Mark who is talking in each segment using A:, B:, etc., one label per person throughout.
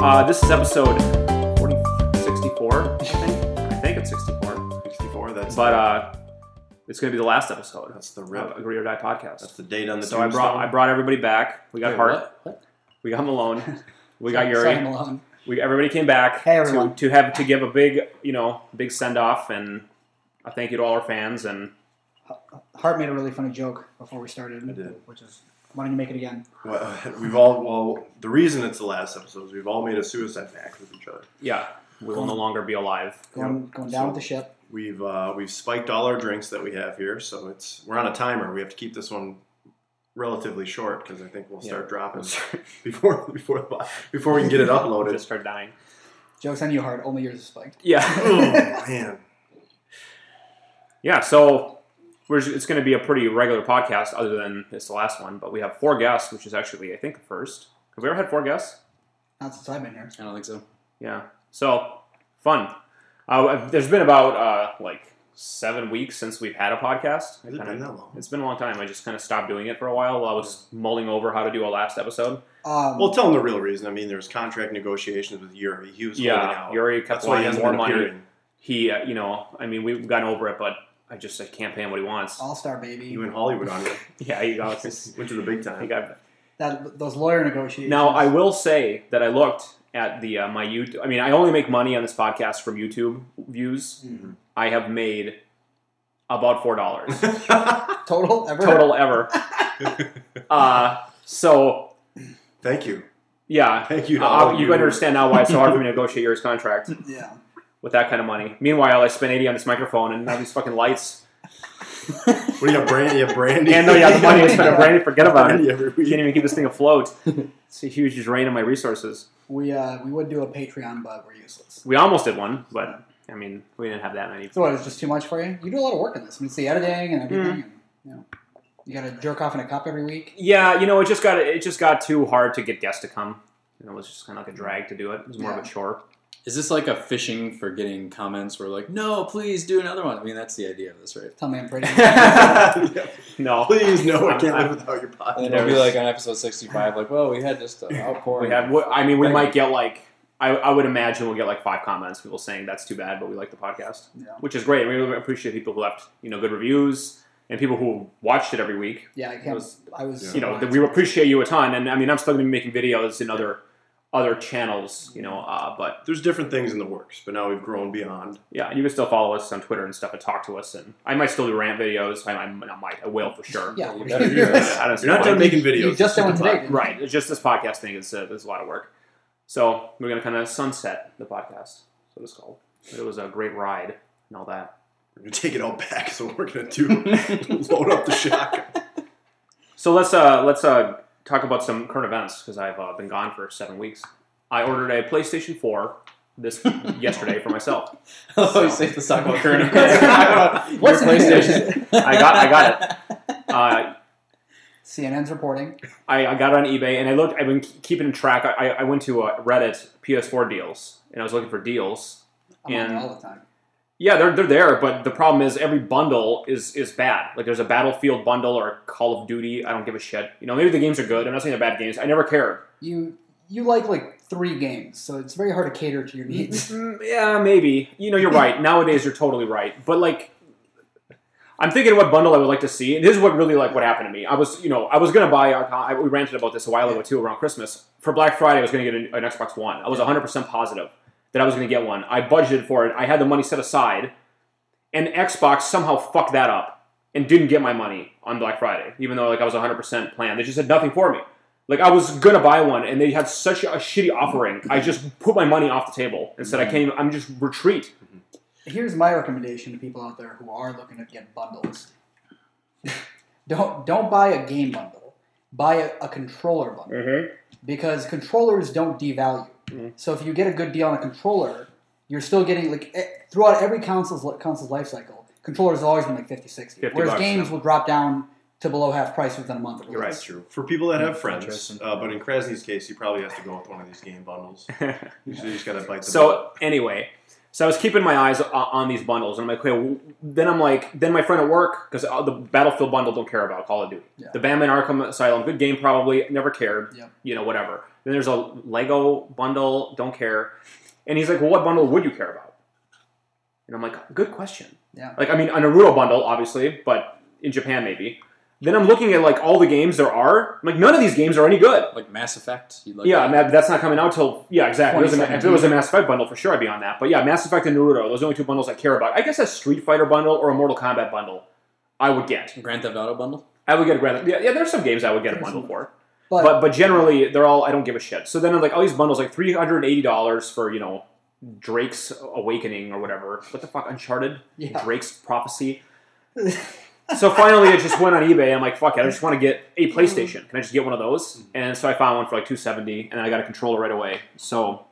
A: Uh, this is episode 40, 64, I think. I think it's 64.
B: 64. That's
A: But uh, it's going to be the last episode
B: that's the
A: of
B: rip.
A: Agree or Die podcast.
B: That's the date on the.
A: so I brought I brought everybody back. We got Hart.
C: What? What?
A: We got Malone. We got
C: Sorry,
A: Yuri.
C: Malone.
A: We everybody came back.
C: Hey,
A: to-
C: everyone.
A: To, have to give a big you know big send off and a thank you to all our fans and
C: Hart made a really funny joke before we started.
B: I did.
C: Which is, why don't you make it again?
B: Well, we've all well. The reason it's the last episode is we've all made a suicide pact with each other.
A: yeah we will no longer be alive.
C: Going, going down
B: So-
C: with the ship.
B: We've uh, we've spiked all our drinks that we have here, so it's we're on a timer. We have to keep this one relatively short because I think we'll
A: Yeah.
B: start dropping before before the- before we can get it uploaded.
A: Just start dying.
C: Joke's on you, Hart. Only yours is spiked.
A: Yeah.
B: oh man,
A: Yeah, so we're just, it's going to be a pretty regular podcast, other than it's the last one. But we have four guests, which is actually I think the first. Have we ever had four guests?
C: Not since I've been here.
D: I don't think so.
A: Yeah. So fun. Uh, I've- there's been about uh, like seven weeks since we've had a podcast.
B: has it
A: Kinda-
B: been that long?
A: It's been a long time. I just kind of stopped doing it for a while. while I was mulling over how to do a last episode.
C: Um,
B: Well, tell them the real reason. I mean, there was contract negotiations with Yuri. He was holding
A: yeah,
B: out.
A: Yuri kept
B: That's why he
A: wanting
B: hasn't
A: more
B: been
A: money.
B: appearing.
A: He, uh, you know, I mean, we've gotten over it, but I just I can't pay him what he wants.
B: Oh.
C: All star baby.
B: He went Hollywood on you.
A: Yeah, he got, he
B: Went to the big time.
A: got
C: that those lawyer negotiations.
A: Now, I will say that I looked at the uh, my YouTube. I mean, I only make money on this podcast from YouTube views.
C: Mhm.
A: I have made about four dollars
C: total ever
A: total ever. uh, so
B: Thank you.
A: yeah,
B: Thank you. to all
A: uh,
B: of
A: you understand now why it's so hard for me to negotiate yours contract
C: Yeah.
A: with that kind of money. Meanwhile, I spent eighty on this microphone and now these fucking lights.
B: What do you got, Brandy? You have Brandy?
A: And no, yeah, the money I spent on Brandy, forget about it.
B: Brandy every
A: You can't
B: week.
A: even keep this thing afloat. It's a huge drain on my resources.
C: We uh, we would do a Patreon, but we're useless.
A: We almost did one, but I mean, we didn't have that many.
C: So what? It's just too much for you. You do a lot of work in this. I mean, it's the editing and
A: Mm-hmm.
C: everything. And, you know, you got to jerk off in a cup every week.
A: Yeah, you know, it just got it just got too hard to get guests to come. And it was just kind of like a drag to do it. It was more of a
C: Yeah.
A: chore.
D: Is this like a fishing for getting comments where like, no, please do another one? I mean, that's the idea of this, right?
C: Tell me I'm pretty.
A: no,
B: Please, no, I can't
A: I'm-
B: live without your
D: And
B: podcast.
D: then it'll be like on episode sixty-five, like, well, we had just an outpouring.
A: we had. wh- I mean, we
D: Thank
A: might
D: you.
A: get like. I, I would imagine we'll get like five comments, people saying that's too bad, but we like the podcast,
C: Yeah.
A: which is great. We really appreciate people who left you know good reviews and people who watched it every week.
C: Yeah, I
A: It
C: can't.
A: was-
C: I was.
B: Yeah.
A: You know, that we appreciate you a ton, and I mean, I'm still going to be making videos in other other channels, you know, uh, but
B: There's different things in the works, but now we've grown beyond.
A: Yeah, you can still follow us on Twitter and stuff and talk to us. And I might still do rant videos. I, I, I might. I will for sure.
C: Yeah,
D: You better do
A: I
D: that.
A: don't see
B: You're not
A: why.
B: done making videos.
C: You just did one today. didn't you?
A: Right. It's just this podcast thing is uh, there's a lot of work. So we're gonna kind of sunset the podcast. That's what it's called. But it was a great ride and all that.
B: We're gonna take it all back, so we're gonna do load up the shotgun.
A: So let's uh let's uh talk about some current events because I've uh, been gone for seven weeks. I ordered a PlayStation Four this yesterday for myself.
D: oh, you say let's talk about current
C: Let's
D: events.
C: talk What's
D: Your
C: in there?
D: PlayStation.
A: I got I got it. Uh,
C: CNN's reporting.
A: I, I got on eBay and I looked. I've been k- keeping track. I, I- I went to uh, Reddit PS4 deals and I was looking for deals.
C: I'm on
A: And-
C: there all the time.
A: Yeah, they're, they're there, but the problem is every bundle is is bad. Like there's a Battlefield bundle or a Call of Duty. I don't give a shit. You know, maybe the games are good. I'm not saying they're bad games. I never cared.
C: You you like like three games, so it's very hard to cater to your needs.
A: Mm, yeah, maybe. You know, you're right. Nowadays, you're totally right. But like, I'm thinking what bundle I would like to see. And this is what really like what happened to me. I was, you know, I was gonna buy. Our, I, we ranted about this a while ago too, around Christmas. For Black Friday, I was gonna get an, an Xbox One. I was 100 percent positive that I was gonna get one. I budgeted for it. I had the money set aside, and Xbox somehow fucked that up and didn't get my money on Black Friday, even though like I was 100 percent planned. They just had nothing for me. Like I was gonna buy one, and they had such a shitty offering. I just put my money off the table and said, "I can't. Even, I'm just retreat."
C: Here's my recommendation to people out there who are looking to get bundles. don't don't buy a game bundle. Buy a, a controller bundle
A: Mm-hmm.
C: because controllers don't devalue.
A: Mhm.
C: So if you get a good deal on a controller, you're still getting like eh, throughout every console's li- console's life cycle, controllers have always been like 50, 60.
A: 50
C: whereas
A: bucks,
C: games
A: yeah.
C: will drop down to below half price within a month. Of
A: You're right.
C: release.
B: That's true. For people that have friends,
D: Interesting.
B: uh, but in Krasny's case, he probably has to go with one of these game bundles. You just gotta bite the bullet.
A: So anyway, so I was keeping my eyes o- on these bundles, and I'm like, okay. w then I'm like, then my friend at work because the Battlefield bundle don't care about Call of Duty.
C: Yeah.
A: The Batman Arkham Asylum, good game probably, never cared.
C: Yep.
A: You know, whatever. Then there's a Lego bundle. Don't care. And he's like, well, what bundle would you care about? And I'm like, good question.
C: Yeah.
A: Like, I mean, a Naruto bundle, obviously, but in Japan maybe. Then I'm looking at like all the games there are. I'm like, none of these games are any good.
D: Like Mass Effect. You'd like
A: Yeah,
D: that?
A: I mean, that's not coming out till yeah, exactly. It was a- if it was a Mass Effect bundle, for sure, I'd be on that. But yeah, Mass Effect and Naruto, those are the only two bundles I care about. I guess a Street Fighter bundle or a Mortal Kombat bundle, I would get.
D: Grand Theft Auto bundle.
A: I would get a Grand. Yeah, yeah, there's some games I would get a
C: There's
A: bundle
C: some-
A: for,
C: But,
A: but but generally they're all I don't give a shit. So then I'm like all these bundles, like three hundred and eighty dollars for you know Drake's Awakening or whatever. What the fuck, Uncharted,
C: yeah.
A: Drake's Prophecy. So finally, I just went on eBay. I'm like, fuck it, I just want to get a
C: Mm-hmm.
A: PlayStation. Can I just get one of those? And so I found one for like two seventy, and I got a controller right away. So.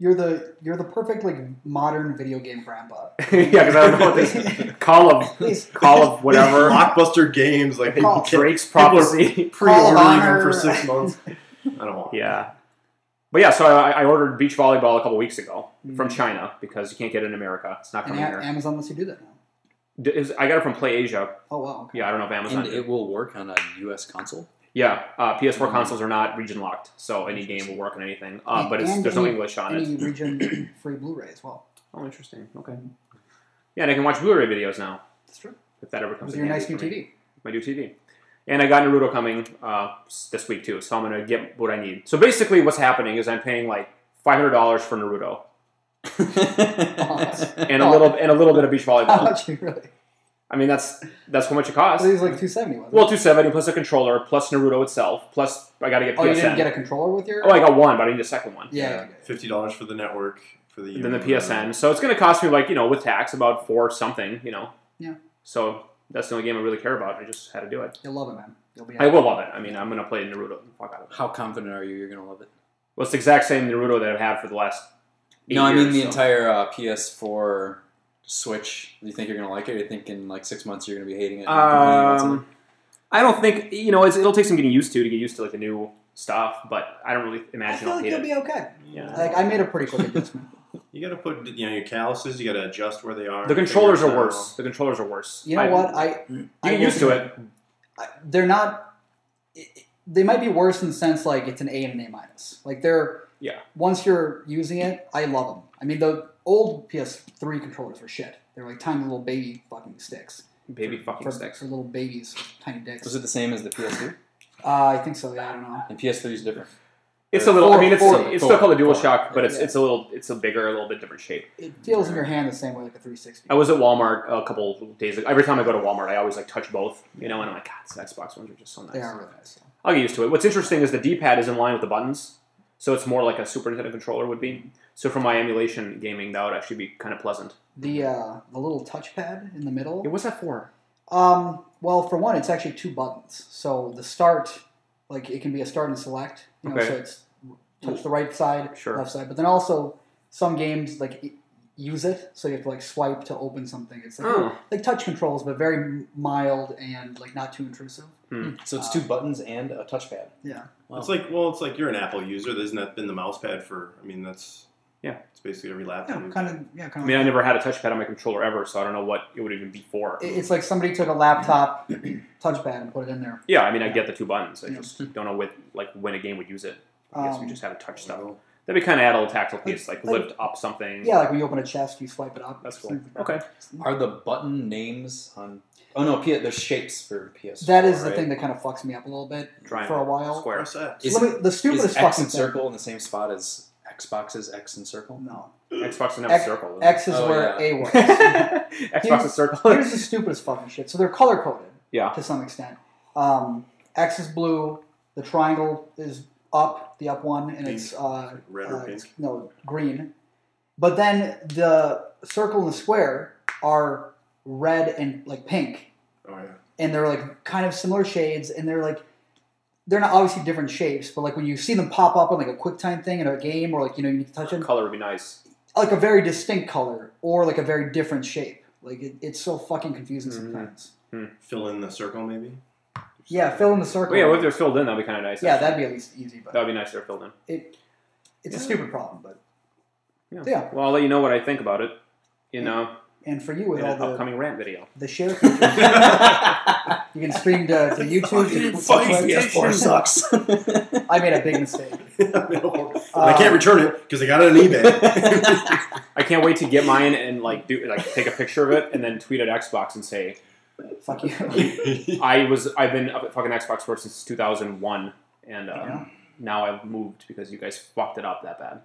C: You're the you're the perfect like modern video game grandpa.
A: yeah, because I don't know what this call of
C: Please
A: call of whatever
B: Blockbuster games like they
C: Call-
A: Drake's
B: People are-
A: prophecy.
B: pre-ordering
C: Call of
B: them for
C: Honor.
B: six months. I don't want.
A: yeah, but yeah, so I, I ordered beach volleyball a couple weeks ago from
C: Mm.
A: China because you can't get it in America. It's not
C: and
A: coming
C: A-
A: here.
C: Amazon lets you do that now.
A: D- is- I got it from Play Asia.
C: Oh wow. Okay.
A: Yeah, I don't know if Amazon.
D: And
A: did.
D: it will work on a U.S. console.
A: yeah, uh, PS4
D: Mm.
A: consoles are not region locked, so any game will work on anything. Uh,
C: And-
A: but it's,
C: and
A: there's no
C: any-
A: English on it.
C: Any region free Blu-ray as well.
A: Oh, interesting. Okay. Yeah, and I can watch Blu-ray videos now
C: That's true.
A: if that ever comes.
C: With
A: in
C: your
A: handy
C: nice new
A: for me.
C: TV.
A: my new TV. And I got Naruto coming uh, s- this week too, so I'm gonna get what I need. So basically, what's happening is I'm paying like five hundred dollars for Naruto and a
C: Oh.
A: little and a little bit of beach
C: How
A: volleyball.
C: much you really?
A: I mean, that's that's how much it
C: I thought
A: costs.
C: it was like two seventy.
A: Well, two seventy plus a controller plus Naruto itself plus I gotta get
C: oh, you didn't
A: PSN.
C: get a controller with your.
A: oh, I got one, but I need a second one.
C: yeah. yeah, yeah.
B: Fifty dollars for the network for the uh,
A: And
B: year.
A: then the PSN, so it's gonna cost me like you know with tax about four something, you know.
C: Yeah.
A: So that's the only game I really care about. I just had to do it.
C: You'll love it, man. You'll be.
A: I will love it. I mean, I'm gonna play Naruto. the Fuck out of it.
D: How confident are you? You're gonna love it.
A: Well, it's the exact same Naruto that I've had for the last. Eight
D: no, I mean
A: years,
D: the
A: so.
D: entire uh, PS4 Switch. You think you're gonna like it? Or you think in like six months you're gonna be hating it? and complaining about something?
A: Um, I don't think you know. It's, it'll take some getting used to to get used to like the new stuff, but I don't really
C: I
A: imagine
C: feel
A: I'll
C: like
A: hate
C: you'll
A: it.
C: be okay.
A: Yeah.
C: Like I made a pretty quick adjustment.
B: You got to put you know your calluses. You got to adjust where they are.
A: The controllers are
B: Figure it out.
A: worse. The controllers are worse.
C: You know
A: I-
C: what? I
D: You
A: You
C: I
A: get used to it.
C: I- they're not. i- i- They might be worse in the sense like it's an A and an A minus. Like they're
A: Yeah.
C: Once you're using it, I love them. I mean, the old PS3 controllers were shit. They're like tiny little baby fucking sticks
A: Baby fucking
C: for,
A: sticks.
C: for little babies, with tiny dicks.
D: Was it the same as the PS3?
C: Uh, I think so. Yeah, I don't know.
D: And PS3 is different.
A: It's a little. I mean, it's
C: four-
A: it's still called a
D: four-
A: DualShock, Shock, but it's
C: Yeah.
A: it's a little. It's a bigger, a little bit different shape.
C: It feels in your hand the same way like a 360.
A: I was at Walmart a couple days ago. Every time I go to Walmart, I always like touch both, you know, and I'm like, God, these Xbox ones are just so nice.
C: They are really nice.
A: I'll get used to it. What's interesting is the D-pad is in line with the buttons, so it's more like a Super Nintendo controller would be. So for my emulation gaming, that would actually be kind of pleasant.
C: The uh, the little touchpad in the middle.
A: Yeah, what's that for?
C: Um, well, for one, it's actually two buttons. So the start, like it can be a start and select. You know,
A: Okay.
C: So it's touch the right side,
A: Sure.
C: left side. But then also some games like i- use it, so you have to like swipe to open something. It's like,
A: Oh.
C: like touch controls, but very mild and like not too intrusive.
D: So
C: it's two
D: buttons and a touchpad.
C: Yeah.
B: It's like well, it's like you're an Apple user. Isn't that been the mouse pad for? I mean, that's
A: Yeah.
B: It's basically every laptop.
C: Yeah, kind of. Yeah,
A: I
C: kind
A: mean,
C: of.
A: I never had a touchpad on my controller ever, so I don't know what it would even be for.
C: It's like somebody took a laptop touchpad and put it in there.
A: Yeah, I mean, I get the two buttons. I
C: Yeah.
A: just don't know what, like when a game would use it. I guess we
C: Um,
A: just have a touch stuff.
B: So,
A: That'd be kind of add a little tactile piece, like,
C: Like- like-
A: lift up something.
C: Yeah, like when you open a chest, you swipe it up.
A: That's cool.
C: Something like that.
A: Okay.
D: Are the button names on? Oh no, P- there's shapes for PS4.
C: That is the
D: right?
C: thing that kind of fucks me up a little bit for a
A: Triangle.
C: while.
A: Square.
B: press X.
D: Is
C: Let me- the stupidest
D: Is X
C: fucking
D: and
C: thing.
D: circle in the same spot as Xbox's X and circle?
C: No.
A: Xbox and
C: X-
A: circle.
C: X is
D: Oh,
C: where
D: yeah.
C: A works.
A: Xbox and circle.
C: Here's the stupidest fucking shit. So they're color coded
A: Yeah.
C: to some extent. Um, X is blue. The triangle is up, the up one, and it's uh,
B: Red
C: uh,
B: or pink.
C: it's- no green. But then the circle and the square are red and like pink,
B: Oh yeah.
C: and they're like kind of similar shades, and they're like they're not obviously different shapes, but like when you see them pop up on like a QuickTime thing in a game, or like you know you need to touch them,
A: Color would be nice.
C: like a very distinct color or like a very different shape. Like it, it's so fucking confusing
A: Mhm.
C: sometimes.
B: Fill in the circle maybe.
C: Yeah, fill in the circle.
A: But yeah, what if they're filled in? That'd be kind of nice.
C: Yeah,
A: actually.
C: that'd be at least easy, but
A: that'd be nice. if They're filled in.
C: it it's a
A: Yeah.
C: stupid problem. But
A: Yeah.
C: Yeah.
A: Well, I'll let you know what I think about it. You know,
C: and for you with
A: in
C: all
A: an
C: the,
A: upcoming rant video.
C: the share features, you can stream to, to YouTube. To,
D: Fucking
C: to
D: PS4 sucks.
C: I made a big mistake.
B: I can't
C: Uh,
B: return it because I got it on eBay.
A: I can't wait to get mine and like do like take a picture of it and then tweet at Xbox and say
C: Fuck you.
A: I was I've been a fucking Xbox person since 2001 and uh,
C: Yeah.
A: now I've moved because you guys fucked it up that bad.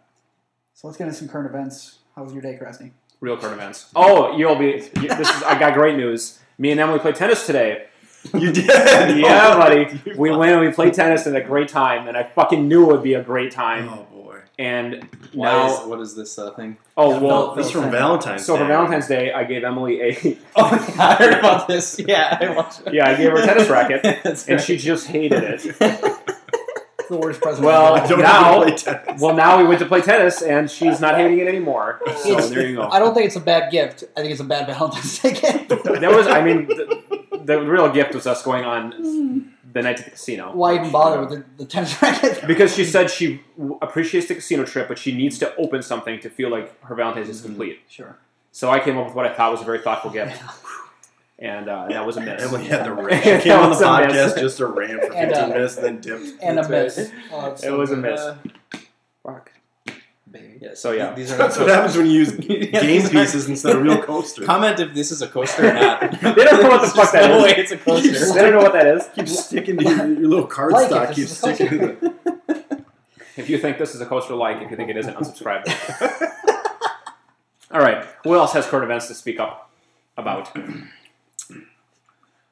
C: So let's get into some current events. How was your day, Krasny?
A: Real current events. Oh, you'll be. You, this is. I got great news. Me and Emily played tennis today.
B: you did,
A: Yeah,
B: Oh,
A: buddy.
B: you
A: We
B: fuck-
A: went and we played tennis and had a great time. And I fucking knew it would be a great time.
B: Oh boy,
A: And
D: Why
A: now,
D: is- what is this uh, thing?
A: oh
C: Well,
A: well.
B: this is from
C: thank-
B: Valentine's.
A: So
B: Day.
A: for Valentine's Day, I gave Emily a.
D: Oh, yeah, I heard about this. Yeah, I watched it.
A: Yeah, I gave her a tennis racket,
D: That's
A: and
D: right.
A: she just hated it.
C: It's the worst present.
A: Well,
B: I
C: I've
B: don't
C: ever
A: Now-
B: even play tennis.
A: Well, now we went to play tennis, and she's not hating it anymore. So there you go.
C: had. I don't think it's a bad gift. I think it's a bad Valentine's Day gift.
A: That was, I mean, the, the real gift was us going on the night to the casino
C: Why even bother with the, the tennis racket?
A: because she said she w- appreciates the casino trip, but she needs to open something to feel like her Valentine's
C: Mm-hmm.
A: is complete.
C: Sure.
A: So I came up with what I thought was a very thoughtful gift, and uh, that was a miss.
B: Emily had the rant. She came on the
A: That was a
B: podcast
A: mess.
B: just to rant for 15
C: And, uh,
B: minutes, then dipped.
C: And a
D: That's
C: miss.
D: right.
C: Oh, it's
A: It
C: so
A: was a
C: good.
A: miss.
D: Fuck.
C: Baby.
D: Yeah,
A: So, yeah.
D: These are not
B: That's what happens when you use
D: Yeah,
B: game
D: these are-
B: pieces instead of real coasters.
D: Comment if this is a coaster or not.
A: They don't know what the
D: There's
A: fuck
D: just
A: that
D: no
A: is.
D: way it's a coaster.
A: They don't know what that is.
B: Keep sticking to your, your little
C: Like it,
B: cardstock.
C: this
B: keeps
C: is
B: sticking to the.
A: If you think this is a coaster like, if you think it isn't, unsubscribe. All right. Who else has current events to speak up about?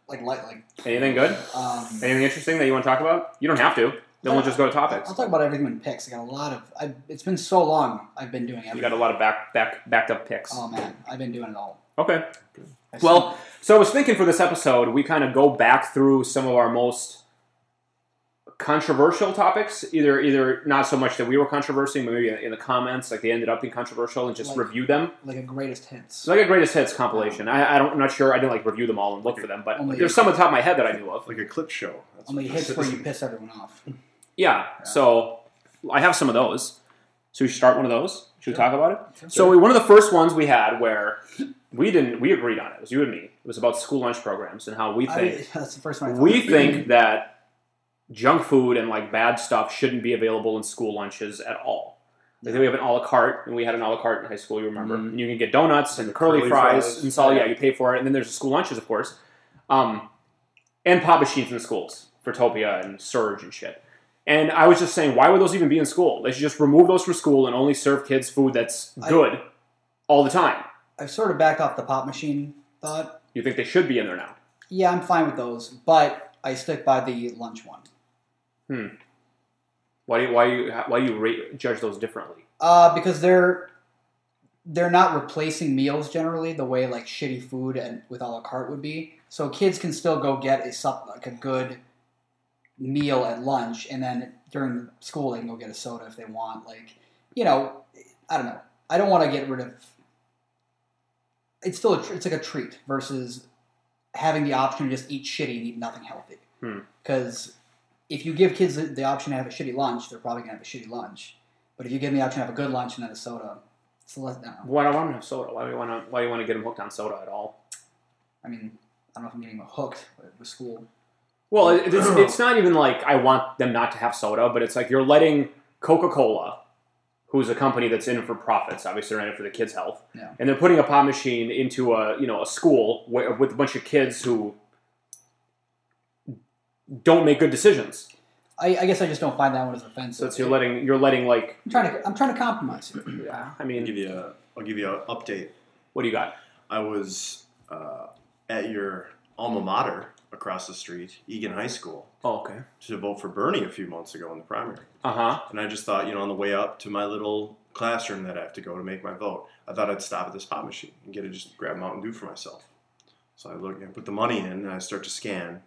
C: Like lightly.
A: Anything good?
C: Um,
A: Anything interesting that you want to talk about? You don't have to. Then we'll just go to topics.
C: I'll talk about everything in picks. I got a lot of. I, it's been so long. I've been doing
A: You
C: everything.
A: got a lot of back back backed up picks.
C: Oh man, I've been doing it all.
A: Okay.
C: I've
A: Well, so I was thinking for this episode, we kind of go back through some of our most controversial topics. Either either not so much that we were controversial, but maybe in the comments, like they ended up being controversial, and just
C: Like-
A: review them.
C: seen, like a greatest hits.
A: So like a greatest hits compilation. I, I don't, I'm not sure. I didn't like review them all and look for them, but
C: Only-
A: there's some on the top of my head that I knew of.
B: Like a clip show. That's
C: Only
B: what this
C: hits where
B: is.
C: you piss everyone off.
A: Yeah. So I have some of those. So we should start one of those. Should we
C: Sure.
A: talk about it? So we, one of the first ones we had where we didn't we agreed on it. It was you and me. It was about school lunch programs and how we
C: I,
A: think
C: that's the first one. I thought
A: we
C: of.
A: think that junk food and like bad stuff shouldn't be available in school lunches at all. Like we have an a la carte, and we had an a la carte in high school. You remember?
D: Mhm.
A: And you can get donuts and curly,
B: Curly
A: fries,
B: fries.
A: and so yeah. you pay for it. And then there's the school lunches, of course, um, and pop machines in schools, Topia and Surge and shit. And I was just saying, why would those even be in school? They should just remove those from school and only serve kids food that's
C: I-
A: good all the time.
C: I've sort of backed off the pop machine thought.
A: You think they should be in there now?
C: Yeah, I'm fine with those, but I stick by the lunch one.
A: Why do you, why you why do you rate, judge those differently?
C: Uh, because they're they're not replacing meals generally the way like shitty food and with a la carte would be. So kids can still go get a sup like a good meal at lunch, and then during school they can go get a soda if they want. Like you know, I don't know. I don't want to get rid of. It's still a, tr- it's like a treat versus having the option to just eat shitty and eat nothing healthy.
A: Hmm.
C: Because if you give kids the, the option to have a shitty lunch, they're probably gonna have a shitty lunch. But if you give them the option to have a good lunch and then a soda, it's less. I don't know.
A: Why do I want to have soda? Why do you want to? Why do you want to get them hooked on soda at all?
C: I mean, I don't know if I'm getting them hooked with school.
A: Well, it- it's it's not even like I want them not to have soda, but it's like you're letting Coca Cola, who's a company that's in for profits, obviously they're in it for the kids' health,
C: Yeah.
A: and they're putting a pop machine into a you know a school where, with a bunch of kids who don't make good decisions.
C: I, I guess I just don't find that one as offensive.
A: So it's you're letting you're letting like
C: I'm trying to. I'm trying to compromise. Here.
A: I
B: I'll
A: mean,
B: give you a. I'll give you an update.
A: what do you got?
B: I was uh, at your alma mater across the street, Egan High School,
A: Oh, okay.
B: to vote for Bernie a few months ago in the primary.
A: Uh huh.
B: And I just thought, you know, on the way up to my little classroom that I have to go to make my vote, I thought I'd stop at this pop machine and get to just grab Mountain Dew for myself. So I look and put the money in and I start to scan.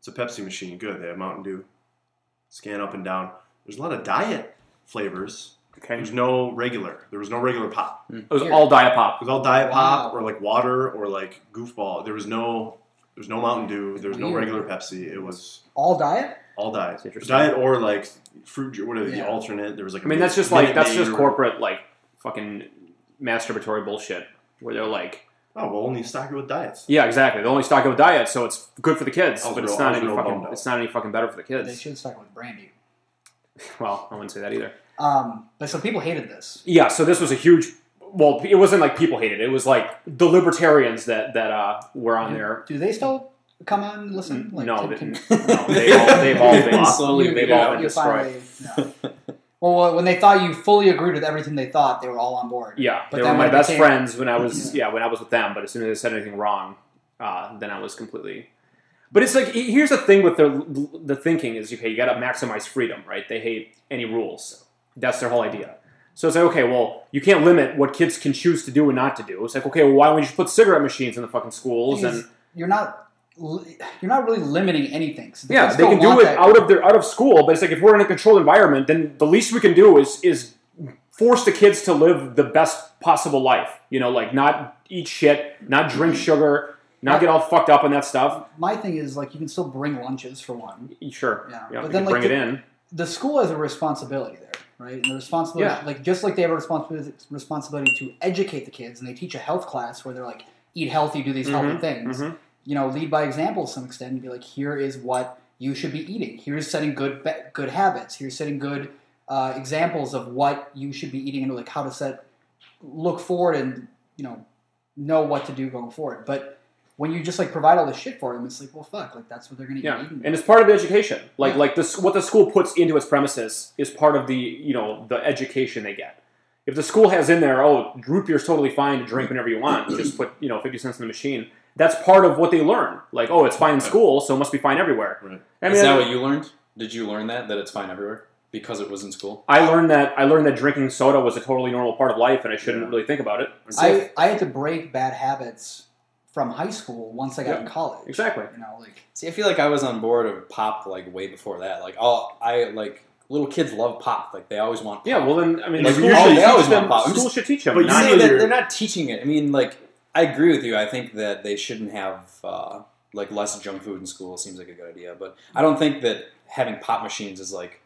B: It's a Pepsi machine. Good. They have Mountain Dew. Scan up and down. There's a lot of diet flavors.
A: Okay.
B: There's no regular. There was no regular pop.
A: It was all diet pop.
B: It was all diet pop
C: Wow.
B: or like water or like goofball. There was no there was no Mountain Dew. There was no
C: Weird.
B: regular Pepsi. It was
C: All diet.
B: all diet.
A: That's interesting.
B: Diet or like fruit ju- what are they,
C: Yeah.
B: the alternate? There was like
A: I mean, that's just like
B: Minute
A: that's
B: Maid
A: just
B: or-
A: corporate like fucking masturbatory bullshit where they're like,
B: Oh, well, only stock it with diets.
A: Yeah, exactly. They only stock it with diet, so it's good for the kids,
B: I was
A: but
B: real-
A: it's
B: I
A: not
B: was
A: any
B: real
A: fucking
B: bummed out.
A: it's not any fucking better for the
C: They
A: kids.
C: should start with brandy.
A: Well, I wouldn't say that either.
C: Um, but so people hated this.
A: Yeah, so this was a huge. Well, it wasn't like people hated it. It was like the libertarians that that uh, were on there.
C: Do they still come on and listen?
A: Mm,
C: Like,
A: no,
C: can-
A: they-
C: can-
A: no, they all, they've all been.
D: slowly
A: they've
D: made
A: all
D: out.
A: been
C: you
A: destroyed.
C: finally- no. Well, when they thought you fully agreed with everything they thought, they were all on board.
A: Yeah,
C: But
A: they
C: then
A: were my
C: when it
A: best
C: became-
A: friends when I was yeah when I was with them. But as soon as they said anything wrong, uh, then I was completely. But it's like he- here's the thing with their the thinking is okay, you got to maximize freedom, right? They hate any rules. That's their whole idea. So it's like okay, well you can't limit what kids can choose to do and not to do. It's like okay, well why don't you just put cigarette machines in the fucking schools
C: Thing is,
A: and
C: You're not. li- You're not really limiting anything. So the
A: yeah
C: kids
A: they
C: don't
A: can do
C: want
A: it
C: that.
A: out of their out of school. But it's like if we're in a controlled environment, then the least we can do is is force the kids to live the best possible life. You know, like not eat shit, not drink
C: Mm-hmm.
A: sugar, not get all fucked up on that stuff.
C: My thing is like you can still bring lunches for one.
A: Sure,
C: Yeah,
A: yeah,
C: but
A: you
C: then,
A: can bring
C: like,
A: it in.
C: The school has a responsibility there, right? And the responsibility,
A: Yeah.
C: like just like they have a responsibility responsibility to educate the kids, and they teach a health class where they're like, eat healthy, do these healthy
A: Mhm,
C: things.
A: mhm.
C: You know, lead by example to some extent, and be like, here is what you should be eating. Here's setting good ba- good habits. Here's setting good uh, examples of what you should be eating, and like how to set look forward and you know know what to do going forward. But when you just like provide all this shit for them, it's like, well, fuck, like that's what they're gonna
A: Yeah,
C: eat. And,
A: and it's part of the education. Like
C: Yeah.
A: like this, what the school puts into its premises is part of the you know the education they get. If the school has in there, oh, root beer's totally fine to drink whenever you want. Just put you know fifty cents in the machine. That's part of what they learn. Like, oh, it's fine in school, so it must be fine everywhere.
B: Right.
A: I mean,
D: Is that what you learned? Did you learn that that it's fine everywhere because it was in school?
A: I learned that I learned that drinking soda was a totally normal part of life, and I shouldn't
B: Yeah.
A: really think about it.
C: I, I had to break bad habits from high school once I got
A: Yeah,
C: in college.
A: exactly.
C: You know, like
D: See, I feel like I was on board of pop like way before that. Like all I like little kids love pop. Like they always want. Pop.
A: Yeah, well then, I mean,
D: Like,
A: school,
D: we
A: should
D: all-
A: teach
D: they always
A: them,
D: want pop. I'm
A: school should teach them.
B: But you
A: not-
B: say
D: you say that
B: you're-
D: they're not teaching it. I mean, like I agree with you. I think that they shouldn't have uh, like less junk food in school. Seems like a good idea, but I don't think that having pop machines is like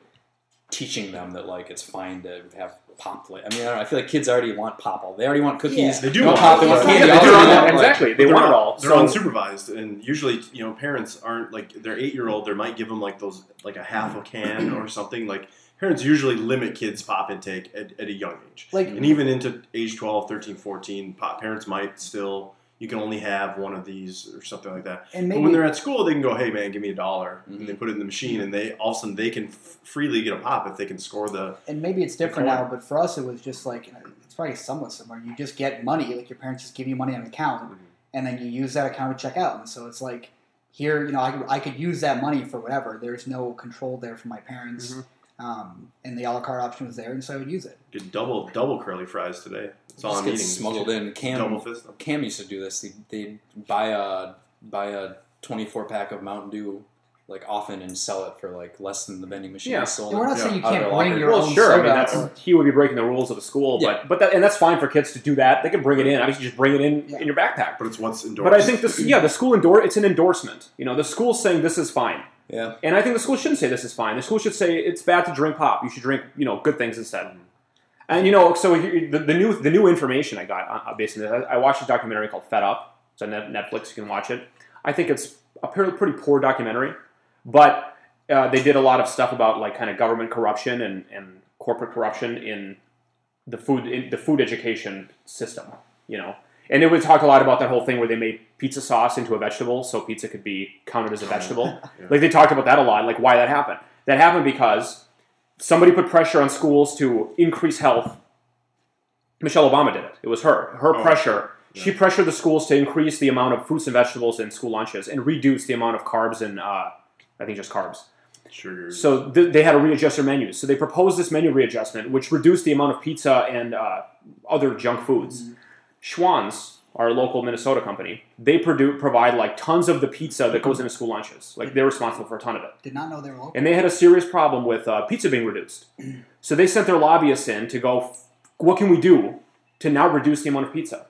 D: teaching them that like it's fine to have pop. Like, I mean, I, don't know, I feel like kids already want pop. all- They already want cookies.
B: They do
D: No
B: want
D: pop. They
C: it.
D: want
C: Yeah,
D: candy.
A: yeah,
D: all
A: they're
D: the
A: on-
D: time. Like,
A: exactly. They
B: But
A: want
B: they're
A: it all.
B: They're
A: so-
B: unsupervised, and usually, you know, parents aren't like their eight-year-old. They might give them like those, like a half a can or something. Like parents usually limit kids' pop intake at, at a young age,
C: like
B: and even into age 12, 13, 14, pop parents might still. You can only have one of these or something like that.
C: and
B: But when they're
C: maybe
B: at school, they can go, "Hey man, give me a dollar,"
D: Mhm.
B: and they put it in the machine, and they all of a sudden they can f- freely get a pop if they can score the.
C: and maybe it's different
B: Corn.
C: now, but for us it was just like it's probably somewhat similar. You just get money, like your parents just give you money on an account,
A: Mm-hmm.
C: and then you use that account to check out. And so it's like here, you know, I could, I could use that money for whatever. There's no control there for my parents,
A: Mhm.
C: um, and the a la carte option was there, and so I would use it.
B: Get double double curly fries today. That's all
D: Just
B: I'm
D: gets
B: eating. is
D: smuggled in. Cam
B: Double fist them.
D: Cam used to do this. They they buy a buy a twenty four pack of Mountain Dew like often and sell it for like less than the vending machine
A: Yeah.
D: is sold.
C: And we're not
B: Yeah,
C: saying you
D: out of
C: can't
D: their
C: bring
D: locker.
C: your
A: Well,
C: own
A: sure. I mean,
C: soda or-
A: that's he would be breaking the rules of the school,
D: Yeah.
A: but but that, and that's fine for kids to do that. They can bring it in. Obviously, just bring it in
C: Yeah.
A: in your backpack.
B: But it's what's endorsed.
A: But I think this, yeah, the school endorse. It's an endorsement. You know, the school's saying this is fine,
D: yeah.
A: and I think the school shouldn't say this is fine. The school should say it's bad to drink pop. You should drink, you know, good things instead.
C: Mm-hmm.
A: And you know, so you- the, the new the new information I got uh, based on this, I, I watched a documentary called Fed Up. It's on Net- Netflix. You can watch it. I think it's a pretty, pretty poor documentary, but uh, they did a lot of stuff about like kind of government corruption and, and corporate corruption in the food in the food education system. You know, and it would talk a lot about that whole thing where they made pizza sauce into a vegetable, so pizza could be counted as a vegetable.
B: Yeah.
A: Like they talked about that a lot, like why that happened. That happened because somebody put pressure on schools to increase health. Michelle Obama did it. It was her. Her
B: Oh.
A: pressure. She
B: Yeah.
A: pressured the schools to increase the amount of fruits and vegetables in school lunches and reduce the amount of carbs and uh, I think just carbs.
B: sugar.
A: So th- they had to readjust their menus. So they proposed this menu readjustment, which reduced the amount of pizza and uh, other junk foods.
B: Mm-hmm.
A: Schwann's, our local Minnesota company, they produ- provide like tons of the pizza
B: Mm-hmm.
A: that goes into school lunches. Like they're responsible for a ton of it
C: Did not know they were local.
A: and they had a serious problem with uh, pizza being reduced. So they sent their lobbyists in to go, what can we do to now reduce the amount of pizza?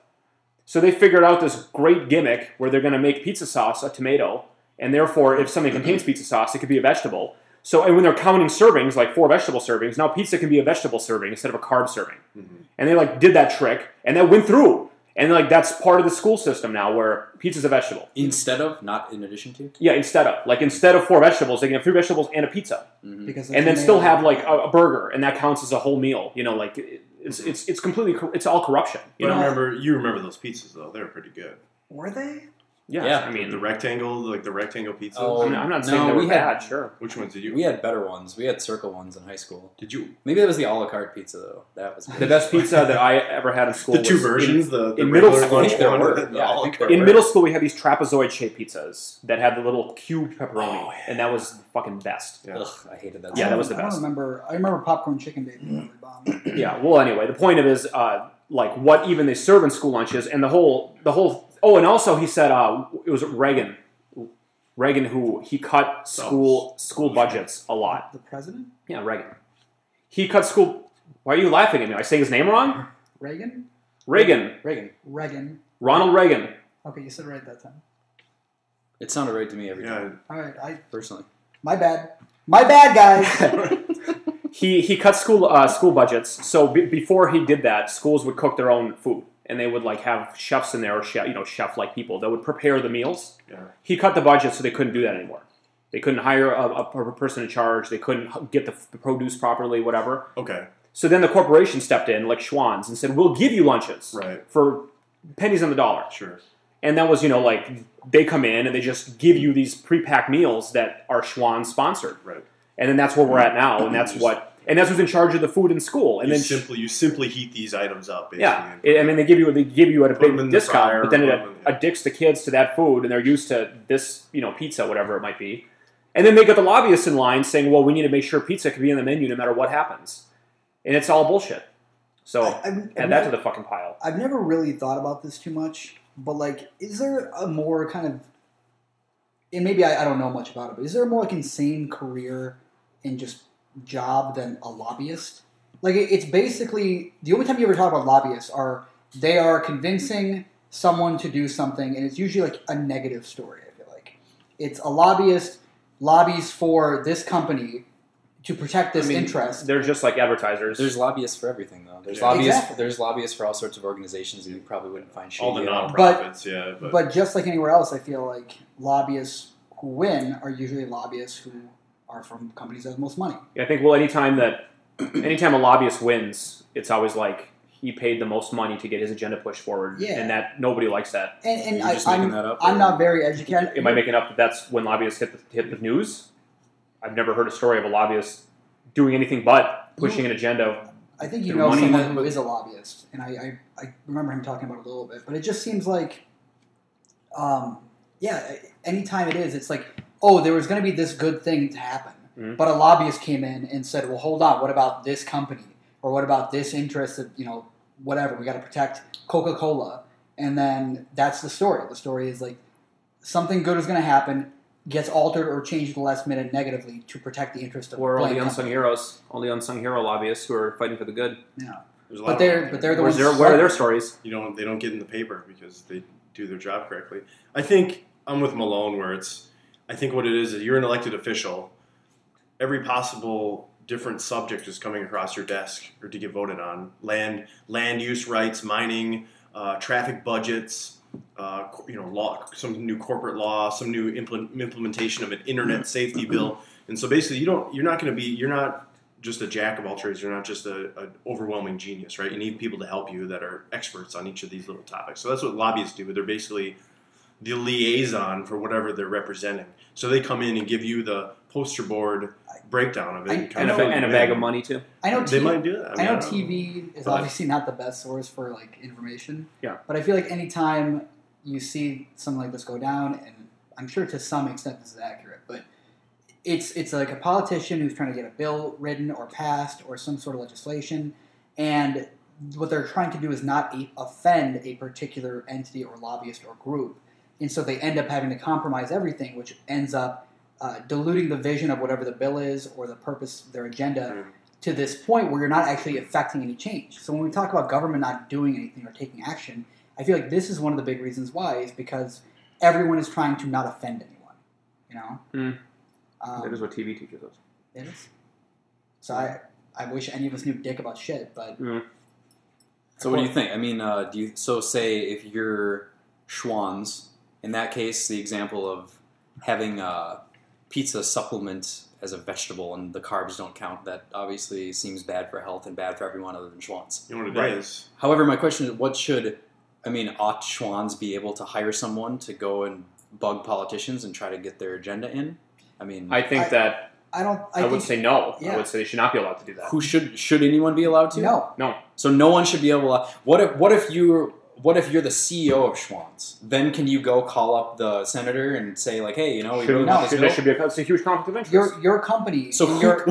A: So they figured out this great gimmick where they're going to make pizza sauce a tomato, and therefore, if something contains pizza sauce, it could be a vegetable. So, and when they're counting servings, like four vegetable servings, now pizza can be a vegetable serving instead of a carb serving. And they like did that trick, and that went through. And like that's part of the school system now, where pizza's a vegetable.
D: Instead of, not in addition to.
A: Yeah, instead of like instead of four vegetables, they can have three vegetables and a pizza,
D: Mhm.
C: because
A: and then
C: they
A: still
C: made-
A: have like a, a burger, and that counts as a whole meal. You know, like it- it's it's it's completely cor- it's all corruption. You
B: but
A: know,
B: I remember you remember those pizzas though; they were pretty good.
C: were they?
A: yeah.
D: Yeah.
A: I
B: the
A: mean,
B: rectangle, like the rectangle pizzas.
D: Oh.
A: I'm not, I'm not
D: No,
A: saying they were
D: we
A: bad.
D: had-
A: Sure,
B: Which ones did you?
D: We had better ones. We had circle ones in high school.
B: did you
D: Maybe that was the a la carte pizza though. That was
A: the best pizza that I ever had in school.
B: the two
A: was in-
B: versions? the the
A: in middle
B: regular
A: school,
B: lunch
A: I think
D: there
B: one
D: were.
B: and the
D: Yeah, I
B: a la
D: think
B: carte.
D: there
A: In
D: Right.
A: middle school, we had these trapezoid shaped pizzas that had the little cube pepperoni,
B: Oh, yeah.
A: and that was fucking best.
B: Yeah.
D: Ugh, I hated
A: Yeah,
C: I
D: that.
A: that
C: don't-
A: was the
C: I don't
A: best.
C: remember. I remember popcorn chicken baby. really bombed.
A: yeah. Well, anyway, the point of is uh, like what even they serve in school lunches, and the whole the whole. Oh, and also he said uh, it was Reagan, Reagan who he cut school school budgets a lot.
C: The president
A: Yeah, Reagan. He cut school. Why are you laughing at me? Am I saying his name wrong?
C: Reagan.
A: Reagan,
D: Reagan.
C: Reagan.
A: Ronald Reagan.
C: Okay, you said it right that time.
D: It sounded right to me every time,
B: Yeah,
C: All right, I
D: personally.
C: my bad. My bad, guys.
A: he he cut school uh, school budgets. So b- before he did that, schools would cook their own food, and they would like have chefs in there or chef, you know chef like people that would prepare the meals.
B: yeah.
A: He cut the budget, so they couldn't do that anymore. They couldn't hire a, a, a person in charge. They couldn't h- get the f- produce properly, whatever.
B: Okay,
A: So then the corporation stepped in, like Schwann's, and said, "We'll give you lunches
B: right,
A: for pennies on the dollar."
B: sure.
A: And that was, you know, like they come in and they just give you these pre-packed meals that are Schwann sponsored.
B: Right.
A: And then that's where we're at now, and that's what, and that's who's in charge of the food in school. And
B: you
A: then,
B: simply you simply heat these items up. Basically,
A: yeah,
B: and-
A: it, I mean, they give you they give you at a
B: Put 'em in
A: big
B: the
A: discount,
B: fryer,
A: but then it
B: put 'em in-
A: addicts the kids to that food, and they're used to this, you know, pizza, whatever it might be. And then they get the lobbyists in line saying, "Well, we need to make sure pizza can be on the menu no matter what happens," and it's all bullshit. So
C: I- I'm-
A: add that to the fucking pile.
C: I've never really thought about this too much, but like, is there a more kind of, and maybe I, I don't know much about it, but is there a more like insane career and just job than a lobbyist? Like, it, it's basically the only time you ever talk about lobbyists are they are convincing someone to do something, and it's usually like a negative story. I feel like it's a lobbyist lobbies for this company to protect this
D: I mean,
C: interest.
A: They're just like advertisers.
D: There's lobbyists for everything though. There's
B: Yeah.
D: lobbyists.
C: Exactly.
D: There's lobbyists for all sorts of organizations that you probably wouldn't find.
B: all the
D: shady at
B: nonprofits, yeah. But,
C: But just like anywhere else, I feel like lobbyists who win are usually lobbyists who are from companies that have the most money.
A: Yeah, I think well, anytime that anytime a lobbyist wins, it's always like he paid the most money to get his agenda pushed forward,
C: Yeah.
A: and that nobody likes that.
C: And,
D: You're
C: and I,
D: just making
C: I'm,
D: that up.
C: I'm
D: or-
C: not very educated.
A: Am I making up that that's when lobbyists hit the, hit the news? I've never heard a story of a lobbyist doing anything but pushing an agenda.
C: I think you
A: They're
C: know
A: money
C: someone
A: men,
C: who
A: but-
C: is a lobbyist, and I, I, I remember him talking about it a little bit. But it just seems like, um, yeah, anytime it is, it's like, oh, there was going to be this good thing to happen,
A: Mhm.
C: but a lobbyist came in and said, well, hold on, what about this company or what about this interest of you know whatever we got to protect Coca Cola, and then that's the story. The story is like something good is going to happen. Gets altered or changed at the last minute negatively to protect the interest of
A: Or all
C: blank
A: the unsung
C: company.
A: heroes, all the unsung hero lobbyists who are fighting for the good.
B: there's a lot
C: But
B: of
C: they're
B: them.
C: but they're the
A: Where's
C: ones.
A: their, where are their stories?
B: you don't they don't get in the paper because they do their job correctly. I think I'm with Malone where it's I think what it is is you're an elected official. Every possible different subject is coming across your desk or to get voted on. Land land use rights, mining, uh, traffic budgets, uh, co- you know, law, some new corporate law, some new implement, implementation of an internet safety bill. And so basically, you don't you're not going to be you're not just a jack of all trades. You're not just a, an overwhelming genius, right? You need people to help you that are experts on each of these little topics. So that's what lobbyists do. They're basically the liaison for whatever they're representing. So they come in and give you the poster board breakdown of it.
C: I- I
A: And a,
C: know-
A: and a bag of money too.
C: I know
B: They
C: T-
B: might do that. I, mean,
C: I know
B: don't
C: TV is
B: But-
C: obviously not the best source for like information.
A: Yeah.
C: But I feel like anytime you see something like this go down, and I'm sure to some extent this is accurate, but it's it's like a politician who's trying to get a bill written or passed or some sort of legislation, and what they're trying to do is not a- offend a particular entity or lobbyist or group, and so they end up having to compromise everything, which ends up uh, diluting the vision of whatever the bill is or the purpose, their agenda,
B: Mm.
A: Hmm.
C: to this point where you're not actually affecting any change. So when we talk about government not doing anything or taking action, I feel like this is one of the big reasons why is because everyone is trying to not offend anyone. You know,
A: Mm.
C: um,
A: that is what TV teaches us.
C: it is. So I, I wish any of us knew dick about shit, but
A: Mm.
D: So what do you think? I mean, uh, do you so say if you're Schwann's in that case, the example of having a pizza supplement as a vegetable and the carbs don't count that obviously seems bad for health and bad for everyone other than Schwann's.
B: You know what it is?
A: Right.
D: However, my question is, what should I mean? Ought Schwann's be able to hire someone to go and bug politicians and try to get their agenda in? I mean,
A: I think
C: I-
A: that
C: I don't. I,
A: I, would
C: think-
A: say no. I
C: yeah.
A: would say they should not be allowed to do that.
D: who should should anyone be allowed to?
C: no.
A: No,
D: So no one should be able to. What if what if you what if you're the CEO of Schwann's? Then can you go call up the senator and say like, hey, you know, we
A: should,
D: really
C: no,
D: want
A: should,
D: this
A: there
D: bill?
A: should E be a, it's a huge conflict of interest.
C: Your your company.
D: So
C: and
D: who,
C: your,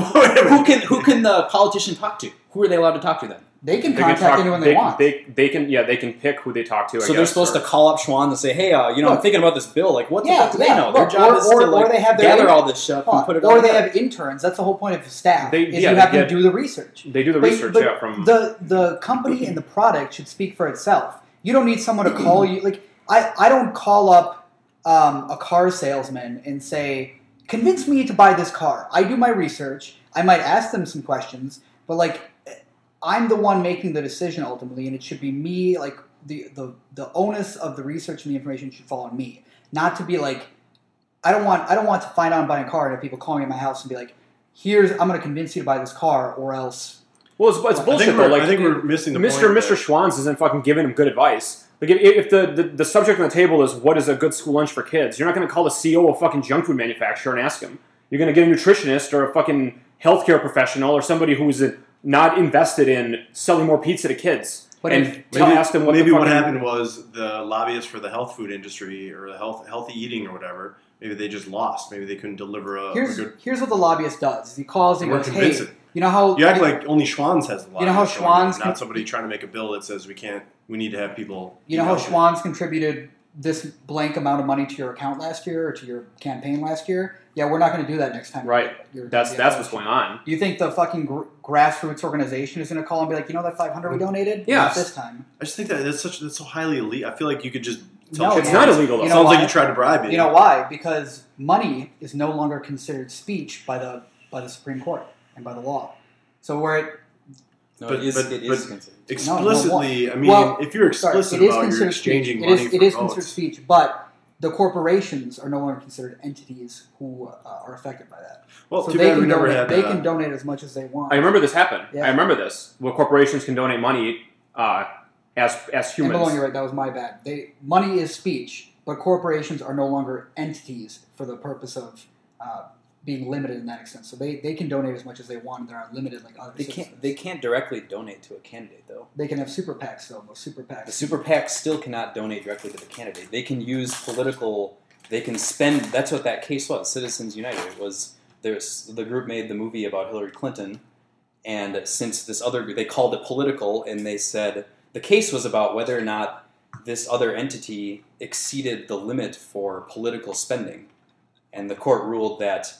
D: who can who can the politician talk to? Who are they allowed to talk to then?
C: they can
A: They
C: contact
A: talk-
C: anyone they,
A: they,
C: want.
A: They, they can yeah they can pick who they talk to. I
D: so they're
A: guess,
D: supposed
A: or-
D: to call up Schwann and say, hey, uh, you know, I'm
C: Look.
D: thinking about this bill. Like, what the
C: Yeah,
D: fuck do they
C: yeah,
D: know?
C: look,
D: their job
C: or-
D: is
C: or-
D: to
C: or
D: like
C: they have their
D: gather
C: in-
D: all this stuff and put it
C: or
D: on
C: they
D: the-
C: have interns. That's the whole point of staff.
A: They-
C: is
A: yeah,
C: you have
A: they
C: them
A: get-
C: do the research.
A: They do the
C: But-
A: research
C: but
A: yeah from
C: the the company and the product should speak for itself. You don't need someone to call you. Like I, I don't call up um, a car salesman and say, "Convince me to buy this car." I do my research. I might ask them some questions, but like I'm the one making the decision ultimately, and it should be me. Like the the the onus of the research and the information should fall on me, not to be like. I don't want I don't want to find out I'm buying a car and have people call me at my house and be like, "Here's I'm going to convince you to buy this car, or else
A: well it's, it's
C: I think
A: bullshit
B: I think,
A: though
B: we're,
A: like
B: I think we're missing the
A: Mr.
B: point
A: Mr.
B: that-
A: Schwanz isn't fucking giving him good advice. Like if, if the, the the subject on the table is what is a good school lunch for kids, you're not going to call the CEO of a fucking junk food manufacturer and ask him. You're going to get a nutritionist or a fucking healthcare professional or somebody who's not invested in selling more pizza to kids.
C: But
A: and
C: if-
A: tell, ask them what
B: maybe
A: the
B: what
A: fucking-
B: happened was the lobbyists for the health food industry or the health healthy eating or whatever. Maybe they just lost. Maybe they couldn't deliver a, a
C: here's
B: Oh, good.
C: here's what the lobbyist does. is He calls and
B: We're
C: goes, "Hey,
B: convincing.
C: you know how
B: You act like only Schwann's has the lobbyist.
C: You know how
B: showing up,
C: Schwann's
B: not
C: can-
B: somebody trying to make a bill that says we can't. We need to have people.
C: you know how
B: eat healthy.
C: Schwann's contributed this blank amount of money to your account last year or to your campaign last year? Yeah, we're not going to do that next time."
A: Right.
C: You're-
A: That's
C: yeah.
A: that's what's going on.
C: Do you think the fucking gr- grassroots organization is going to call and be like, "You know that 500 we donated?
A: Mm-hmm. Yes.
C: Not this time."
B: I just think that that's such that's so highly elite. I feel like you could just
C: No,
B: tell.
A: It's not
B: Schwann's-
A: illegal though.
C: You
B: Sounds
C: know
B: like
C: why?
B: you tried to bribe me.
C: You know why? Because money is no longer considered speech by the by the Supreme Court and by the law. So where it
D: No,
B: But-
D: it is,
B: but-
D: it is
B: but-
D: considered.
B: explicitly. I mean,
C: Well,
B: if you're
C: Sorry,
B: explicit
C: it is
B: about
C: considered
B: you're exchanging
C: speech.
B: money
C: It is,
B: for
C: it is
B: votes,
C: considered speech, but the corporations are no longer considered entities who uh, are affected by that.
B: well,
C: so
B: too
C: they
B: bad
C: can
B: we never
C: donate,
B: had
C: they
B: that.
C: can donate as much as they want.
A: I remember this happened.
C: Yeah.
A: I remember this. Where corporations can donate money uh, as as
C: and
A: humans.
C: Malone, you're right. That was my bad. They money is speech, but corporations are no longer entities for the purpose of. Uh, being limited in that extent, so they, they can donate as much as they want, and they're unlimited like other
D: They
C: citizens.
D: can't they can't directly donate to a candidate though.
C: They can have super PACs though. Those super
D: The
C: PACs.
D: super PAC still cannot donate directly to the candidate. They can use political. They can spend. That's what that case was. Citizens United. It was there's the group made the movie about Hillary Clinton, and since this other group, they called it political, and they said the case was about whether or not this other entity exceeded the limit for political spending, and the court ruled that.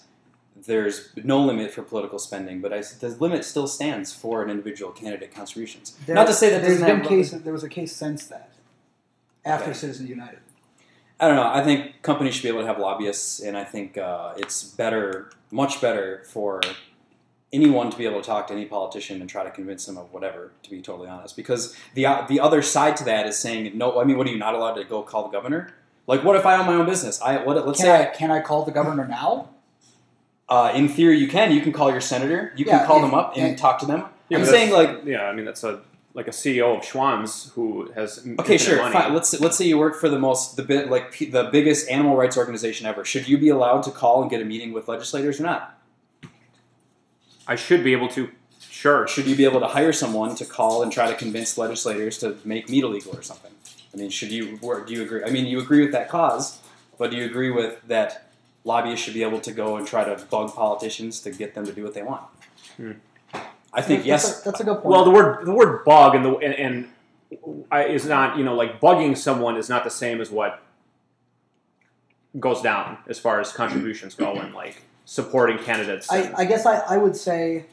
D: There's no limit for political spending, but I, the limit still stands for an individual candidate contributions.
C: There-
D: Not to say that
C: there's
D: doesn't
C: been
D: have-
C: cases. There was a case since that, after
D: Okay.
C: Citizens United.
D: I don't know. I think companies should be able to have lobbyists, and I think uh, it's better, much better for anyone to be able to talk to any politician and try to convince them of whatever. To be totally honest, because the uh, the other side to that is saying no. I mean, what are you not allowed to go call the governor? Like, what if I own my own business? I what? Let's
C: Can
D: say
C: I can I call the governor now?
D: I, uh, in theory you can. You can call your senator. You can
C: Yeah,
D: call
C: if-
D: them up and
C: and-
D: talk to them.
A: Yeah,
D: I'm
A: but
D: saying like
A: yeah, I mean that's a like a CEO of Schwann's who has
D: Okay,
A: infinite
D: sure.
A: money.
D: Fine. Let's let's say you work for the most the bit like p- the biggest animal rights organization ever. Should you be allowed to call and get a meeting with legislators or not?
A: I should be able to. Sure.
D: Should you be able to hire someone to call and try to convince legislators to make meat illegal or something? I mean, should you or do you agree? I mean, you agree with that cause, but do you agree with that lobbyists should be able to go and try to bug politicians to get them to do what they want?
A: Hmm.
D: I think
C: that's
D: yes.
C: A, that's a good point.
A: Well, the word the word bug and the and, and I, is not you know like bugging someone is not the same as what goes down as far as contributions go and like supporting candidates.
C: I,
A: and-
C: I guess I, I would say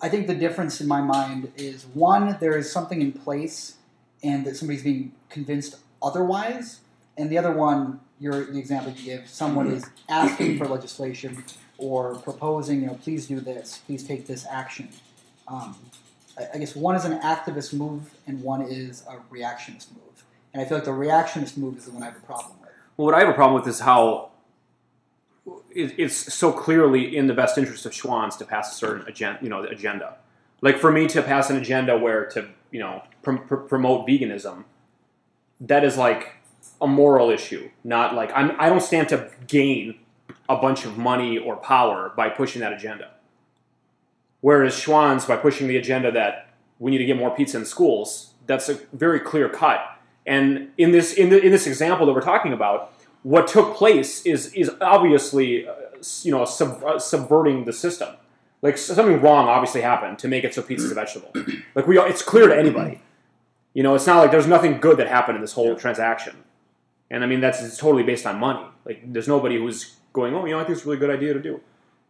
C: I think the difference in my mind is one, there is something in place and that somebody's being convinced otherwise. And the other one, your the example you give, someone is asking for legislation or proposing, you know, please do this, please take this action. Um, I- I guess one is an activist move and one is a reactionist move. And I feel like the reactionist move is the one I have a problem with.
A: Well, what I have a problem with is how it, it's so clearly in the best interest of Schwans to pass a certain agenda. You know, the agenda. Like for me to pass an agenda where to you know prom- pr- promote veganism, that is like a moral issue, not like I'm. I don't stand to gain a bunch of money or power by pushing that agenda. Whereas Schwann's, by pushing the agenda that we need to get more pizza in schools, that's a very clear cut. And in this in, the, in this example that we're talking about, what took place is is obviously uh, s- you know sub, uh, subverting the system. Like s- something wrong obviously happened to make it so pizza's a vegetable. Like we, all- it's clear to anybody. You know, it's not like there's nothing good that happened in this whole transaction. And I mean, that's it's totally based on money. Like, there's nobody who's going, oh, you know, I think it's a really good idea to do.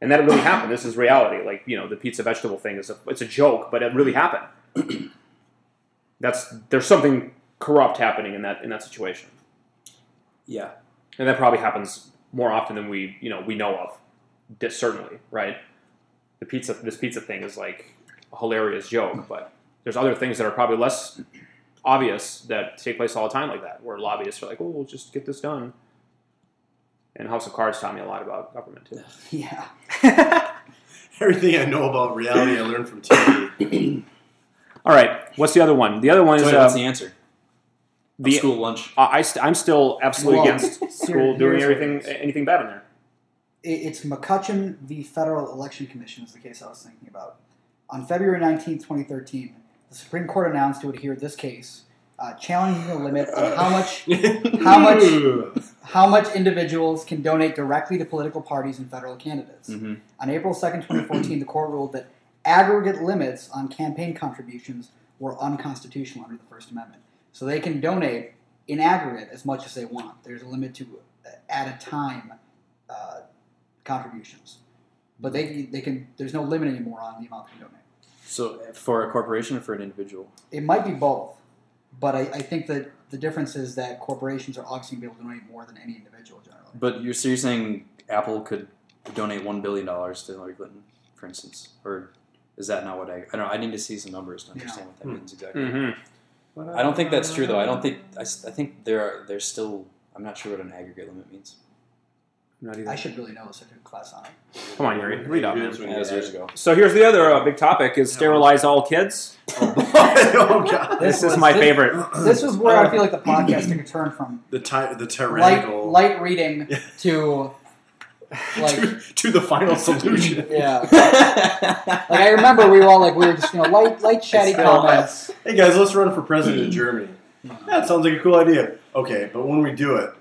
A: And that really happened. This is reality. Like, you know, the pizza vegetable thing is a, it's a joke, but it really happened. that's there's something corrupt happening in that in that situation,
D: Yeah.
A: and that probably happens more often than we you know we know of. Di- Certainly, right? The pizza this pizza thing is like a hilarious joke, but there's other things that are probably less obvious that take place all the time like that, where lobbyists are like, "Oh, we'll just get this done." And House of Cards taught me a lot about government too.
C: Yeah.
B: Everything I know about reality I learned from TV.
A: All right, what's the other one? The other one is
D: So wait, what's
A: uh,
D: the answer?
A: the.
D: Of school lunch.
A: I- I st- I'm still absolutely
C: Well,
A: against
C: here-
A: school doing
C: here's what it
A: everything
C: is.
A: anything bad in there.
C: It- It's McCutcheon v. Federal Election Commission is the case I was thinking about. On February 19, 2013, the Supreme Court announced it would hear this case, uh, challenging the limit on how much how much how much individuals can donate directly to political parties and federal candidates.
D: Mhm.
C: On April 2nd, 2014, the court ruled that aggregate limits on campaign contributions were unconstitutional under the First Amendment. So they can donate in aggregate as much as they want. There's a limit to uh, at a time uh, contributions. But they, they can there's no limit anymore on the amount they donate.
D: So for a corporation or for an individual?
C: It might be both, but I, I think that the difference is that corporations are obviously going to be able to donate more than any individual generally.
D: But you're, so you're saying Apple could donate one billion dollars to Hillary Clinton, for instance, or is that not what I? I don't. know. I need to see some numbers to understand what that
B: Hmm.
D: means exactly.
A: Mm-hmm.
D: I don't think that's true though. I don't think. I, s- I think there are. There's still. I'm not sure what an aggregate limit means.
A: Not
C: I
A: either.
C: should really know this. I took a class on it.
A: Come on, Yuri, read up. Man.
B: Here's when
D: That was
B: you
D: years
B: add-
D: ago.
A: So here's the other uh, big topic: is sterilize all kids.
B: Oh, boy. Oh, God.
A: This,
C: was-
A: is my
C: this-
A: favorite.
C: This was where I feel like the podcast took a turn from
B: The, ty- the
C: light,
B: tyrannical.
C: light reading
B: Yeah.
C: to like
B: to, to the final solution.
C: yeah. Like I remember we were all like we were just you know light light chatty
B: It's still
C: comments.
B: Hey guys, let's run for president in Germany.
C: Mm-hmm.
B: That sounds like a cool idea. Okay, but when we do it,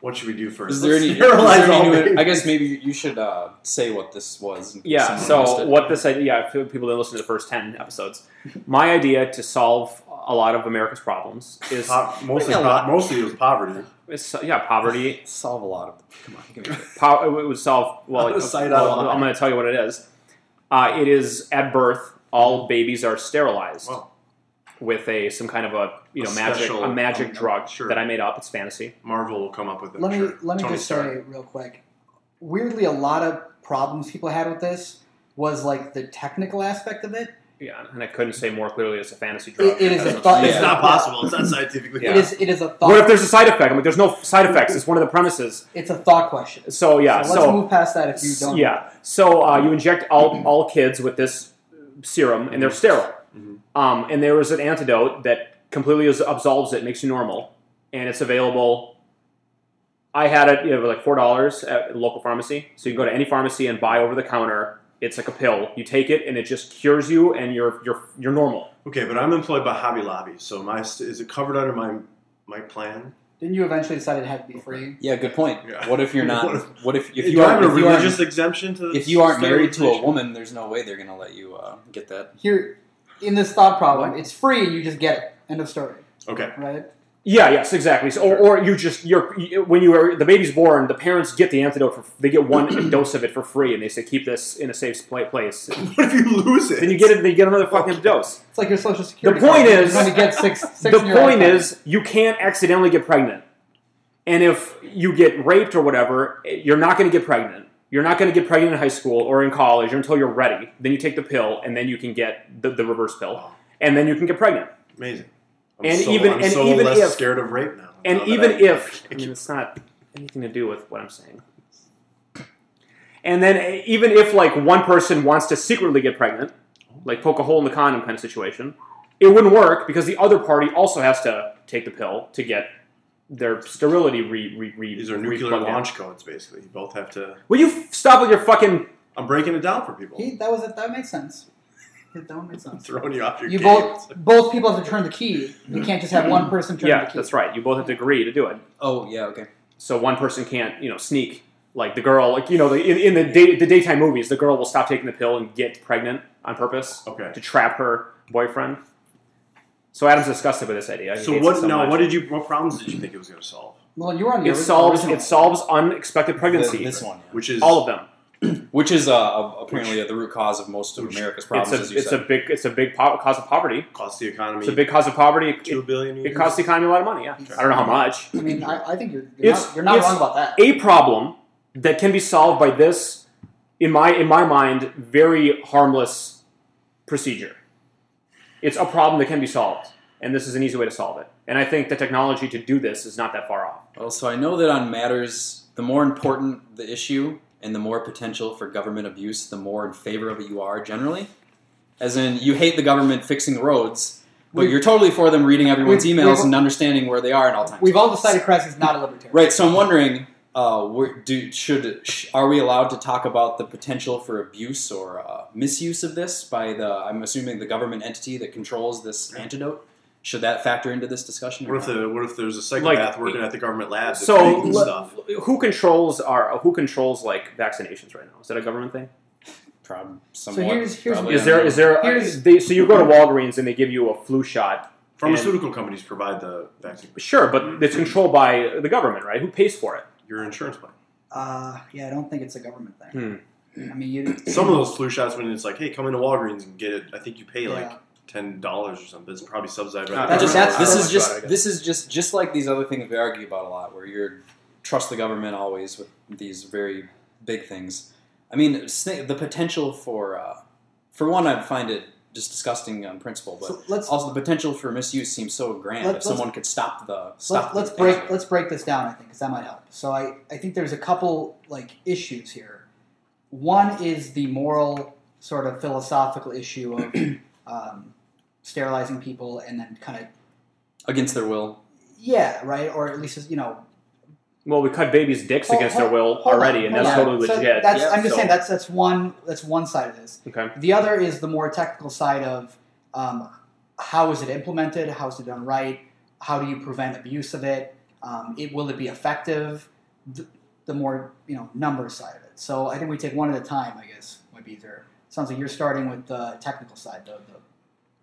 B: what should we do first?
D: Is there
B: Let's
D: any? is there
B: sterilize all
D: any new,
B: babies.
D: I guess maybe you should uh, say what this was. in case
A: Yeah.
D: someone missed
A: So
D: it.
A: what this idea? Yeah, for people that listen to the first ten episodes, my idea to solve a lot of America's problems is,
B: Po- mostly,
D: Bring a
B: po-
D: lot.
B: mostly it was poverty.
A: is yeah, poverty.
D: solve a lot of them. Come on, give me
A: Pow- it would solve. Well,
B: Out of sight,
A: well,
B: out of mind.
A: I'm going to tell you what it is. Uh, it is at birth, all babies are sterilized
B: Wow.
A: with a some kind of a you
B: A
A: know magic
B: special-
A: a magic drug
B: sure.
A: that I made up. It's fantasy.
B: Marvel will come up with it.
C: Let me
B: sure.
C: let me
B: Tony
C: just
B: Stark.
C: say real quick. Weirdly, a lot of problems people had with this was like the technical aspect of it.
A: Yeah, and I couldn't say more clearly. It's a fantasy drug.
C: It, it is a
A: That's
C: thought.
B: It's
D: Yeah.
B: not possible. It's not scientifically
A: Yeah.
C: It is it is a thought.
A: What if there's a side effect? I'm like, there's no side effects. It's one of the premises.
C: it's a thought question.
A: So yeah,
C: so let's
A: so
C: move past that if you don't.
A: yeah, so uh, you inject all all kids with this serum, and they're sterile.
B: Mhm.
A: Um, and there is an antidote that completely is, absolves it, makes you normal, and it's available. I had it, you know, like four dollars at the local pharmacy. So you can go to any pharmacy and buy over the counter. It's like a pill. You take it, and it just cures you, and you're you're you're normal.
B: Okay, but I'm employed by Hobby Lobby, so my st- is it covered under my my plan?
C: Didn't you eventually decide it had to be free?
D: Yeah, good point.
B: Yeah.
D: What if you're
B: What
D: not? What if if
B: Do
D: you
B: I have
D: aren't
B: a
D: if you
B: religious
D: aren't,
B: exemption to
D: if you aren't married to a
B: sterilization?
D: woman? There's no way they're gonna let you uh, get that.
C: Here, in this thought problem, it's free and you just get it. End of story.
B: Okay,
C: Right?
A: Yeah, yes, exactly. So, or, or you just you're you- when you are the baby's born, the parents get the antidote for they get one dose of it for free, and they say keep this in a safe pla- place.
B: what if you lose it?
A: Then you get it, they get another fucking dose.
C: It's like your social security.
A: The point
C: card.
A: is-
C: you're going to get six. six
A: The
C: in your
A: point
C: lifetime.
A: is, you can't accidentally get pregnant, and if you get raped or whatever, you're not going to get pregnant. You're not going to get pregnant in high school or in college until you're ready. Then you take the pill, and then you can get the, the reverse pill,
B: Wow.
A: and then you can get pregnant.
B: Amazing. I'm
A: And
B: so,
A: even-
B: I'm
A: and
B: so
A: even
B: less
A: if-
B: scared of rape now.
A: And
B: now that
A: even
B: I-
A: if, I mean, it's not anything to do with what I'm saying. And then eh, even if like one person wants to secretly get pregnant, like poke a hole in the condom kind of situation, it wouldn't work because the other party also has to take the pill to get their sterility re re re.
B: these are nuclear
A: re-plugged in.
B: launch codes, basically. You both have to.
A: Will you f- stop with your fucking?
B: I'm breaking it down for people.
C: He, that was that makes sense. That one makes
B: I'm
C: sense.
B: throwing you off your
C: You
B: game.
C: both both people have to turn the key. You can't just have one person turn
A: Mm-hmm. Yeah,
C: the key.
A: that's right. You both have to agree to do it.
D: Oh yeah, okay.
A: so one person can't you know sneak like the girl like you know the, in, in the day, the daytime movies the girl will stop taking the pill and get pregnant on purpose
B: Okay.
A: to trap her boyfriend so adam's disgusted with this idea He
B: So
A: hates it
B: what? now,
A: much.
B: what did you? What problems did you think it was going to solve?
C: Well, you were on the
A: it
C: ori-
A: solves
C: original.
A: it solves unexpected pregnancy
D: Th- this one, yeah.
B: Which is
A: all of them
D: which is uh, a- apparently the root cause of most of
B: which-
D: America's
A: it's
D: problems. as
A: a
D: you
A: it's a
D: said.
A: big it's a big po- cause of poverty
B: cost the economy
A: it's a big cause of poverty It-
B: two
A: it,
B: billion.
A: it costs the economy a lot of money yeah i don't know how much
C: I mean, I, I think you're, you're
A: It's-
C: not, you're not
A: it's-
C: wrong about that.
A: a problem that can be solved by this, in my in my mind, very harmless procedure. It's a problem that can be solved, and this is an easy way to solve it. And I think the technology to do this is not that far off.
D: Well, so I know that on matters, the more important the issue and the more potential for government abuse, the more in favor of it you are generally. As in, you hate the government fixing roads, but
C: We've-
D: you're totally for them reading everyone's
C: we've-
D: emails
C: we've-
D: and understanding where they are at all times.
C: We've all decided Christ is not a libertarian.
D: Right. So I'm wondering, uh, we're- do should sh- are we allowed to talk about the potential for abuse or uh, misuse of this by the? I'm assuming the government entity that controls this antidote. Should that factor into this discussion? or
B: What if
D: not?
B: the What if there's a psychopath working at the government lab? That's
A: So
B: making
A: let-
B: stuff.
A: who controls our who controls like vaccinations right now? Is that a government thing?
D: Prob-
C: So
D: somewhat,
C: here's- here's-
D: probably,
A: Is
D: I
A: there
D: don't
A: is there uh,
C: Here's-
A: they, so you go to Walgreens and they give you a flu shot?
B: Pharmaceutical companies provide the vaccine.
A: Sure,
D: Mm-hmm.
A: but it's controlled by the government, right? Who pays for it?
B: Your insurance plan.
C: Uh, yeah, I don't think it's a government thing.
A: Hmm.
C: I mean, you,
B: Some of those flu shots, when it's like, hey, come into Walgreens and get it. I think you pay like
C: Yeah.
B: ten dollars or something. It's probably subsidized. by
A: Uh,
B: the
D: know.
C: That's-
D: Just-
B: government.
C: that's-
D: this
C: that's
D: is
A: right, I
D: just
A: guess.
D: this is just just like these other things we argue about a lot, where you trust the government always with these very big things. I mean, sna- the potential for uh, for one, I find it just disgusting on principle, but
C: so let's
D: Also, the potential for misuse seems so grand.
C: Let-
D: if
C: let's-
D: someone could stop the stop,
C: Let, let's
D: the
C: break
D: thing.
C: let's break this down. I think because that might help. So I I think there's a couple like issues here. One is the moral sort of philosophical issue of um, sterilizing people and then kind of
D: against their will.
C: yeah right or at least you know
A: Well, we cut babies' dicks
C: Hold-
A: against
C: hold-
A: their will
C: hold on,
A: already, and
C: hold
A: that's
C: on.
A: totally
C: So
A: legit.
C: that's,
D: Yeah,
C: I'm just
D: so-
C: saying that's that's one that's one side of this.
A: okay.
C: The other is the more technical side of um, how is it implemented, how is it done right, how do you prevent abuse of it, um, it will it be effective, the, the more you know number side of it. So I think we take one at a time. I guess would be easier. Sounds like you're starting with the technical side, the, the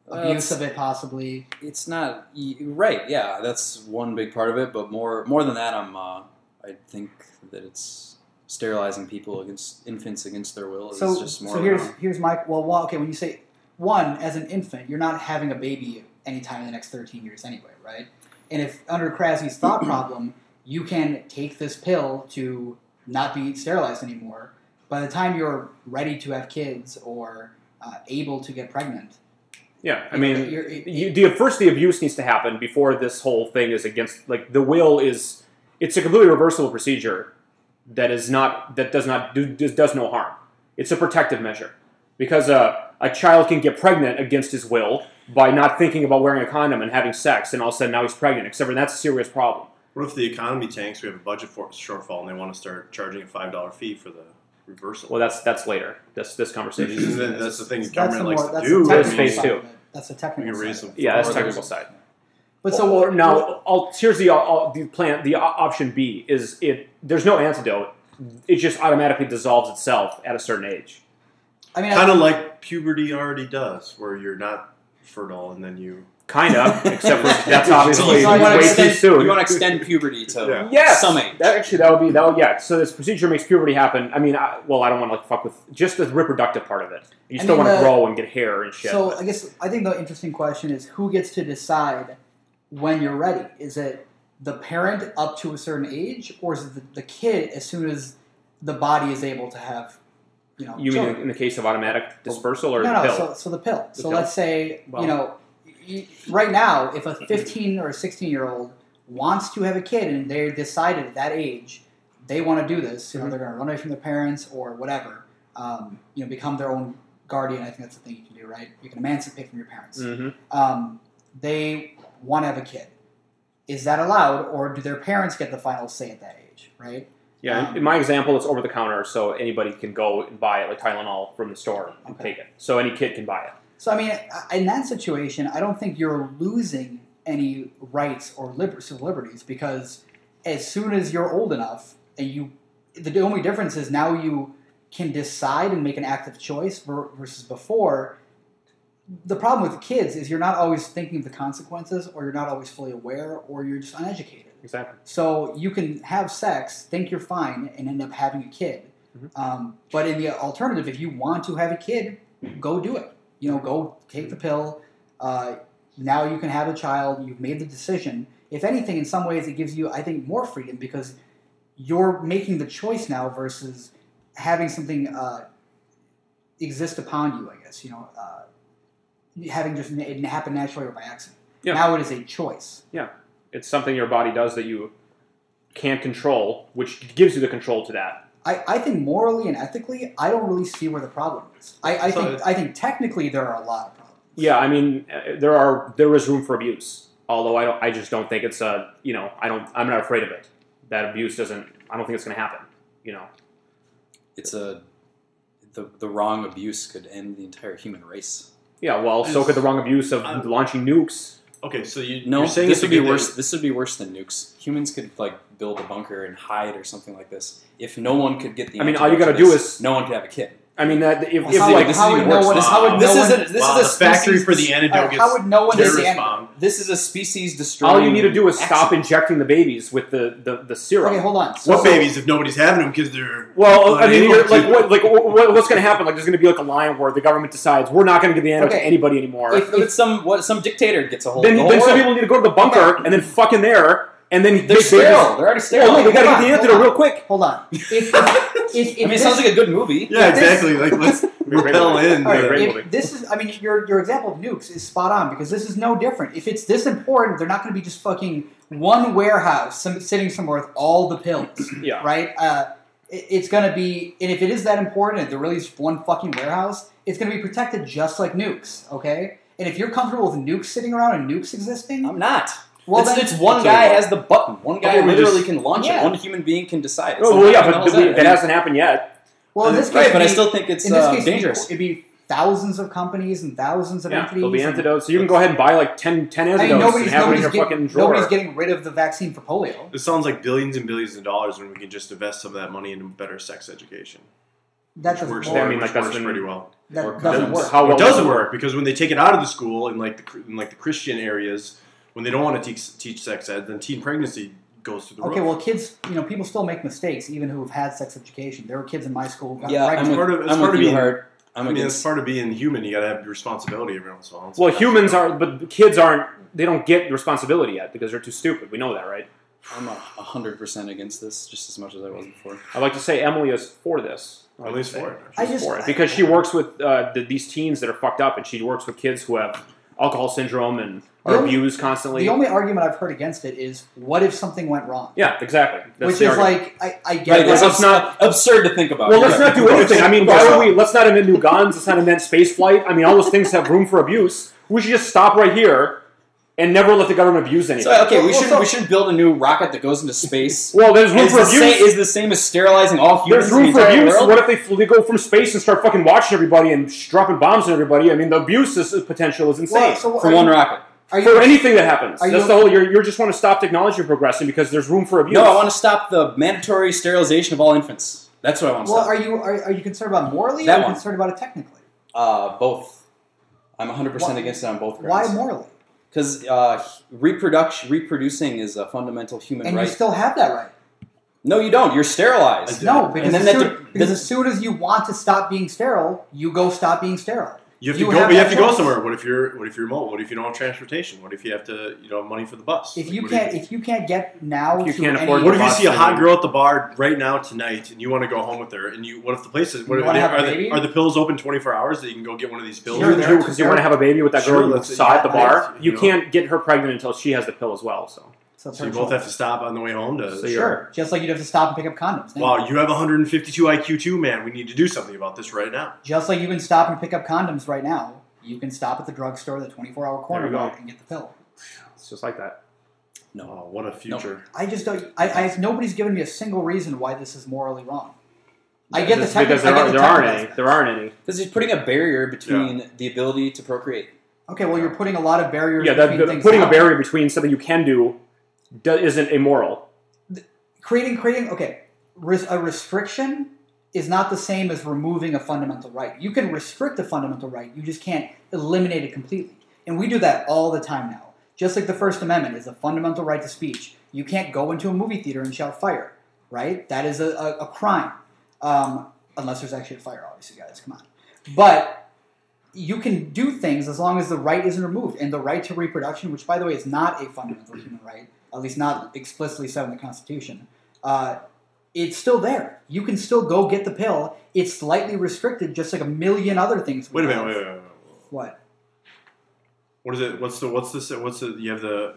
D: Well,
C: abuse
D: it's-
C: of it possibly.
D: It's not y- right. Yeah, that's one big part of it. But more more than that, I'm uh, I think that it's sterilizing people against infants against their will is
C: so
D: just more.
C: so
D: of
C: here's
D: a-
C: here's my well one, okay when you say one as an infant you're not having a baby anytime in the next 13 years anyway right and if under Krasny's thought problem you can take this pill to not be sterilized anymore by the time you're ready to have kids or uh, able to get pregnant
A: Yeah, I
C: you know,
A: mean,
C: you're- it-
A: you, the, first the abuse needs to happen before this whole thing is against like the will is it's a completely reversible procedure that is not that does not do does, does no harm it's a protective measure because uh, a child can get pregnant against his will by not thinking about wearing a condom and having sex and all of a sudden now he's pregnant except for that's a serious problem
B: What if the economy tanks? We have a budget for, shortfall, and they want to start charging a five dollar fee for the reversal.
A: well that's that's later this this conversation
B: Isn't that- that's the thing. The
C: that's the
B: government likes
C: more, that's
B: to do.
C: the
A: That is
C: technical
A: phase
C: side
A: two.
C: of it. that's the technical
B: We can raise some.
C: side of it.
A: yeah that's
D: Or
A: technical
D: there's-
A: side
C: but so
A: or,
C: what-
A: now
C: what-
A: al- here's the al- al- the plan the o- option B is it there's no antidote it just automatically dissolves itself at a certain age
C: I mean I-
B: Kind of like puberty already does, where you're not fertile and then you.
A: Kind of, except for that's obviously
D: you want to
A: way too
D: extend,
A: soon.
D: You want to extend puberty to
B: Yeah.
A: yes,
D: some age.
A: That actually, that would be that. Would, yeah. So this procedure makes puberty happen. I mean, I, well, I don't want to like fuck with just the reproductive part of it. You
C: I
A: still
C: mean,
A: want
C: the-
A: to grow and get hair and shit.
C: So
A: but-
C: I guess I think the interesting question is who gets to decide when you're ready? Is it the parent up to a certain age, or is it the, the kid as soon as the body is able to have, you know,
A: You mean
C: children.
A: in the case of automatic dispersal or
C: no,
A: the
C: no.
A: pill?
C: So, so the pill.
A: The
C: so
A: pill.
C: let's say
A: Wow.
C: you know, y- right now, if a 15 or a 16 year old wants to have a kid and they're decided at that age they want to do this, you
A: Mm-hmm.
C: know, they're going to run away from their parents or whatever, um, you know, become their own guardian. I think that's the thing you can do, right? You can emancipate from your parents.
A: hmm
C: Um, they want to have a kid. Is that allowed, or do their parents get the final say at that age? Right.
A: Yeah, in- in my example, it's over the counter, so anybody can go and buy it, like Tylenol from the store and
C: Okay.
A: take it. So any kid can buy it.
C: So I mean, I- in that situation, I don't think you're losing any rights or liber- civil liberties because as soon as you're old enough, and you, the only difference is now you can decide and make an active choice ver- versus before. The problem with kids is you're not always thinking of the consequences, or you're not always fully aware, or you're just uneducated.
A: Exactly.
C: So you can have sex, think you're fine, and end up having a kid.
A: Mhm.
C: Um, but in the alternative, if you want to have a kid, go do it. You know, go take the pill. Uh, now you can have a child. You've made the decision. If anything, in some ways, it gives you, I think, more freedom because you're making the choice now versus having something uh, exist upon you. I guess you know, uh, having just it happen naturally or by accident.
A: Yeah.
C: Now it is a choice.
A: It's something your body does that you can't control, which gives you the control to that.
C: I, I think morally and ethically, I don't really see where the problem is. I, I
B: So
C: think I think technically there are a lot of problems.
A: Yeah, I mean, uh, there are there is room for abuse. Although I don't, I just don't think it's a you know I don't I'm not afraid of it. That abuse doesn't. I don't think it's going to happen. You know.
D: It's a the the wrong abuse could end the entire human race.
A: Yeah. Well, so could the wrong abuse of
B: I'm-
A: launching nukes.
B: Okay, so you,
D: No,
B: you're saying
D: this
B: it's a
D: would be
B: good thing-
D: worse. This would be worse than nukes. Humans could like build a bunker and hide or something like this. If no one could get the,
A: I mean,
D: antidote
A: all you gotta
D: to
A: do
D: this,
A: is-
D: no one could have a kid.
A: I mean, that if,
C: Well,
A: if
C: how
A: like
C: would- how would no one-
D: This,
B: how would
D: this
C: no
D: is
C: one-
D: a, this
B: wow,
D: is a
B: the factory
D: species-
B: for the antidote gets
C: how would no one
D: this
B: terrorist
D: is
C: understand?
B: bombed.
D: This is a species destroying.
A: all you need to do is stop
D: accident.
A: injecting the babies with the the, the serum.
C: Okay, hold on. So,
B: What babies if nobody's having them because they're
A: well, I mean,
B: unable
A: you're,
B: to?
A: like, what, like what, what- what's going to happen? Like, there's going to be like a line where the government decides we're not going to give the antidote
C: Okay.
A: to anybody anymore.
C: If-
D: If some what some dictator gets a hold
A: then
D: of the
A: then
D: whole
A: some
D: world.
A: people need to go to the bunker and then fuck in there and then
D: They're
A: they- they
D: sterile.
A: just-
D: They're already sterile.
A: Oh, no, we got to get
C: Hold on,
A: the
C: hold
A: antidote
C: on.
A: real quick.
C: Hold on. If, if, if, if
D: I mean, it
C: this-
D: sounds like a good movie.
B: Yeah,
C: If this-
B: exactly. Like let's
A: Great
B: repel
A: movie.
B: in.
C: all right,
B: the-
A: Great movie.
C: if this is, I mean, your your example of nukes is spot on because this is no different. If it's this important, they're not going to be just fucking one warehouse some, sitting somewhere with all the pills,
A: Yeah.
C: right? Uh, it- it's going to be, and if it is that important, there really is one fucking warehouse. It's going to be protected just like nukes, okay? And if you're comfortable with nukes sitting around and nukes existing,
D: I'm not.
C: well,
D: it's,
C: then
D: it's one
A: Okay,
D: guy
A: well.
D: has the button. One guy
A: Okay, we
D: literally
A: just-
D: can launch
C: Yeah.
D: it. One human being can decide. It's
A: Oh,
D: like,
A: well, yeah,
D: what the
A: but
D: hell is
A: th-
D: that?
A: that hasn't happened yet.
C: well, in this case,
D: right, but I
C: it'd be-
D: still think it's
C: in this
D: uh,
C: case,
D: dangerous.
C: It'd be, it'd be thousands of companies and thousands of
A: Yeah,
C: entities.
A: there'll be
C: and-
A: antidotes. So you can go ahead and buy like 10, 10
C: I
A: antidotes
C: mean, nobody's,
A: and have
C: nobody's,
A: it in your
C: get-
A: fucking drawer.
C: nobody's getting rid of the vaccine for polio.
B: It sounds like billions and billions of dollars when we can just invest some of that money into better sex education.
C: That
B: which
C: doesn't
B: works.
C: work.
A: I mean,
B: which
A: like, that's
B: works
A: been-
B: pretty well.
C: that
D: or
C: doesn't
D: guns.
C: work.
A: How well
B: It doesn't work because when they take it out of the school in like the, in like the Christian areas, when they don't want to teach, teach sex ed, then teen pregnancy goes through the
C: Okay,
B: roof.
C: well, kids, you know, people still make mistakes, even who have had sex education. There were kids in my school. who got
D: yeah, I'm
C: pregnant.
D: with,
B: Part of- it's
D: I'm
B: part
D: with
B: of
D: you,
B: being-
D: Hart. I'm
B: I mean,
D: against.
B: it's part of being human. You got to have responsibility every once in a while.
A: Well, humans are, but kids aren't. They don't get responsibility yet because they're too stupid. We know that, right?
D: I'm a hundred percent against this, just as much as I was before.
A: I like to say Emily is for this.
B: At least for it.
C: I
A: She's
C: just-
A: for it because she works with uh, the, these teens that are fucked up, and she works with kids who have alcohol syndrome and
C: The
A: are
C: only-
A: abused constantly.
C: the only argument I've heard against it is, what if something went wrong?
A: yeah, exactly. That's
C: Which
A: the
C: is
A: argument.
C: like, I, I get
D: Right,
C: it.
A: let's
D: it's
A: let's
D: abs-
A: not-
D: absurd to think about.
A: Well, let's
D: Yeah.
A: not do anything. I mean, why would we? Let's not invent new guns. Let's not invent space flight. I mean, all those things have room for abuse. We should just stop right here and never let the government abuse anything.
D: So, okay, we
C: Well,
D: should
C: so-
D: we should build a new rocket that goes into space.
A: well, there's room
D: is,
A: for
D: the
A: abuse.
D: same, is the same as sterilizing all humans.
A: There's room
D: in the
A: for
D: entire
A: abuse.
D: world?
A: What if they, fl- they go from space and start fucking watching everybody and sh- dropping bombs on everybody? I mean, the abuse is, potential is insane.
C: Well, so
D: for
C: are
D: one
C: you,
D: rocket?
C: are you,
A: for anything that happens,
C: Are
A: that's
C: you-
A: the whole. You're, you just want to stop technology from progressing because there's room for abuse.
D: No, I want to stop the mandatory sterilization of all infants. That's what I want to
C: well,
D: stop.
C: are you are, are you concerned about morally?
D: That
C: or are
D: one.
C: you concerned about it technically?
D: uh, both. I'm 100 percent
C: Why-
D: against it on both
C: Why
D: grounds.
C: morally?
D: Because uh, reproduction, reproducing is a fundamental human
C: And
D: right.
C: you still have that right.
D: no, you don't. You're sterilized.
B: I
C: No, because,
D: And then
C: as,
D: that
C: soon,
D: de-
C: because
D: then-
C: as soon as you want to stop being sterile, you go stop being sterile.
B: You have
C: You
B: to go,
C: have
B: but you
C: that
B: have to go
C: choice.
B: somewhere. What if you're what if you're remote? What if you don't have transportation? What if you have to you don't have money for the bus?
C: If
B: Like,
C: you
B: what
C: can't, if you can't get now,
A: If you
C: to
A: can't
C: any-
A: afford-
B: What if you see a
A: Boston.
B: hot girl at the bar right now tonight, and you want to go home with her? And you, what if the place is? What
C: You
B: if
C: wanna
B: they,
C: have a
B: are, the,
C: baby?
B: are the pills open twenty four hours that you can go get one of these pills?
C: Sure,
A: Because
C: they're-
A: you, want to have a baby with that
B: Sure,
A: girl you
B: let's-
A: saw at the
C: yeah,
A: bar.
B: that's-
A: You
B: you know.
A: can't get her pregnant until she has the pill as well. So
C: it's a
B: So you
C: personal-
B: both have to stop on the way home to.
A: So you're-
C: sure, just like you'd have to stop and pick up condoms. Then.
B: wow, you have 152 IQ too, man. We need to do something about this right now.
C: Just like you can stop and pick up condoms right now, you can stop at the drugstore, the 24 hour corner
A: There you go.
C: and get the pill.
A: it's just like that.
D: No.
B: Oh, what a future!
C: I just don't. I, I nobody's given me a single reason why this is morally wrong. I get the
A: Just because
C: technical.
A: there,
C: I get
A: are,
C: the
A: there
C: technical
A: aren't any.
C: aspect.
A: There aren't any.
D: Because he's putting a barrier between the ability to procreate.
C: Okay, well, you're putting a lot of barriers.
A: Yeah, that,
C: between
A: that-
C: things
A: putting a
C: now.
A: barrier between something you can do do- isn't immoral.
C: creating creating okay res- a restriction is not the same as removing a fundamental right you can restrict a fundamental right you just can't eliminate it completely and we do that all the time now just like the first amendment is a fundamental right to speech you can't go into a movie theater and shout fire right that is a, a, a crime um, unless there's actually a fire obviously guys come on but you can do things as long as the right isn't removed and the right to reproduction which by the way is not a fundamental human right at least not explicitly said in the constitution uh, it's still there. You can still go get the pill. It's slightly restricted, just like a million other things. we
B: Wait a minute.
C: have.
B: Wait, wait, wait, wait.
C: What?
B: What is it? What's the? What's this? What's the? You have the.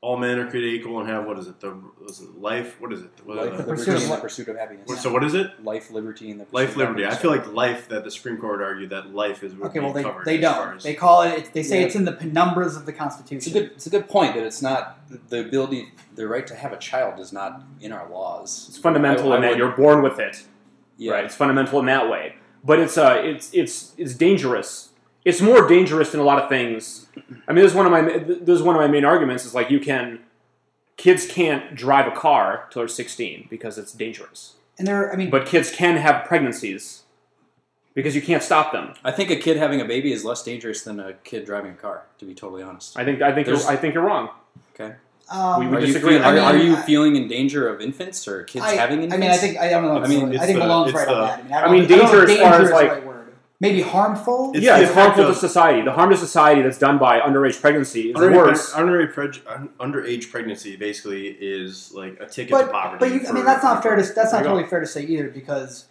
B: All men are created equal and have what is it? The was it life? What is it? What-
D: Life,
B: uh,
C: the
D: liberty,
C: pursuit of
D: and the
C: li-
D: pursuit of happiness.
B: what- so what is it?
D: Life, liberty, and the pursuit
B: Life,
D: of
B: liberty. I
D: happiness.
B: feel like life that the Supreme Court argued that life is what
C: Okay, well
B: being
C: they,
B: covered
C: they
B: as far
C: don't.
B: as-
C: They call it. They say
D: Yeah.
C: it's in the penumbras of the
D: It's a
C: Constitution.
D: good. It's a good point that it's not the ability, the right to have a child is not in our laws.
A: It's fundamental
D: I- I
A: in that
D: would-
A: you're born with it.
D: yeah.
A: Right. It's fundamental in that way. But it's uh, it's it's it's dangerous. It's more dangerous than a lot of things. I mean, this is one of my this is one of my main arguments is like you can kids can't drive a car till they're 16 because it's dangerous.
C: and there, I mean,
A: But kids can have pregnancies because you can't stop them.
D: I think a kid having a baby is less dangerous than a kid driving a car. To be totally honest,
A: I think I think
D: There's-
A: you're, I think you're wrong.
D: okay.
C: um,
A: we
D: Are
A: would
D: you,
A: disagree
D: feel-
A: on
D: are,
A: that.
D: are you
C: I-
D: feeling in danger of infants or kids
C: I,
D: having
C: I
D: infants?
C: mean, I think I don't know.
D: I mean,
C: I
B: it's
C: think
B: the-
C: Belong's
B: it's
C: right
B: the-
C: on that. I mean, I,
A: I
C: don't,
A: mean,
C: I don't
A: danger
C: know
A: as
C: if
A: far
C: danger
A: as,
C: is the
A: like-
C: right word. maybe harmful.
B: It's
A: yeah,
B: the
A: it's
B: effect
A: harmful
B: of-
A: to society. The harm to society that's done by underage pregnancy is
B: Underage,
A: worse.
B: underage, preg- un- underage pregnancy basically is like a ticket to
C: but,
B: poverty.
C: but you, I
B: for-
C: mean, that's not fair to that's
A: There
C: not
A: you go.
C: totally fair to say either because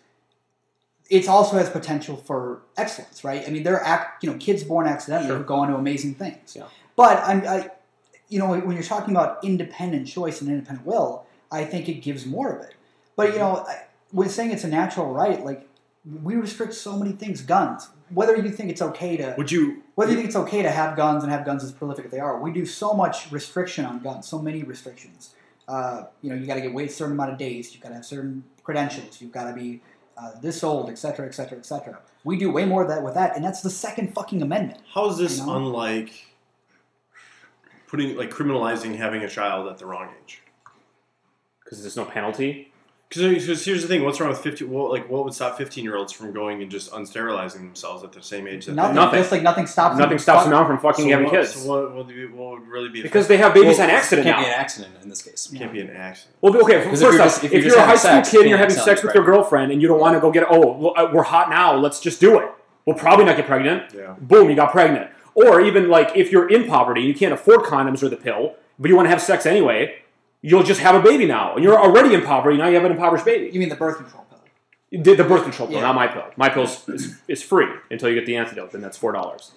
C: it also has potential for excellence, right? I mean, there are ac- you know kids born accidentally
A: Sure.
C: who go on to amazing things.
A: Yeah.
C: But I'm, I, you know, when you're talking about independent choice and independent will, I think it gives more of it. But you know, I, when saying it's a natural right, like we restrict so many things, guns. Whether you think it's okay to
B: Would you?
C: whether you think it's okay to have guns and have guns as prolific as they are, we do so much restriction on guns, so many restrictions. Uh, you know, you got to get wait a certain amount of days, you've got to have certain credentials, you've got to be uh, this old, et cetera, et cetera, et cetera. We do way more of that with that, and that's the second fucking amendment.
B: How is this
C: I know.
B: unlike putting like criminalizing having a child at the wrong age?
A: because there's no penalty.
B: Because here's the thing: what's wrong with fifteen? Well, like, what would stop fifteen-year-olds from going and just unsterilizing themselves at the same age? That
C: Nothing,
B: They,
A: Nothing.
C: just like nothing stops.
A: Nothing
C: you.
A: stops a
C: Fuck-
A: man from fucking
B: so
A: having
B: what,
A: kids
B: So what, would be- what would really be
A: because they have babies
D: Well,
A: on accident
D: can't
A: now.
D: be an accident in this case.
B: it can't be an accident.
A: Well, okay. First
D: if you're
A: off,
D: just-
A: if
D: if
A: you're,
D: you're just
A: a high
D: having
A: school
D: sex,
A: kid and
D: you
A: you're
D: can't
A: having
D: sound
A: sex with your
D: pregnant.
A: girlfriend and you don't want to go get, oh, well, uh, we're hot now. Let's just do it. We'll probably not get pregnant.
B: Yeah.
A: Boom, you got pregnant. Or even like if you're in poverty and you can't afford condoms or the pill, but you want to have sex anyway, you'll just have a baby now. And you're already in poverty. Now you have an impoverished baby.
C: You mean the birth control pill?
A: You did the birth control pill,
C: Yeah.
A: not my pill. My pill is, is free until you get the antidote, and that's four dollars.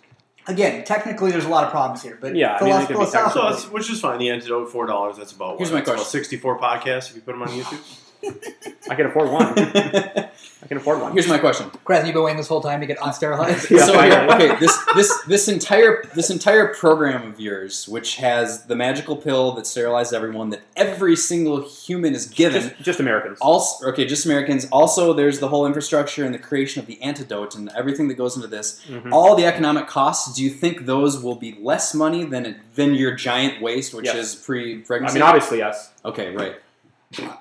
C: Again, technically, there's a lot of problems here, but
A: Yeah, I mean,
C: philo-
A: they could be
C: philosophically-
B: So it's, which is fine. The antidote four dollars. That's about
D: Here's
B: what?
D: my
B: It's about
D: question.
B: Sixty-four podcasts. If you put them on YouTube,
A: I can afford one. I can afford one.
D: Here's my question.
C: Chris, you've been waiting this whole time to get unsterilized.
A: Yeah,
D: so
A: I
D: here-
A: know.
D: okay, this this this entire this entire program of yours, which has the magical pill that sterilizes everyone, that every single human is given.
A: just, just Americans.
D: Also, okay, just Americans. Also, there's the whole infrastructure and the creation of the antidote and everything that goes into this.
A: Mhm.
D: All the economic costs. Do you think those will be less money than it, than your giant waste, which
A: Yes.
D: is
A: I
D: pre-pregnancy?
A: mean, obviously, yes.
D: okay, right.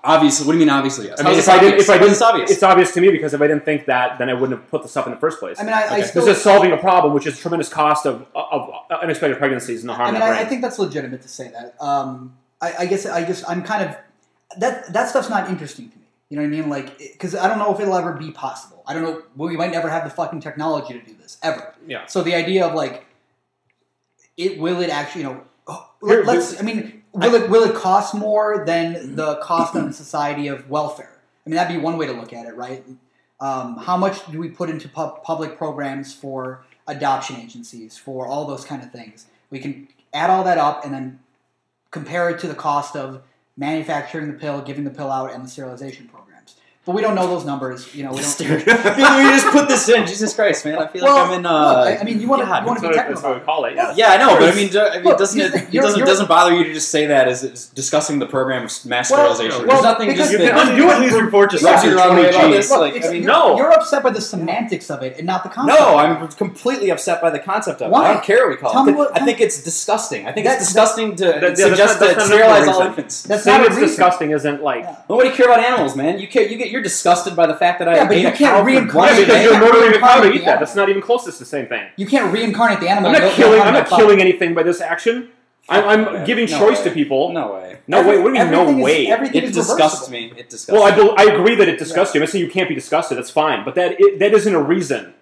D: Obviously, what do you mean? Obviously, yes.
A: I mean,
D: How's
A: if
D: this
A: I didn't,
D: obvious?
A: if I
D: How's
A: didn't,
D: this obvious.
A: it's obvious to me because if I didn't think that, then I wouldn't have put this up in the first place.
C: I mean, I, I
D: Okay.
C: still
A: this is solving a problem, which is tremendous cost of, of unexpected pregnancies and the harm
C: I mean,
A: that
C: I, I
A: brings.
C: think that's legitimate to say that. Um, I, I guess I just I'm kind of that that stuff's not interesting to me. You know what I mean? Like, because I don't know if it'll ever be possible. I don't know. We might never have the fucking technology to do this ever.
A: Yeah.
C: So the idea of like, it will it actually you know oh,
A: Here,
C: let, us I mean will it will it cost more than the cost on society of welfare? I mean that'd be one way to look at it, right? Um, how much do we put into pub- public programs for adoption agencies for all those kind of things? We can add all that up and then compare it to the cost of manufacturing the pill, giving the pill out, and the sterilization programs. But we don't know those numbers. You know, we don't.
D: we just put this in. Jesus Christ, man! I feel like I'm in. Uh,
C: look, I- I mean, you want to
D: yeah,
C: you
A: That's
C: want to
A: what,
C: be
A: it- that's
C: technical.
A: what we call it. Yeah.
D: yeah, I know, but I mean, do, I mean,
C: Look,
D: doesn't
C: here's
D: it?
C: the-
D: It
C: you're-
D: doesn't
C: you're-
D: doesn't bother you to just say that as it's discussing the program of mass
C: Well,
D: sterilization?
A: well,
D: There's nothing
C: because
D: just
B: You
C: you
D: that
B: can
C: can
B: undo it. These reports just
D: rubs you the wrong way about
C: Look,
D: this. Like,
C: it's-
D: I mean,
C: you're-
A: no.
C: You're upset by the semantics of it and not the concept.
D: No, I'm completely upset by the concept of it.
C: Why?
D: I don't care what we call
C: Tell
D: it.
C: me what-
D: I think it's disgusting. I think
C: That-
D: it's disgusting to
A: that's
D: suggest
A: not- that's not enough of
D: that
A: a
D: sterilize all
A: reason.
D: infants.
C: That's
A: Saying
C: not a
A: it's
C: reason.
A: disgusting isn't like
C: Yeah.
D: Nobody care about animals, man. You care. You get. You're disgusted by the fact that I.
C: Yeah, but
D: ate
C: you
D: a
C: can't
D: cow for
C: reincarnate
D: lunch
A: yeah, because
D: today.
A: you're
C: Yeah.
A: murdering a cow to eat
C: Yeah.
A: that. That's not even close. It's the same thing.
C: You can't reincarnate the animal.
A: I'm
C: You'll-
A: not
C: you'll
A: killing.
C: harm
A: I'm not
C: that fuck.
A: killing anything by this action. I'm, I'm
D: Yeah.
A: giving
D: No
A: choice
D: way.
A: to people.
D: No way.
A: No way. What do you mean? No
C: Everything is-
A: way.
C: everything
D: It
C: is
D: disgusts
C: reversible.
D: me. It disgusts.
A: Well, I,
D: me.
A: bel I agree that it disgusts you. I'm not saying you can't be disgusted. That's fine, but that it, that isn't a reason.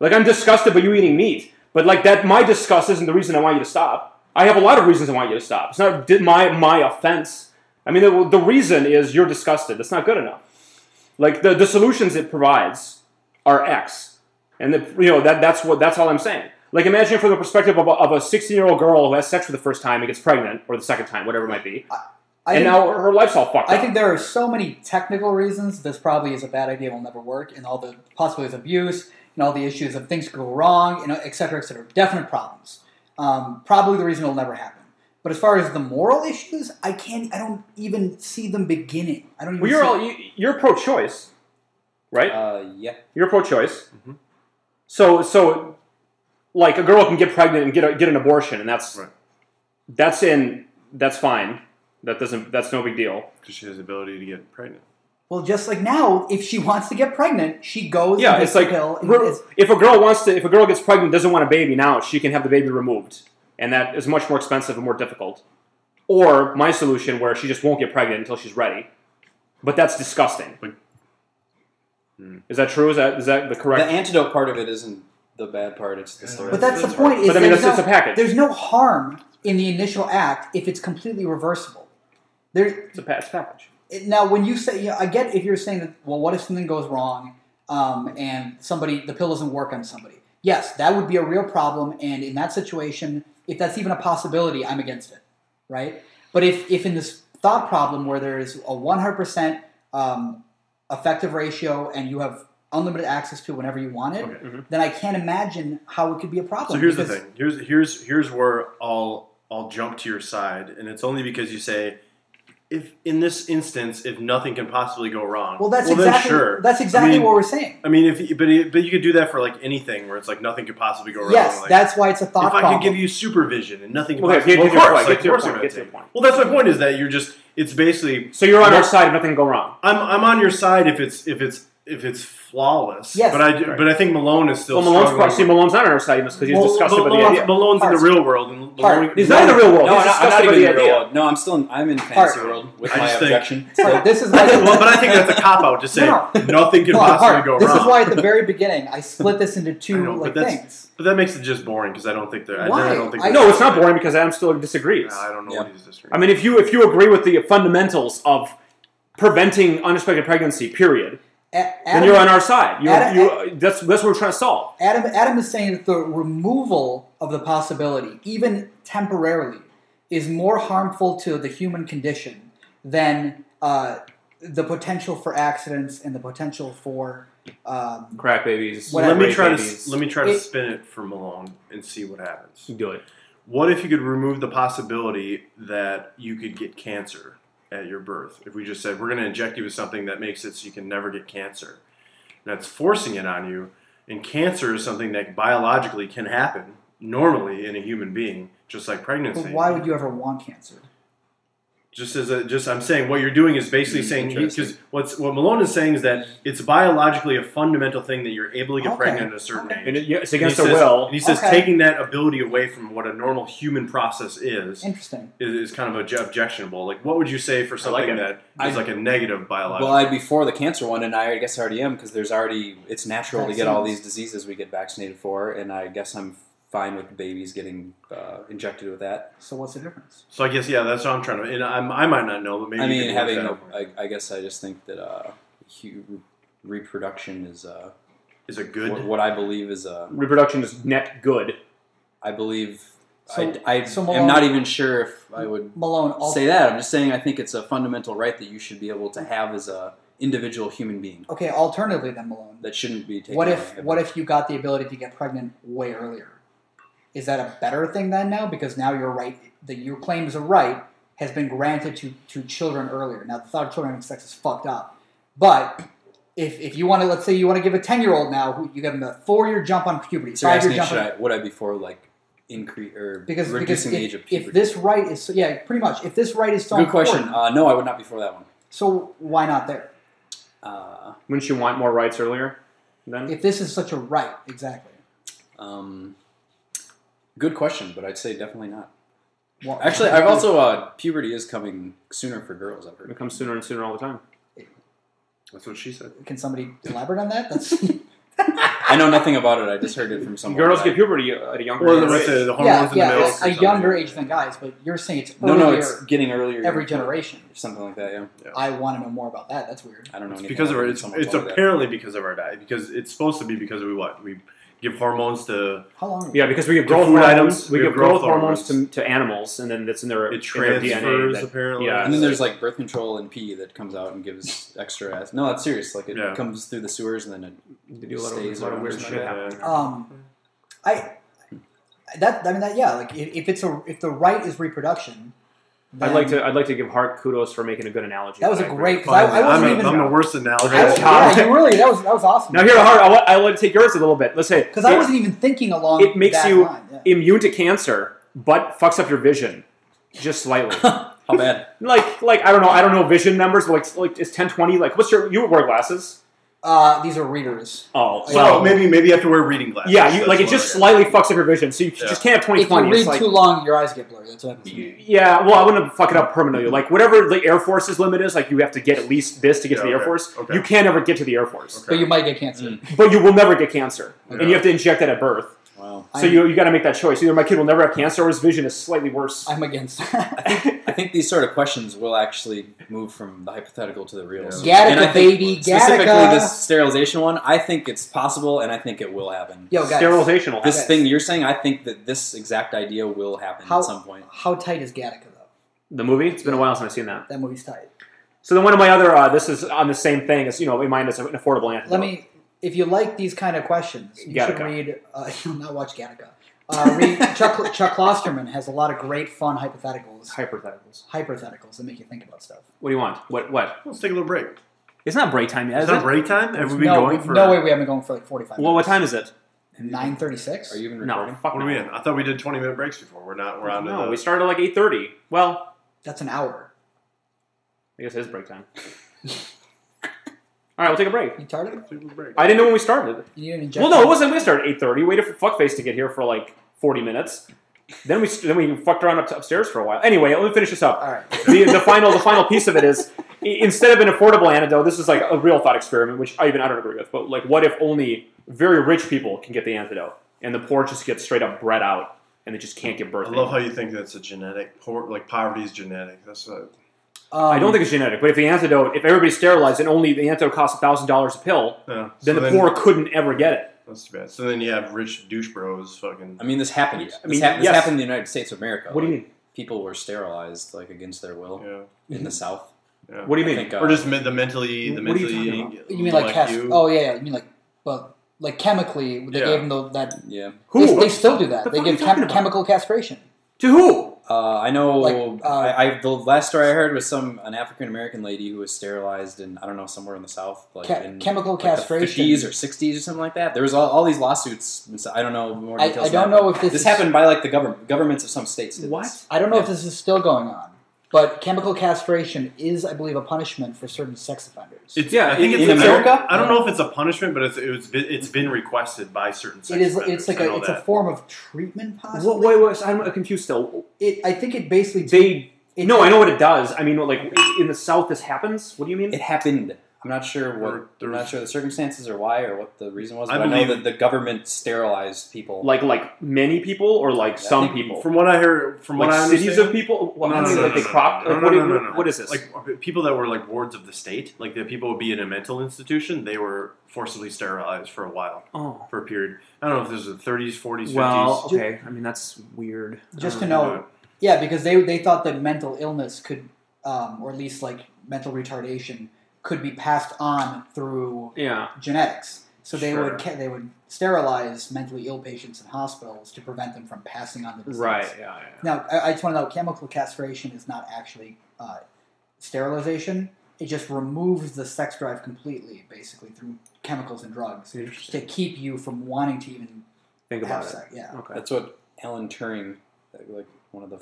A: Like I'm disgusted by you eating meat, but like that, my disgust isn't the reason I want you to stop. I have a lot of reasons I want you to stop. It's not did my my offense. I mean, the, the reason is you're disgusted. That's not good enough. Like the, the solutions it provides are X, and the, you know that that's what that's all I'm saying. Like imagine from the perspective of a, of a 16 year old girl who has sex for the first time and gets pregnant, or the second time, whatever it might be,
C: I
A: and
C: think,
A: now her life's all fucked
C: I
A: up.
C: think there are so many technical reasons this probably is a bad idea. Will never work, and all the possibilities of abuse, and all the issues of things could go wrong, and et cetera, et cetera. Definite problems. Um, probably the reason it'll never happen. But as far as the moral issues, I can't. I don't even see them beginning. I don't. Even
A: Well, you're
C: see
A: all you, you're pro-choice, right?
D: Uh, yeah.
A: you're pro-choice. So so, like a girl can get pregnant and get a, get an abortion, and that's
B: Right.
A: that's in that's fine. That doesn't that's no big deal.
B: because she has the ability to get pregnant.
C: Well, just like now, if she wants to get pregnant, she goes.
A: Yeah,
C: and
A: it's
C: takes
A: like
C: the pill. and
A: re-
C: it's-
A: if a girl wants to if a girl gets pregnant and doesn't want a baby now, she can have the baby removed, and that is much more expensive and more difficult. Or my solution where she just won't get pregnant until she's ready, but that's disgusting.
B: But-
A: Is that true? Is that is that the correct?
D: The antidote part of it isn't the bad part. It's the story.
C: But that's the
B: That's
C: point.
B: right.
C: Is
A: But I mean,
C: there's
A: that's-
C: no,
A: it's a package.
C: There's no harm in the initial act if it's completely reversible. There
A: it's a pa- it's a package.
C: now, when you say, you know, I get if you're saying that. Well, what if something goes wrong um, and somebody the pill doesn't work on somebody? Yes, that would be a real problem. And in that situation, if that's even a possibility, I'm against it, right? But if if in this thought problem where there is a 100% um, effective ratio and you have unlimited access to it whenever you want it,
B: Okay. mm-hmm.
C: then I can't imagine how it could be a problem.
B: So here's the
C: because-
B: thing. Here's here's here's where I'll I'll jump to your side, and it's only because you say, if in this instance, if nothing can possibly go wrong,
C: Well, that's
B: then
C: exactly
B: sure.
C: that's exactly
B: I mean,
C: what we're saying.
B: I mean, if but it, but you could do that for like anything, where it's like nothing could possibly go wrong.
C: Yes,
B: like,
C: that's why it's a thought
B: if I
C: problem.
B: could give you supervision and nothing, could
A: Okay,
B: possibly,
A: get- get
B: well, of
A: your
B: course,
A: point,
B: like,
A: get
B: of
A: your
B: course
A: point,
B: I'm
A: get
B: gonna
A: your
B: take-
A: point.
B: Well, that's my point. Is that you're just it's basically
A: So you're on
B: Well-
A: our side if nothing can go wrong.
B: I'm I'm on your side if it's if it's if it's flawless.
C: Yes.
B: but I do- but I think Malone is still
A: Well, Malone's
B: struggling
A: pro- see, Malone's not on our side because he's
B: Mal-
A: disgusted by the
B: Malone's,
A: idea.
B: Malone's in the
C: Parts.
B: real world, and Malone,
A: He's not in the real world.
D: No,
A: he's
D: I'm not, I'm
A: disgusted
D: not
A: by
D: even
A: the
D: in the
A: idea.
D: real world. No, I'm still in, I'm in fantasy
C: Alright.
D: world with
B: I
D: my
B: just think-
D: objection.
C: So this is why.
B: well, but I think that's a cop out to say
C: No.
B: nothing can
C: Well,
B: possibly
C: Hart,
B: go
C: this
B: wrong.
C: is why at the very beginning I split this into
B: I
C: two
B: know,
C: like
B: but that's-
C: things.
B: but that makes it just boring because I don't think that. I-
C: Why?
B: I, don't think.
C: I-
A: No, it's not boring because Adam still disagrees.
B: I don't know
D: Yeah.
B: what he's disagreeing.
A: I mean, if you if you agree with the fundamentals of preventing unexpected pregnancy, period,
C: A-
A: then
C: Adam,
A: you're on our side. You,
C: Adam-
A: you, that's that's what we're trying to solve.
C: Adam, Adam is saying that the removal of the possibility, even temporarily, is more harmful to the human condition than uh, the potential for accidents and the potential for. Um,
A: Crack babies.
C: Whatever.
B: let me
A: rape
B: try to
A: babies.
B: s- let me try to
C: It-
B: spin it for Malone and see what happens.
A: do it.
B: What if you could remove the possibility that you could get cancer at your birth? If we just said we're going to inject you with something that makes it so you can never get cancer, that's forcing it on you. And cancer is something that biologically can happen normally in a human being, just like
C: but
B: pregnancy.
C: why would you ever want cancer?
B: Just as a, just I'm saying, what you're doing is basically
D: Mm,
B: saying because
D: interesting.
B: what's what Malone is saying is that it's biologically a fundamental thing that you're able to get
C: Okay.
B: pregnant at a certain
C: Okay.
B: age.
A: And it- yeah, it's
B: And he
A: against their
B: says-
A: will.
B: And he says
C: Okay.
B: taking that ability away from what a normal human process is
C: Interesting.
B: is, is kind of obje- objectionable. Like, what would you say for
A: like
B: something
A: it.
B: that is
D: I-
B: like a negative biological?
D: Well, I'd be for the cancer one, and I guess I already am because there's already it's natural to get all
C: Vaccines.
D: these diseases we get vaccinated for, and I guess I'm fine with babies getting uh, injected with that.
C: So what's the difference?
B: so I guess yeah, that's what I'm trying to. And I'm, I might not know, but maybe
D: I
B: you
D: mean,
B: can work
D: having
B: that
D: a,
B: out.
D: I, I guess I just think that uh, hu- reproduction is uh,
B: is a
D: what,
B: good.
D: what I believe is uh,
A: Reproduction is net good.
D: I believe.
C: So-
D: I, I
C: so Malone-
D: am not even sure if I would
C: Malone, all,
D: say that. I'm just saying I think it's a fundamental right that you should be able to have as a individual human being
C: okay. Alternatively, then Malone,
D: that shouldn't be taken.
C: what if
D: away.
C: what if you got the ability to get pregnant way earlier? Is that a better thing then now? Because now your right that you claim is a right has been granted to to children earlier. Now the thought of children having sex is fucked up, but if, if you want to, let's say you want to give a ten year old now, who you give them a four year jump on puberty,
D: So you're
C: five year
D: asking,
C: jump
D: should
C: on
D: I, would I be for like increase or
C: because because
D: reducing
C: if,
D: the age of puberty?
C: if this right is so, yeah pretty much if this right is so
D: good question.
C: important,
D: Uh, no, I would not be for that one.
C: so why not there?
D: Uh,
A: Wouldn't you want more rights earlier? Then
C: If this is such a right, exactly.
D: um, good question, but I'd say definitely not.
C: Well,
D: Actually, I've also uh, puberty is coming sooner for girls. I've
A: it
D: heard.
A: comes sooner and sooner all the time.
B: That's what she said.
C: can somebody elaborate on that? That's
D: I know nothing about it. I just heard it from someone.
A: Girls
D: that
A: get
D: I-
A: puberty at a younger
B: Or the,
A: age.
B: the, the
C: yeah,
B: hormones in the
C: yeah,
B: milk.
C: it's
B: or
C: a
B: something.
C: younger age than guys, but you're saying it's
D: No, no,
C: earlier,
D: it's getting earlier.
C: every generation.
D: something like that. Yeah,
C: I want to know more about that. That's weird.
D: I don't know.
B: It's
D: anything
B: because of
D: about
B: our,
D: it.
B: it's,
D: Someone
B: it's
D: told me that.
B: apparently because of our diet. Because it's supposed to be because we what we give hormones to.
C: How long?
A: Yeah, because we give
B: To
A: growth
B: food
A: hormones.
B: items,
A: we
B: we
A: give
B: have
A: growth,
B: growth
A: hormones,
B: hormones.
A: to, to animals, and then it's in their,
B: It
A: in their DNA.
B: transfers
A: that-
B: apparently.
A: yeah.
D: And then there's like birth control and pee that comes out and gives extra ass. No, that's serious. Like it
B: Yeah.
D: comes through the sewers and then it
A: they do a lot of-
D: Stays
A: a lot of
D: around
A: weird
D: and
A: shit
D: shit.
A: happen.
C: Um, I that I mean that yeah. Like if if it's a if the right is reproduction, then
A: I'd like to. I'd like to give Hart kudos for making a good analogy.
C: Oh, That was
A: I
C: a
A: agree.
C: great. 'cause I,
B: Finally,
C: I wasn't
B: I'm,
C: even.
B: a, I'm the worst analogy.
C: I was-
A: Tom.
C: yeah, you really. That was that was awesome.
A: Now here, Hart, I want. I want to take yours a little bit. Let's say
C: because I wasn't even thinking along.
A: It makes
C: that
A: you-
C: line, yeah.
A: immune to cancer, but fucks up your vision just slightly.
D: how bad?
A: like, like I don't know. I don't know vision numbers. But like, like is ten twenty? Like, what's your? You wear glasses?
C: Uh, these are readers.
A: Oh,
B: well, maybe maybe you have to wear reading glasses.
A: Yeah, you,
B: That's
A: like it
B: what
A: just
B: I-
A: slightly fucks up your vision, so you
B: Yeah.
A: just can't have twenty
C: If you
A: twenty.
C: read
A: It's like
C: too long, your eyes get blurry. That's what happens. to me.
A: Yeah, well, I wouldn't fuck it up permanently. Like whatever the Air Force's limit is, like you have to get at least this to get
B: Yeah,
A: to the Air
B: okay,
A: Force.
B: okay.
A: You can't ever get to the Air Force,
B: Okay.
C: But you might get cancer.
D: Mm.
A: but you will never get cancer,
B: Yeah.
A: and you have to inject that at birth.
D: Wow.
A: So
C: I'm-
A: you you got to make that choice. Either my kid will never have cancer, or his vision is slightly worse.
C: I'm against that.
D: I think these sort of questions will actually move from the hypothetical to the real.
B: Yeah.
C: Gattaca,
D: And I think
C: baby,
D: Specifically,
C: Gattaca.
D: this sterilization one, I think it's possible, and I think it will happen.
C: Yo, guys,
A: Sterilization will
D: This
C: guys.
D: thing you're saying, I think that this exact idea will happen
C: How-
D: at some point.
C: how tight is Gattaca though?
A: The movie? It's been a while since I've seen that.
C: That movie's tight.
A: So then one of my other, uh, this is on the same thing. It's, you know, in mind, it's an affordable antidote.
C: Let me. If you like these kind of questions, you should
A: Gattaca.
C: read. Uh, not watch Gattaca. Uh, read Chuck Chuck Klosterman has a lot of great fun hypotheticals,
A: Hypotheticals.
C: hypotheticals that make you think about stuff.
A: What do you want? What? What?
B: Let's take a little break.
A: It's not break time yet,
B: Is
A: is
B: that
A: it?
B: break time? Have we been
C: no,
B: going for?
C: no way we haven't been going for like forty five.
A: Well, what time is it?
C: Nine thirty six.
D: Are you even recording?
A: No, fuck
B: What
A: no.
B: are we in? I thought we did 20 minute breaks before. We're not. We're on to
A: No,
B: the-
A: we started at like eight thirty. Well,
C: That's an hour.
A: I guess it is break time. All right, we'll take a break.
C: You tired?
B: Take a little break.
A: I didn't know when we started.
C: You didn't inject.
A: Well, no, it wasn't. We started eight thirty. Waited for fuckface to get here for like forty minutes. Then we then we fucked around up to upstairs for a while. Anyway, let me finish this up.
C: All right.
A: the, the final the final piece of it is i- instead of an affordable antidote, this is like a real thought experiment, which I even I don't agree with. But like, what if only very rich people can get the antidote, and the poor just get straight up bred out, and they just can't get birth?
B: I love how you think that's a genetic. Poor, like poverty is genetic. That's what.
C: Um,
A: I don't think it's genetic, but if the antidote, if everybody's sterilized and only the antidote costs thousand dollars a pill,
B: Yeah.
A: then
B: so
A: the poor couldn't ever get it.
B: That's too bad. So then you have rich douche bros fucking.
D: I mean, this happened.
A: I
D: this,
A: mean,
D: hap- this
A: yes.
D: happened in the United States of America.
A: What do you
D: Like,
A: mean?
D: People were sterilized like against their will
B: Yeah.
D: in the South.
B: Yeah.
A: What do you mean?
D: I think, uh,
B: or just men- the mentally, the
A: What are you
B: mentally.
A: talking
C: You mean like, test?
B: you.
C: Oh yeah, yeah. You mean like, well, like chemically, they
B: Yeah.
C: gave them the, that.
D: yeah.
A: Who?
C: They, they still do that.
A: The
C: they
A: fuck are
C: give
A: you talking
C: chem-
A: about?
C: chemical castration.
A: to who?
D: Uh, I know.
C: Like, uh,
D: I, I the last story I heard was some an African American lady who was sterilized in I don't know somewhere in the South, like
C: Ca-
D: in
C: chemical
D: like
C: castration.
D: fifties or sixties or something like that. There was all, all these lawsuits. and so I don't know more
C: I-
D: details.
C: I don't
D: than that,
C: know
D: but
C: if this
D: this
C: is-
D: happened by like the government governments of some states. Did
A: What?
D: this.
C: I don't know if
D: Yeah.
C: this is still going on, But chemical castration is, I believe, a punishment for certain sex offenders.
B: It's,
A: Yeah,
B: I think
A: in-
B: it's
D: in
B: it's-
D: America?
B: I don't know if it's a punishment, but it's it's been, it's been requested by certain. Sex
C: It is.
B: offenders.
C: It's like
B: I
C: a.
B: know
C: It's a
B: that.
C: form of treatment, possibly.
A: What, wait, wait, I'm confused still.
C: It. I think it basically.
A: They
C: it-
A: no, I know what it does. I mean, like in the South, this happens. What do you mean?
D: It happened. I'm not sure
B: There-
D: what.
B: there
D: I'm
B: was-
D: not sure the circumstances or why or what the reason was.
B: I
D: But I, know
B: believe-
D: that the government sterilized people.
A: Like like many people or like some
D: think
A: people?
B: From what I heard, from
A: like
B: what I
A: cities
B: understand,
A: of people? What,
B: No,
A: I
B: no,
A: mean,
B: no,
A: like
B: no,
A: they
B: no,
A: crop.
B: no,
A: like,
B: no,
A: what, do you-
B: no, no, no.
A: what is this?
B: Like uh, people that were like wards of the state, like the people would be in a mental institution, they were forcibly sterilized for a while,
A: oh,
B: for a period. I don't know if this was the 30s, 40s, 50s.
A: well, okay. I mean, that's weird.
C: Just
A: I
C: to
A: don't
C: know, yeah, because they they thought that mental illness could, um, or at least like mental retardation, could be passed on through
A: Yeah,
C: genetics. So they
A: Sure.
C: would ca- they would sterilize mentally ill patients in hospitals to prevent them from passing on the disease.
A: right. Yeah, yeah.
C: Now, I, I just want to know chemical castration is not actually uh, sterilization. It just removes the sex drive completely, basically through chemicals and drugs
A: It's interesting.
C: to keep you from wanting to even
A: Think
C: have
A: about it.
C: sex. Yeah.
A: Okay.
D: That's what Alan Turing, uh, like one of the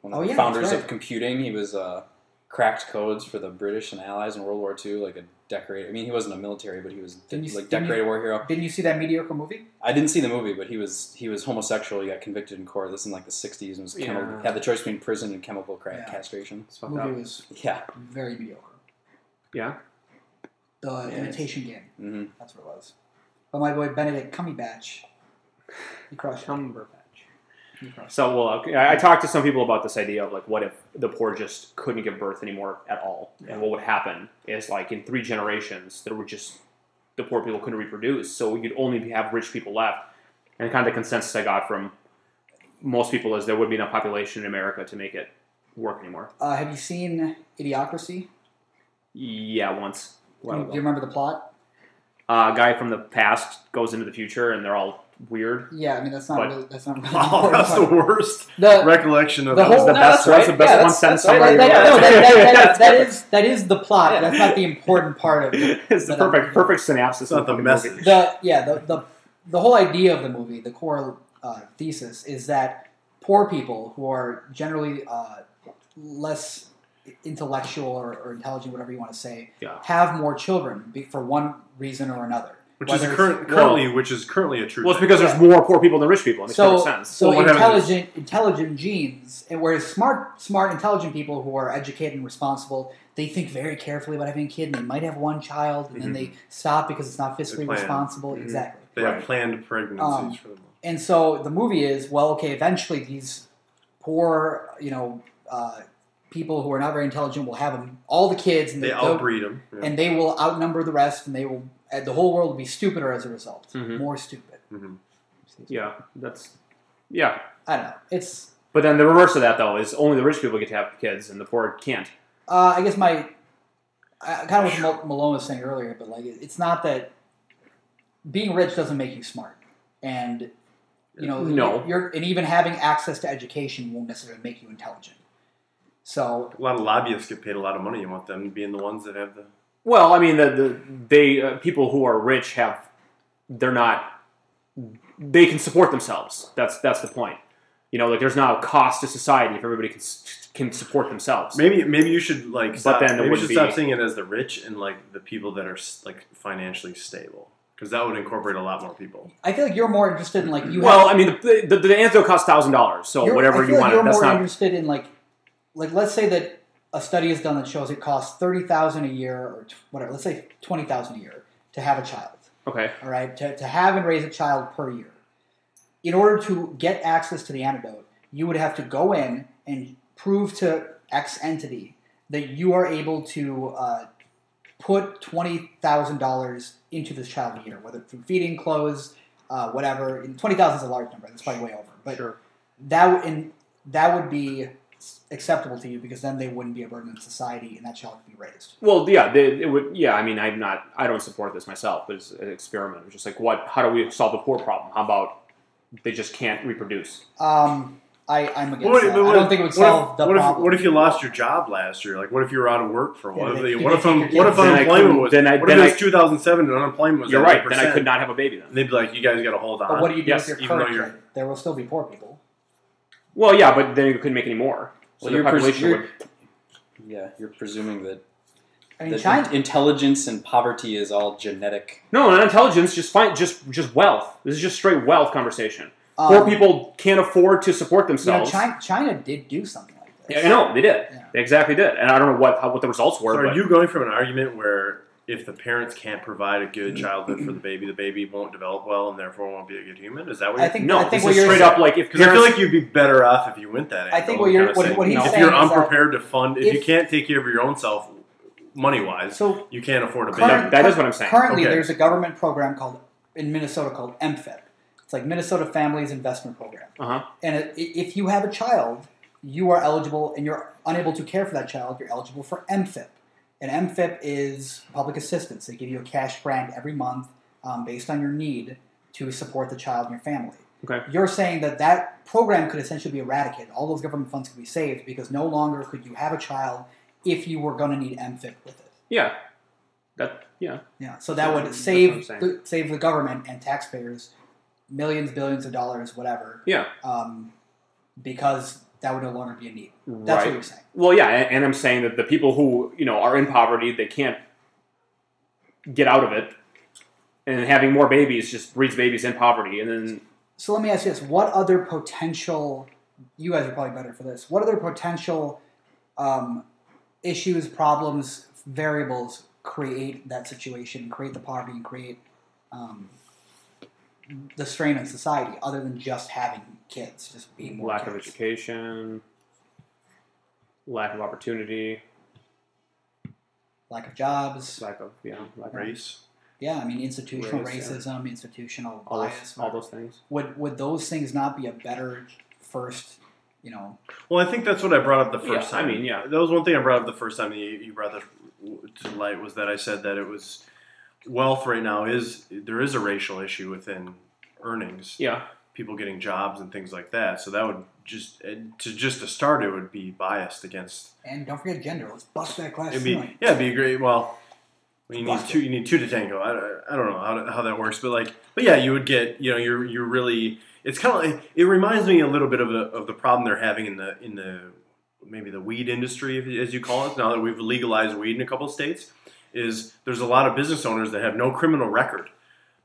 D: one of
C: Oh,
D: the
C: yeah, that's
D: founders
C: right.
D: of computing, he was uh, cracked codes for the British and Allies in World War II, like a decorated. I mean, he wasn't a military, but he was de-
C: Didn't you-
D: like
C: didn't you-
D: decorated war hero.
C: Didn't you see that mediocre movie?
D: I didn't see the movie, but he was he was homosexual. He got convicted in court. This was in like the '60s, and was chemi-
A: Yeah.
D: had the choice between prison and chemical cra-
C: Yeah.
D: castration.
A: It's
C: The
A: fucked
C: movie
A: up.
C: was
D: Yeah.
C: very mediocre.
A: Yeah.
C: The
D: Yeah.
C: Imitation Game.
D: hmm
C: That's what it was. But my boy Benedict Cumberbatch, he crushed it.
A: Cumberbatch.
C: He crushed
A: So well, okay, I I talked to some people about this idea of like, what if the poor just couldn't give birth anymore at all, and what would happen is like in three generations there would just the poor people couldn't reproduce, so you'd only have rich people left. And kind of the consensus I got from most people is there would be enough population in America to make it work anymore.
C: it. Uh, have you seen Idiocracy?
A: Yeah, once. A
C: Do
A: while
C: you- do you
A: ago.
C: remember the plot?
A: Uh, a guy from the past goes into the future, and they're all weird.
C: Yeah, I mean that's not
A: But-
C: really, that's not really
A: Oh,
B: Wow,
C: important.
B: that's the worst
C: The-
B: recollection of
C: The
B: that
C: whole-
B: was the
D: No,
A: best-
D: that's right.
A: that's the best
D: Yeah,
A: one
D: that's-
A: sentence
D: that's all
A: I've
D: right.
A: ever
C: that,
A: read.
D: Yeah,
C: no, that, that- that-
A: That's
C: that
A: perfect.
C: is that is the plot.
D: Yeah.
C: That's not the important part of it.
A: it's the
C: But, um,
A: perfect perfect synopsis.
B: It's
A: of
B: not the
A: fucking
B: message.
A: movie.
C: The yeah the the, the whole idea of the movie, the core uh, thesis is that poor people who are generally uh, less intellectual or, or intelligent, whatever you want to say,
A: Yeah.
C: have more children be- for one reason or another.
B: which is
C: Whether
B: a
C: it's-
B: current, currently, which is currently a true.
A: Well, it's
B: thing.
A: because there's more poor people than rich people. It makes
C: so,
A: perfect sense.
C: so
B: Well, what happens
C: intelligent, intelligent genes, and whereas smart, smart, intelligent people who are educated and responsible, they think very carefully about having a kid, and they might have one child, and then
B: Mhm.
C: they stop because it's not fiscally
B: plan.
C: responsible.
A: Mhm.
C: Exactly.
B: they
A: Right.
B: have planned pregnancies
C: Um,
B: for them.
C: And so the movie is well, okay. Eventually, these poor, you know, uh, people who are not very intelligent will have 'em- all the kids, and
B: They
C: they'll-
B: outbreed them. Yeah.
C: and they will outnumber the rest, and they will, and the whole world will be stupider as a result,
A: Mhm.
C: more stupid.
B: Mhm.
A: Yeah, that's yeah.
C: I don't know. It's
A: But then the reverse of that though is only the rich people get to have kids and the poor can't.
C: Uh, I guess my I, kind of what Mal- Malone was saying earlier, but like it- it's not that being rich doesn't make you smart, and you know,
A: No.
C: you're and even having access to education won't necessarily make you intelligent. So
B: A lot of lobbyists get paid a lot of money. You want them being the ones that have the
A: Well, I mean the, the they uh, people who are rich have they're not they can support themselves. That's that's the point. You know, like there's not a cost to society if everybody can s- can support themselves.
B: Maybe maybe you should like stop,
A: then there
B: maybe you should
A: wouldn't
B: stop
A: be-
B: seeing it as the rich and like the people that are s- like financially stable because that would incorporate a lot more people.
C: I feel like you're more interested in like you.
A: well,
C: have,
A: I mean the the, the antidote costs thousand dollars, so
C: you're- I
A: whatever
C: feel
A: you
C: like
A: want.
C: You're
A: that's
C: more
A: not
C: interested in like like let's say that a study is done that shows it costs thirty thousand a year or t- whatever. Let's say twenty thousand a year to have a child.
A: okay.
C: all right, to, to have and raise a child per year. In order to get access to the antidote, you would have to go in and prove to X entity that you are able to uh, put $20,000 into this child a year, whether through feeding, clothes, uh, whatever. And 20000 is a large number, that's probably way over. But
A: sure.
C: that, would- and that would be acceptable to you because then they wouldn't be a burden on society and that child could be raised.
A: Well, yeah, they, it would. Yeah, I mean, I'm not. I don't support this myself, but it's an experiment. It's just like, what? How do we solve the poor problem? How about they just can't reproduce?
C: Um, I, I'm against
B: What-
C: that.
B: but
C: I
B: what
C: don't
B: if-
C: think it would
B: what if-
C: solve the
B: what if,
C: problem.
B: What if you lost your job last year? Like, what if you were out of work for a while?
C: Yeah,
B: What
C: they-
B: if-
C: they
B: what if
C: take
B: un-
C: your
B: what
C: kids.
B: if
A: Then I
B: unemployment
A: couldn't-
B: was?
A: then I-
B: what
A: then
B: if it
A: I-
B: was 2007 and unemployment was?
A: You're
B: at
A: right. Then I
B: 8%?
A: could not have a baby. Then.
B: And they'd be like, you guys got to hold on.
C: But what do you do
A: Yes,
C: with your
B: even though
C: current
B: you're-
C: kid? There will still be poor people.
A: Well, yeah, but then you couldn't make any more. So
D: Well,
A: your
D: your, pers-
A: population
D: your,
A: would.
D: yeah, you're presuming that,
C: I mean,
D: that
C: China.
D: in- intelligence and poverty is all genetic.
A: No, not intelligence. Just find just just wealth. This is just straight wealth conversation.
C: um,
A: Poor people can't afford to support
C: You know,
A: themselves.
C: China, China did do something like this.
A: Yeah, I know they did.
C: Yeah.
A: They exactly did, and I don't know what how, what the results were.
B: So
A: but
B: are you going from an argument where if the parents can't provide a good childhood for the baby, the baby won't develop well and therefore won't be a good human? Is that what
C: I
B: you're
C: think.
A: no,
C: I think
A: this
C: what
A: is
C: you're
A: straight up like if
B: Because I feel
A: parents-
B: like you'd be better off if you went that.
C: I
B: angle
C: think what
B: and
C: you're-
B: kinda
C: what-
B: said,
C: what
A: he's
B: if
C: saying
B: you're
C: is that
B: unprepared to fund, if, you
C: if-
B: can't take care of your own self, money wise,
C: So
B: you can't afford a baby.
A: Yeah, that is what I'm saying.
C: currently,
B: Okay.
C: there's a government program called in Minnesota called MFEP. It's like Minnesota Families Investment Program.
A: Uh-huh.
C: And i- if you have a child, you are eligible, and you're unable to care for that child, you're eligible for MFIP. And MFIP is public assistance. They give you a cash grant every month um, based on your need to support the child and your family.
A: Okay.
C: You're saying that that program could essentially be eradicated. All those government funds could be saved because no longer could you have a child if you were going to need MFIP with it.
A: yeah, that yeah.
C: Yeah, so that would
A: That's
C: save
A: what I'm
C: the, save the government and taxpayers millions, billions of dollars, whatever.
A: Yeah.
C: Um, because that would no longer be a need. That's
A: right.
C: what you're saying.
A: Well, yeah, and, and I'm saying that the people who you know are in poverty, they can't get out of it, and having more babies just breeds babies in poverty, and then
C: So let me ask you this: What other potential? You guys are probably better for this. What other potential um, issues, problems, variables create that situation, create the poverty, and create um, the strain on society, other than just having kids, just being more
A: lack of
C: kids?
A: education, lack of opportunity,
C: lack of jobs.
A: lack of yeah, lack of
B: Race.
C: Yeah, I mean institutional
A: Race, yeah.
C: racism, institutional
A: all
C: bias.
A: those all those things.
C: Would would those things not be a better first, you know?
B: Well, I think that's what I brought up the first
A: Yeah, I
B: time.
A: mean, yeah.
B: that was one thing I brought up the first time that you, you brought this to light was that I said that it was wealth right now is there is a racial issue within earnings,
A: Yeah,
B: people getting jobs and things like that. So that would just and to just to start it would be biased against.
C: And don't forget gender. Let's bust that glass
B: It'd be
C: ceiling.
B: yeah, it'd be a great. Well, you need
C: Bust it.
B: two. You need two to tango. I, don't- I don't know how, how that works, but like, but yeah, you would get. You know, you're you're really. It's kind of. like It reminds me a little bit of the of the problem they're having in the in the maybe the weed industry, if- as you call it. Now that we've legalized weed in a couple of states, is there's a lot of business owners that have no criminal record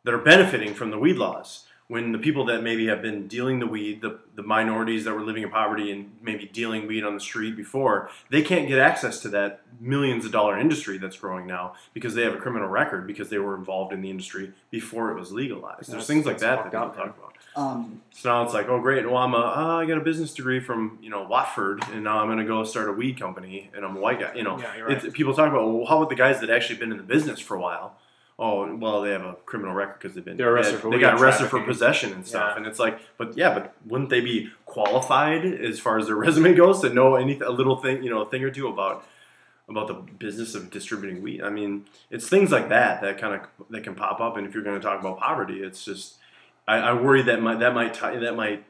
B: that are benefiting from the weed laws. When the people that maybe have been dealing the weed, the, the minorities that were living in poverty and maybe dealing weed on the street before, they can't get access to that millions of dollar industry that's growing now because they have a criminal record because they were involved in the industry before it was legalized. There's
A: That's-
B: things like
A: that's
B: that that
A: fucked
B: people
A: up,
B: talk
A: man.
B: about.
C: Um,
B: So now it's like, oh great, well I'm a, oh, I got a business degree from you know Watford, and now I'm gonna go start a weed company, and I'm a white guy, you know
A: yeah, you're
B: it's, people talk about well, how about the guys that actually been in the business for a while? Oh, well, they have a criminal record because they've been
A: They're arrested
B: they,
A: for
B: they
A: weed
B: got arrested for
A: trafficking.
B: possession and stuff,
A: Yeah.
B: and it's like, but yeah, but wouldn't they be qualified as far as their resume goes to know any a little thing, you know, a thing or two about about the business of distributing weed? I mean, it's things like that that kind of that can pop up, and if you're going to talk about poverty, it's just I, I worry that might that might ti- that might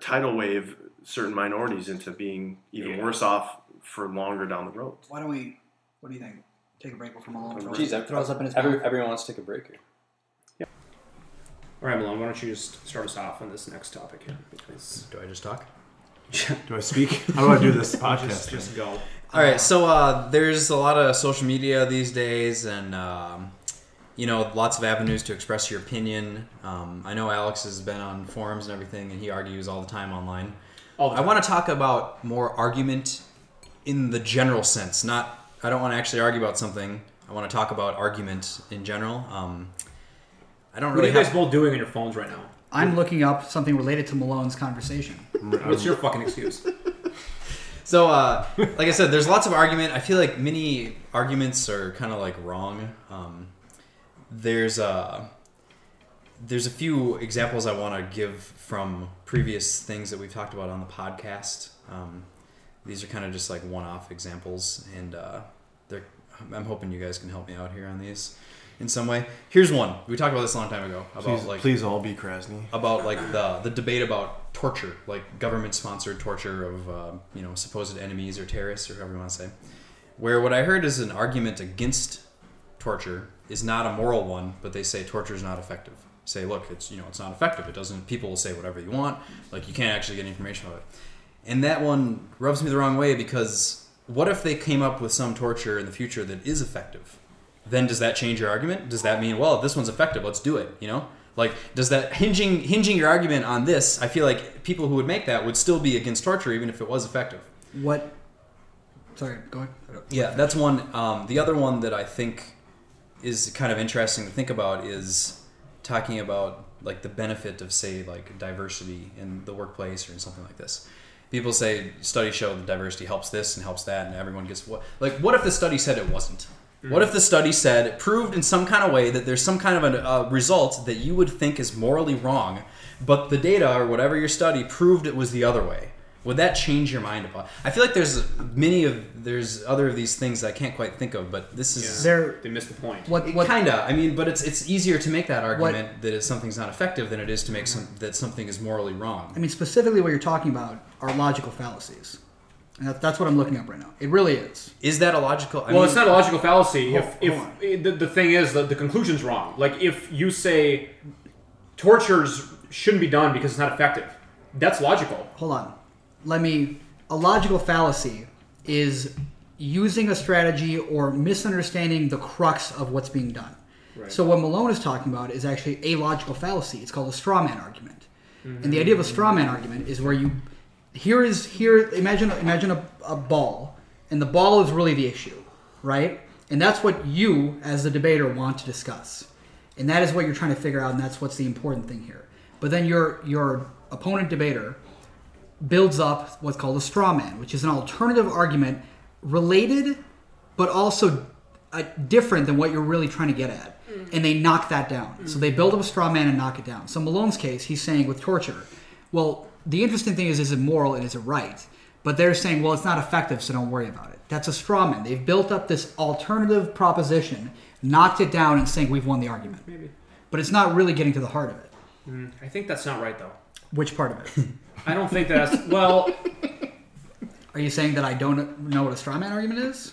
B: tidal wave certain minorities into being even
A: Yeah.
B: worse off for longer down the road.
C: why don't we? What do you think? Take a break before Malone throws,
D: Jeez, I-
C: throws up in his
D: Every,
C: mouth.
D: everyone wants to take a break here.
E: All right, Malone, why don't you just start us off on this next topic here? Because
F: Do I just talk?
B: Do I speak? How do I do this podcast?
E: just, just go.
F: All right, so uh, there's a lot of social media these days, and um, you know, lots of avenues to express your opinion. Um, I know Alex has been on forums and everything, and he argues all the time online.
E: All the
F: I want to talk about more argument in the general sense. Not, I don't want to actually argue about something. I want to talk about argument in general. Um, I don't
E: What are
F: really
E: you guys
F: have.
E: both doing on your phones right now?
C: I'm looking up something related to Malone's conversation.
E: What's your fucking excuse?
F: So, uh, like I said, there's lots of argument. I feel like many arguments are kind of like wrong. Um, there's a there's a few examples I want to give from previous things that we've talked about on the podcast. Um, these are kind of just like one-off examples, and uh, they're, I'm hoping you guys can help me out here on these in some way. Here's one we talked about this a long time ago about
B: please,
F: like
B: please all be Krasny.
F: about like the the debate about torture, like government sponsored torture of uh, you know supposed enemies or terrorists or whoever you want to say. Where what I heard is an argument against torture is not a moral one, but they say torture is not effective. Say, look, it's you know it's not effective. It doesn't. People will say whatever you want. Like you can't actually get information about it. And that one rubs me the wrong way because what if they came up with some torture in the future that is effective? Then does that change your argument? Does that mean, well, if this one's effective, let's do it, you know? Like, does that hinging hinging your argument on this, I feel like people who would make that would still be against torture even if it was effective.
C: What? Sorry, go ahead.
F: Yeah, that's one. Um, the other one that I think is kind of interesting to think about is talking about like the benefit of say like diversity in the workplace or in something like this. People say studies show that diversity helps this and helps that, and everyone gets what. Like, what if the study said it wasn't? What if the study said proved in some kind of way that there's some kind of a uh, result that you would think is morally wrong, but the data or whatever your study proved it was the other way? Would that change your mind about? I feel like there's many of there's other of these things I can't quite think of, but this is
C: There.
A: They missed the point.
C: What? What?
F: kinda. I mean, but it's it's easier to make that argument that if something's not effective than it is to make some that something is morally
C: I
F: wrong.
C: mean, specifically, what you're talking about are logical fallacies, and that, that's what I'm looking up right now. It really is.
F: Is that a logical? I
A: well,
F: mean,
A: it's not a logical fallacy.
C: Hold-
A: if
C: hold on.
A: if eh, the, the thing is that the conclusion's wrong. Like if you say tortures shouldn't be done because it's not effective, that's logical.
C: Hold on. Let me. A logical fallacy is using a strategy or misunderstanding the crux of what's being done. So what Malone is talking about is actually a logical fallacy. It's called a straw man argument. And the idea of a straw man argument is where you here is here imagine imagine a, a ball and the ball is really the issue, right? And that's what you as the debater want to discuss. And that is what you're trying to figure out and that's what's the important thing here. But then your your opponent debater builds up what's called a straw man, which is an alternative argument related but also uh, different than what you're really trying to get at. And they knock that down. So they build up a straw man and knock it down. So Malone's case, he's saying with torture, well, the interesting thing is, is it moral and is it right? But they're saying, well, it's not effective, so don't worry about it. That's a straw man. They've built up this alternative proposition, knocked it down, and saying we've won the argument.
A: Maybe.
C: But it's not really getting to the heart of it.
A: I think that's not right though.
C: Which part of it?
A: I don't think that's well.
C: Are you saying that I don't know what a straw man argument is?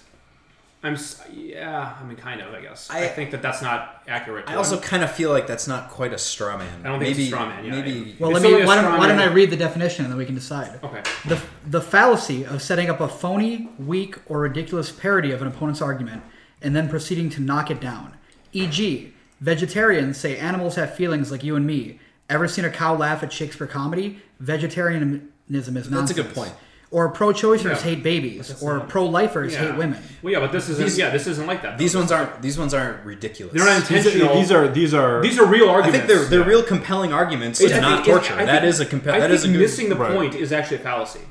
A: I'm s- yeah. I mean, kind of. I guess. I,
F: I-
A: think that that's not accurate.
F: I also kind of feel like that's not quite a straw man.
A: I don't think it's a
F: maybe,
A: straw man, yeah,
F: maybe
C: Well,
A: It's
C: let
A: only
C: me.
A: a
C: Why don't,
A: straw
C: why don't I
A: man.
C: read the definition and then we can decide.
A: okay.
C: The, the fallacy of setting up a phony, weak, or ridiculous parody of an opponent's argument and then proceeding to knock it down. E.g., vegetarians say animals have feelings like you and me. Ever seen a cow laugh at Shakespeare comedy? Vegetarianism is nonsense.
F: a good point.
C: Or pro-choicers
A: Yeah.
C: hate babies, or pro-lifers
A: Yeah.
C: hate women.
A: Well, yeah, but this isn't.
F: These-
A: yeah, this isn't like that.
F: these
A: though.
F: ones aren't these ones aren't ridiculous.
A: they're not intentional.
G: These are these are
A: these are real
F: I
A: arguments.
F: think they're they're
A: Yeah.
F: real compelling arguments
A: It's-
F: to
A: I
F: not
A: think it's-
F: torture.
A: I
F: That
A: think-
F: is a compa-
A: I
F: that is a
A: think
F: good,
A: missing the
G: Right.
A: point is actually a fallacy.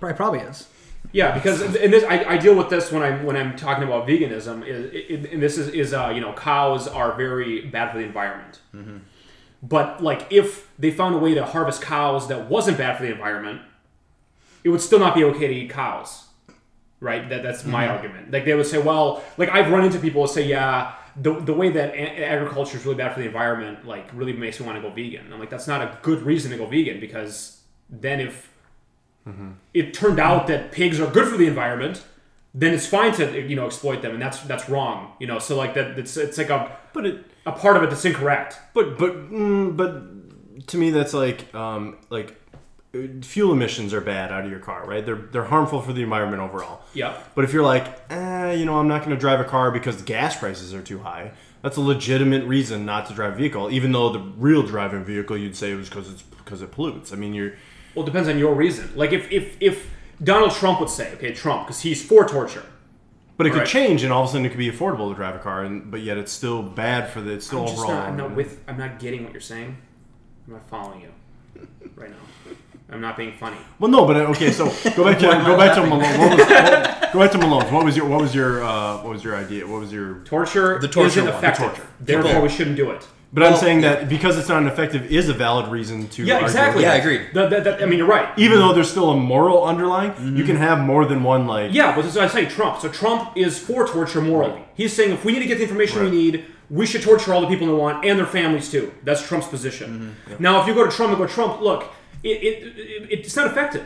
C: Probably, probably is.
A: Yeah, because and this I, I deal with this when I'm when I'm talking about veganism. Is it, and this is is uh, you know cows are very bad for the environment. But like if they found a way to harvest cows that wasn't bad for the environment, it would still not be okay to eat cows, right? That that's my argument. Like they would say, well, like I've run into people who say, yeah. The, the way that a- agriculture is really bad for the environment like really makes me want to go vegan. I'm like that's not a good reason to go vegan because then if it turned out that pigs are good for the environment, then it's fine to you know exploit them, and that's that's wrong. You know, so like that it's it's like a
G: but it
A: a part of it that's incorrect.
G: But but mm, but to me, that's like um, like uh, fuel emissions are bad out of your car, right? They're they're harmful for the environment overall.
A: Yeah.
G: But if you're like, eh, you know, I'm not going to drive a car because the gas prices are too high. That's a legitimate reason not to drive a vehicle, even though the real driving vehicle you'd say was because it's because it pollutes. I mean, you're
A: Well, it depends on your reason. Like if if if Donald Trump would say, okay, Trump, because he's for torture.
G: but it could
A: Right.
G: change, and all of a sudden it could be affordable to drive a car, and but yet it's still bad for the it's still
A: I'm just
G: overall.
A: not. I'm not with. I'm not getting what you're saying. I'm not following you right now. I'm not being funny.
G: Well, no, but uh, okay. So go back to go back to Malone. What was, what, go back to Malone's. What was your what was your uh, what was your idea? What was your
A: Torture.
F: The torture
A: isn't
F: one. The
A: effective.
G: torture.
A: Therefore,
F: People-
A: we shouldn't do it.
G: But I'm
F: Well,
G: saying that because it's not ineffective is a valid reason to.
A: Yeah,
G: argue
A: exactly.
F: Yeah, I
G: against.
F: agree.
A: That- that- that- I mean, you're right.
G: Even though there's still a moral underlying, you can have more than one like.
A: Mm-hmm. Yeah, but as I say, Trump. So Trump is for torture morally. He's saying if we need to get the information
G: Right.
A: we need, we should torture all the people in want and their families too. That's Trump's position.
G: Mm-hmm.
A: Now, if you go to Trump and go, Trump, look, it, it, it, it's not effective.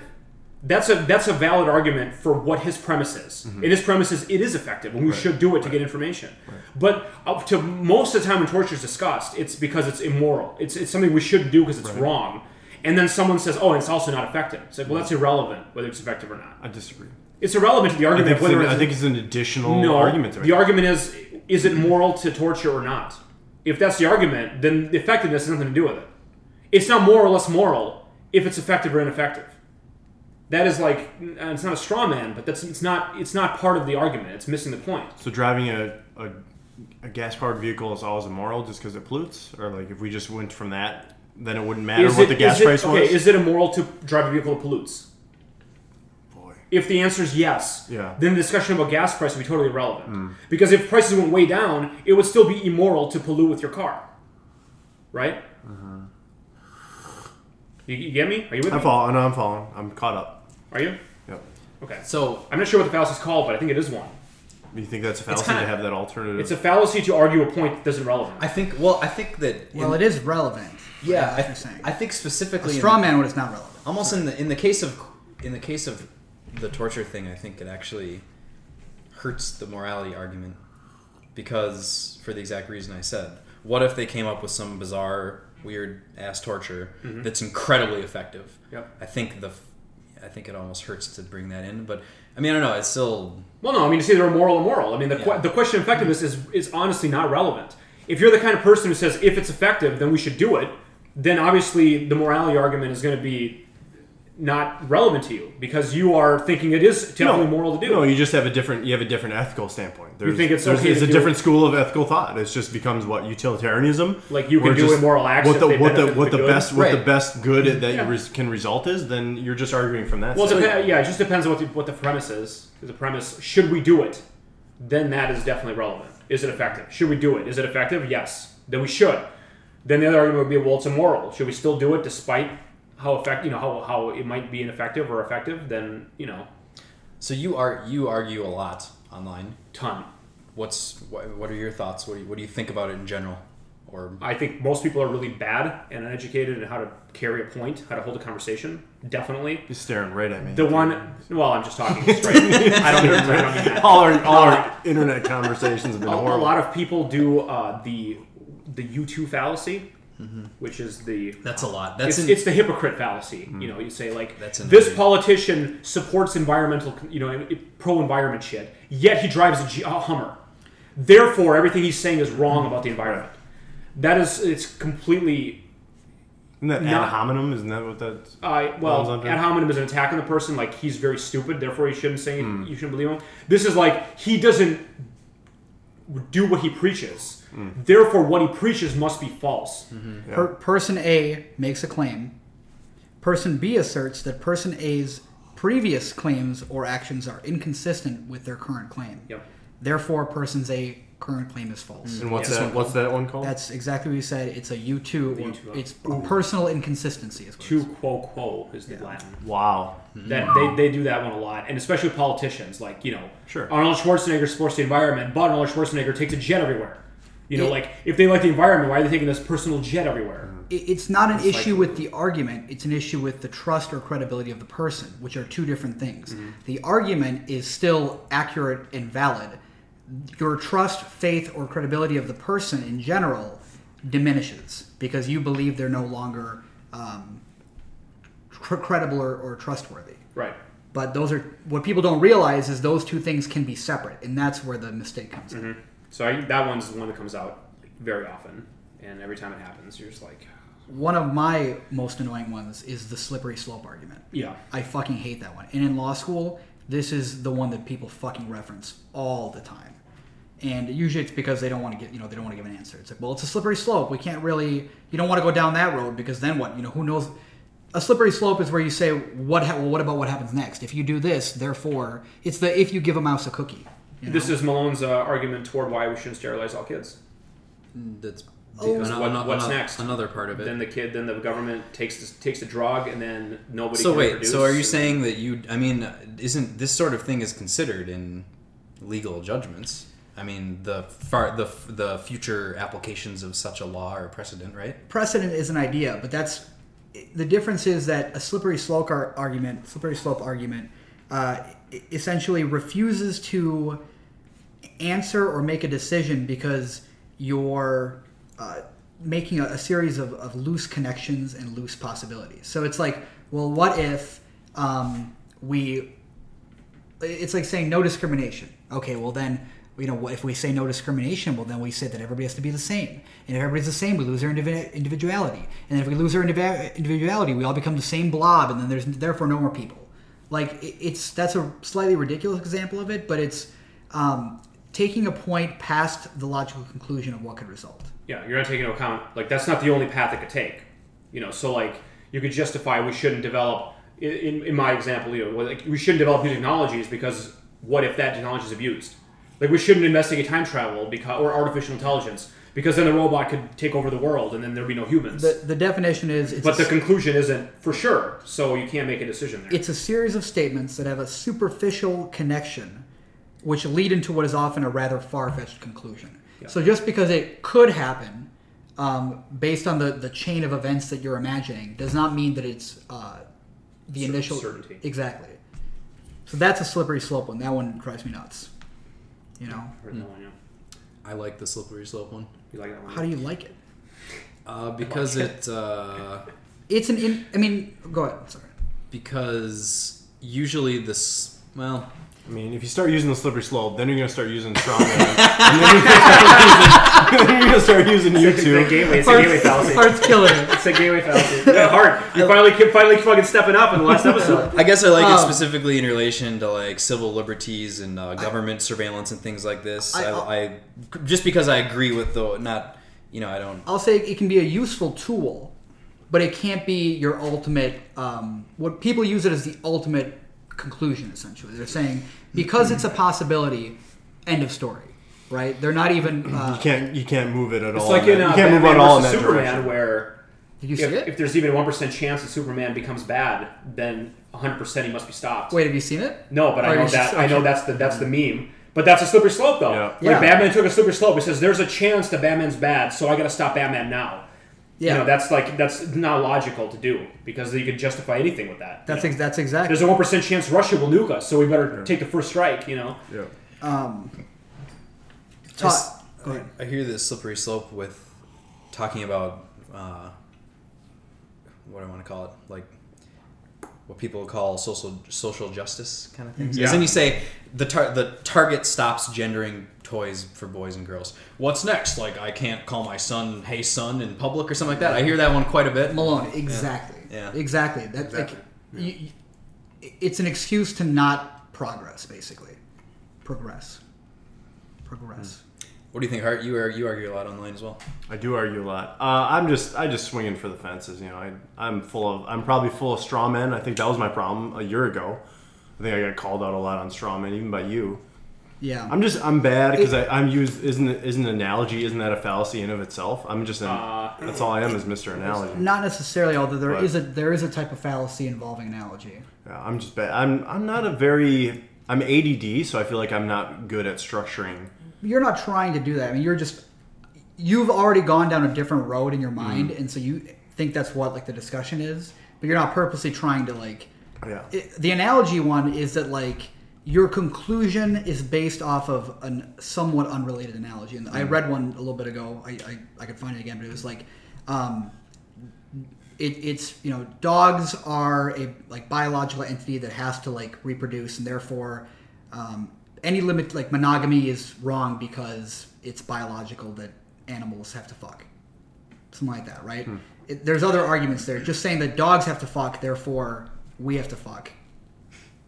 A: That's a that's a valid argument for what his premise is.
G: Mm-hmm.
A: In his premise is it is effective, and we should do it to get information. But up to most of the time when torture is discussed, it's because it's immoral. It's it's something we shouldn't do because it's wrong. And then someone says, "Oh, and it's also not effective." It's like, well, that's irrelevant whether it's effective or not.
G: I disagree.
A: It's irrelevant to the
B: I
A: argument
B: think,
A: of
B: it's
A: whether
B: an,
A: it's
B: I think it's an additional
A: no
B: argument.
A: The argument is: is it moral to torture or not? If that's the argument, then the effectiveness has nothing to do with it. It's not more or less moral if it's effective or ineffective. That is like n- uh, it's not a straw man, but that's it's not it's not part of the argument. It's missing the point.
B: so driving a, a, a gas powered vehicle is always immoral just because it pollutes, or like if we just went from that, then it wouldn't matter
A: Is
B: what
A: it-
B: the gas
A: is it-
B: price
A: okay,
B: was.
A: Is it immoral to drive a vehicle that pollutes?
B: Boy.
A: If the answer is yes,
B: Yeah. Mm.
A: then the discussion about gas price would be totally irrelevant. Because if prices went way down, it would still be immoral to pollute with your car. Right? You, you get me? Are you with
B: Mm-hmm. I'm
A: me?
B: following. No, I'm following. I'm caught up.
A: Are you?
B: Yep.
A: Okay.
F: So
A: I'm not sure what the fallacy is called, but I think it is one.
B: Do you think that's a fallacy
A: kinda-
B: to have that alternative?
A: It's a fallacy to argue a point that isn't relevant.
F: I think. Well, I think that.
C: Well, it is relevant.
F: yeah,
C: That's what you're saying.
F: I, I think
C: a
F: specifically. in-
C: straw man when it's not relevant.
F: almost in the in the case of in the case of the torture thing, I think it actually hurts the morality argument because for the exact reason I said. What if they came up with some bizarre, weird ass torture that's incredibly effective?
A: Mm-hmm. Yep.
F: I think the f- I think it almost hurts to bring that in, but I mean I don't know. It's still
A: Well, no, I mean, it's either immoral or moral. I mean, the, que-
F: Yeah.
A: the question of effectiveness is, is honestly not relevant. If you're the kind of person who says, if it's effective, then we should do it, then obviously the morality argument is going to be not relevant to you because you are thinking it is definitely moral to do.
B: No, you just have a different. You have a different ethical standpoint. There's,
A: think it's
B: there's,
A: okay
B: It's
A: to
B: a
A: do-
B: different school of ethical thought. It just becomes what utilitarianism.
A: Like, you can
B: where
A: do
B: just
A: immoral acts
B: What
A: if
B: the
A: they
B: what the
A: benefit
B: what
A: the
B: the,
A: good.
B: best what the
F: Right.
B: best good that
A: Yeah.
B: you res- can result is. Then you're just arguing from that.
A: well, it
B: side.
A: depen- yeah, it just depends on what the, what the premise is. If The premise, should we do it? Then that is definitely relevant. Is it effective? Should we do it? Is it effective? Yes. Then we should. Then the other argument would be, well, it's immoral. Should we still do it despite how effect, you know, how, how it might be ineffective or effective? Then, you know,
F: so you are you argue a lot online.
A: ton.
F: What's what, what are your thoughts? What do you, what do you think about it in general? Or
A: I think most people are really bad and uneducated in how to carry a point, how to hold a conversation. Definitely.
B: He's staring right at me.
A: The one, well, I'm just talking straight. I don't mean, I don't mean that.
B: all our all our internet conversations have been
A: A, a
B: horrible.
A: lot of people do uh, the the U2 fallacy, which is the
F: that's a lot.
A: it's,
F: That's in,
A: it's the hypocrite fallacy. You know, you say like
F: That's another-
A: this politician supports environmental, you know, pro environment shit, yet he drives a, G- a Hummer. Therefore, everything he's saying is
F: Mm.
A: wrong about the environment. That is, it's completely.
B: Isn't that
A: No.
B: ad hominem? Isn't that what that's
A: Uh,
B: Bones
A: well,
B: under.
A: ad hominem is an attack on the person. Like he's very stupid. Therefore, you shouldn't say.
B: Hmm.
A: You shouldn't believe him. This is like he doesn't do what he preaches.
B: Hmm.
A: Therefore, what he preaches must be false.
C: Per- person A makes a claim. Person B asserts that person A's previous claims or actions are inconsistent with their current claim.
A: Yep.
C: Therefore, person A current claim is false.
B: and what's
A: Yeah.
B: that? What's that one called?
C: That's exactly what you said. It's a U two. uh,
A: U2,
C: or It's a personal inconsistency. Is what
A: Tu
C: it's.
A: quo quo is the Latin.
B: wow.
A: That they, they do that one a lot, and especially with politicians, like you know,
B: Sure.
A: Arnold Schwarzenegger supports the environment, but Arnold Schwarzenegger takes a jet everywhere. You know, like if they like the environment, why are they taking this personal jet
B: Hmm.
A: everywhere?
C: It- It's not an issue with the argument. It's an issue with the trust or credibility of the person, which are two different things. The argument is still accurate and valid. Your trust, faith, or credibility of the person in general diminishes because you believe they're no longer um, cr- credible or, or trustworthy.
A: Right.
C: But those are what people don't realize is those two things can be separate, and that's where the mistake comes in.
A: So I, that one's the one that comes out like, very often, and every time it happens, you're just like,
C: One of my most annoying ones is the slippery slope argument.
A: yeah,
C: I fucking hate that one. And in law school, this is the one that people fucking reference all the time. And usually it's because they don't want to get, you know, they don't want to give an answer. It's like, well, it's a slippery slope. We can't really, you don't want to go down that road because then what? You know, who knows? A slippery slope is where you say, what? Ha- well, what about what happens next? If you do this, therefore, it's the if you give a mouse a cookie. You know?
A: this is Malone's uh, argument toward why we shouldn't sterilize all kids.
F: that's
C: Oh.
F: ano-
A: What-
F: ano-
A: what's
F: ano-
A: next?
F: Another part of it.
A: Then the kid, then the government takes this, takes the drug, and then nobody.
F: So
A: can
F: wait,
A: reproduce,
F: so are you
A: and-
F: saying that you? I mean, isn't this sort of thing is considered in legal judgments? I mean, the far the the future applications of such a law or precedent, right?
C: precedent is an idea, but that's the difference is that a slippery slope ar- argument, slippery slope argument, uh, e- essentially refuses to answer or make a decision because you're uh, making a, a series of, of loose connections and loose possibilities. So it's like, well, what if um, we it's like saying no discrimination. Okay, well then, you know, if we say no discrimination, well then we say that everybody has to be the same. And if everybody's the same, we lose our indivi- individuality. And if we lose our indivi- individuality, we all become the same blob, and then there's therefore no more people. Like it- it's that's a slightly ridiculous example of it, but it's um, taking a point past the logical conclusion of what could result.
A: Yeah, you're not taking into account like that's not the only path it could take. You know, so like you could justify we shouldn't develop in, in, in my example, you know, like we shouldn't develop new technologies because what if that technology is abused? Like we shouldn't investigate time travel because or artificial intelligence because then the robot could take over the world and then there'd be no humans.
C: The the definition is it's
A: but
C: a
A: the conclusion isn't for sure, so you can't make a decision there.
C: It's a series of statements that have a superficial connection, which lead into what is often a rather far fetched conclusion. So just because it could happen, um, based on the, the chain of events that you're imagining, does not mean that it's uh, the initial
A: certainty.
C: Exactly. So that's a slippery slope one. That one drives me nuts. You know,
A: Heard that one, yeah.
F: I like the slippery slope one
A: You like that one?
C: how do you like it?
F: uh, because it uh,
C: It's an. In, I mean, go ahead. Sorry.
F: because usually this well
B: I mean, if you start using the slippery slope, then you're gonna start using strong man, and then you're gonna start using, then you're gonna start using
A: It's a
B: YouTube.
A: gateway, it's a gateway fallacy.
C: Heart's killing it.
A: It's a gateway fallacy. Yeah, hard. You finally finally fucking stepping up in the last episode.
F: I guess I like
C: Um,
F: it specifically in relation to like civil liberties and uh, government surveillance and things like this.
C: I-
F: I, I, just because I agree with the not, you know, I don't.
C: I'll say it can be a useful tool, but it can't be your ultimate. Um, what people use it as the ultimate conclusion. Essentially, they're saying because it's a possibility, end of story. Right? They're not even. Uh,
B: You can't you can't move it at all.
A: It's like in
B: that-
A: uh,
B: you can't move
A: Batman
B: it all in
A: versus
B: that
A: Superman,
B: direction.
A: where
C: did you see
A: if,
C: it?
A: if there's even a one percent chance that Superman becomes bad, then 100 percent he must be stopped.
C: Wait, have you seen it?
A: no, but I
C: Oh,
A: know
C: you're
A: that
C: just-
A: I know
C: okay.
A: that's the that's the meme. But that's a slippery slope, though.
B: Yeah.
A: Like
C: Yeah.
A: Batman took a slippery slope. He says, "There's a chance that Batman's bad, so I got to stop Batman now."
C: Yeah,
A: You know, that's like that's not logical to do because you could justify anything with that.
C: that's
A: you know?
C: ex- that's exactly.
A: There's a one percent chance Russia will nuke us, so we better take the first strike. You know.
B: Yeah.
C: um,
F: I s-
C: Todd, go ahead.
F: I hear this slippery slope with talking about uh, what I want to call it, like what people call social social justice kind of things. Because then you say the tar- the target stops gendering toys for boys and girls. What's next? Like I can't call my son "Hey son" in public or something like that. I hear that one quite a bit.
C: Malone, exactly.
F: Yeah.
C: Exactly. That like you, you, it's an excuse to not progress, basically. Progress. Progress.
F: What do you think, Hart? You are you argue a lot online as well.
B: I do argue a lot. Uh, I'm just I just swinging for the fences. You know, I I'm full of I'm probably full of straw men. I think that was my problem a year ago. I think I got called out a lot on straw men, even by you.
C: Yeah.
B: I'm just I'm bad because I'm used isn't isn't an analogy isn't that a fallacy in of itself? I'm just an,
A: Uh,
B: that's all I am is Mr. Analogy.
C: Not necessarily, although there
B: But-
C: is a there is a type of fallacy involving analogy.
B: Yeah, I'm just bad. I'm I'm not a very I'm ADD, so I feel like I'm not good at structuring.
C: You're not trying to do that. I mean, you're just you've already gone down a different road in your mind, and so you think that's what like the discussion is, but you're not purposely trying to like.
B: Yeah,
C: It, the analogy one is that like your conclusion is based off of a somewhat unrelated analogy, and I read one a little bit ago. I I, I could find it again, but it was like. Um, it, it's you know dogs are a like biological entity that has to like reproduce and therefore um, any limit like monogamy is wrong because it's biological that animals have to fuck something like that
A: Hmm.
C: right it, there's other arguments there just saying that dogs have to fuck therefore we have to fuck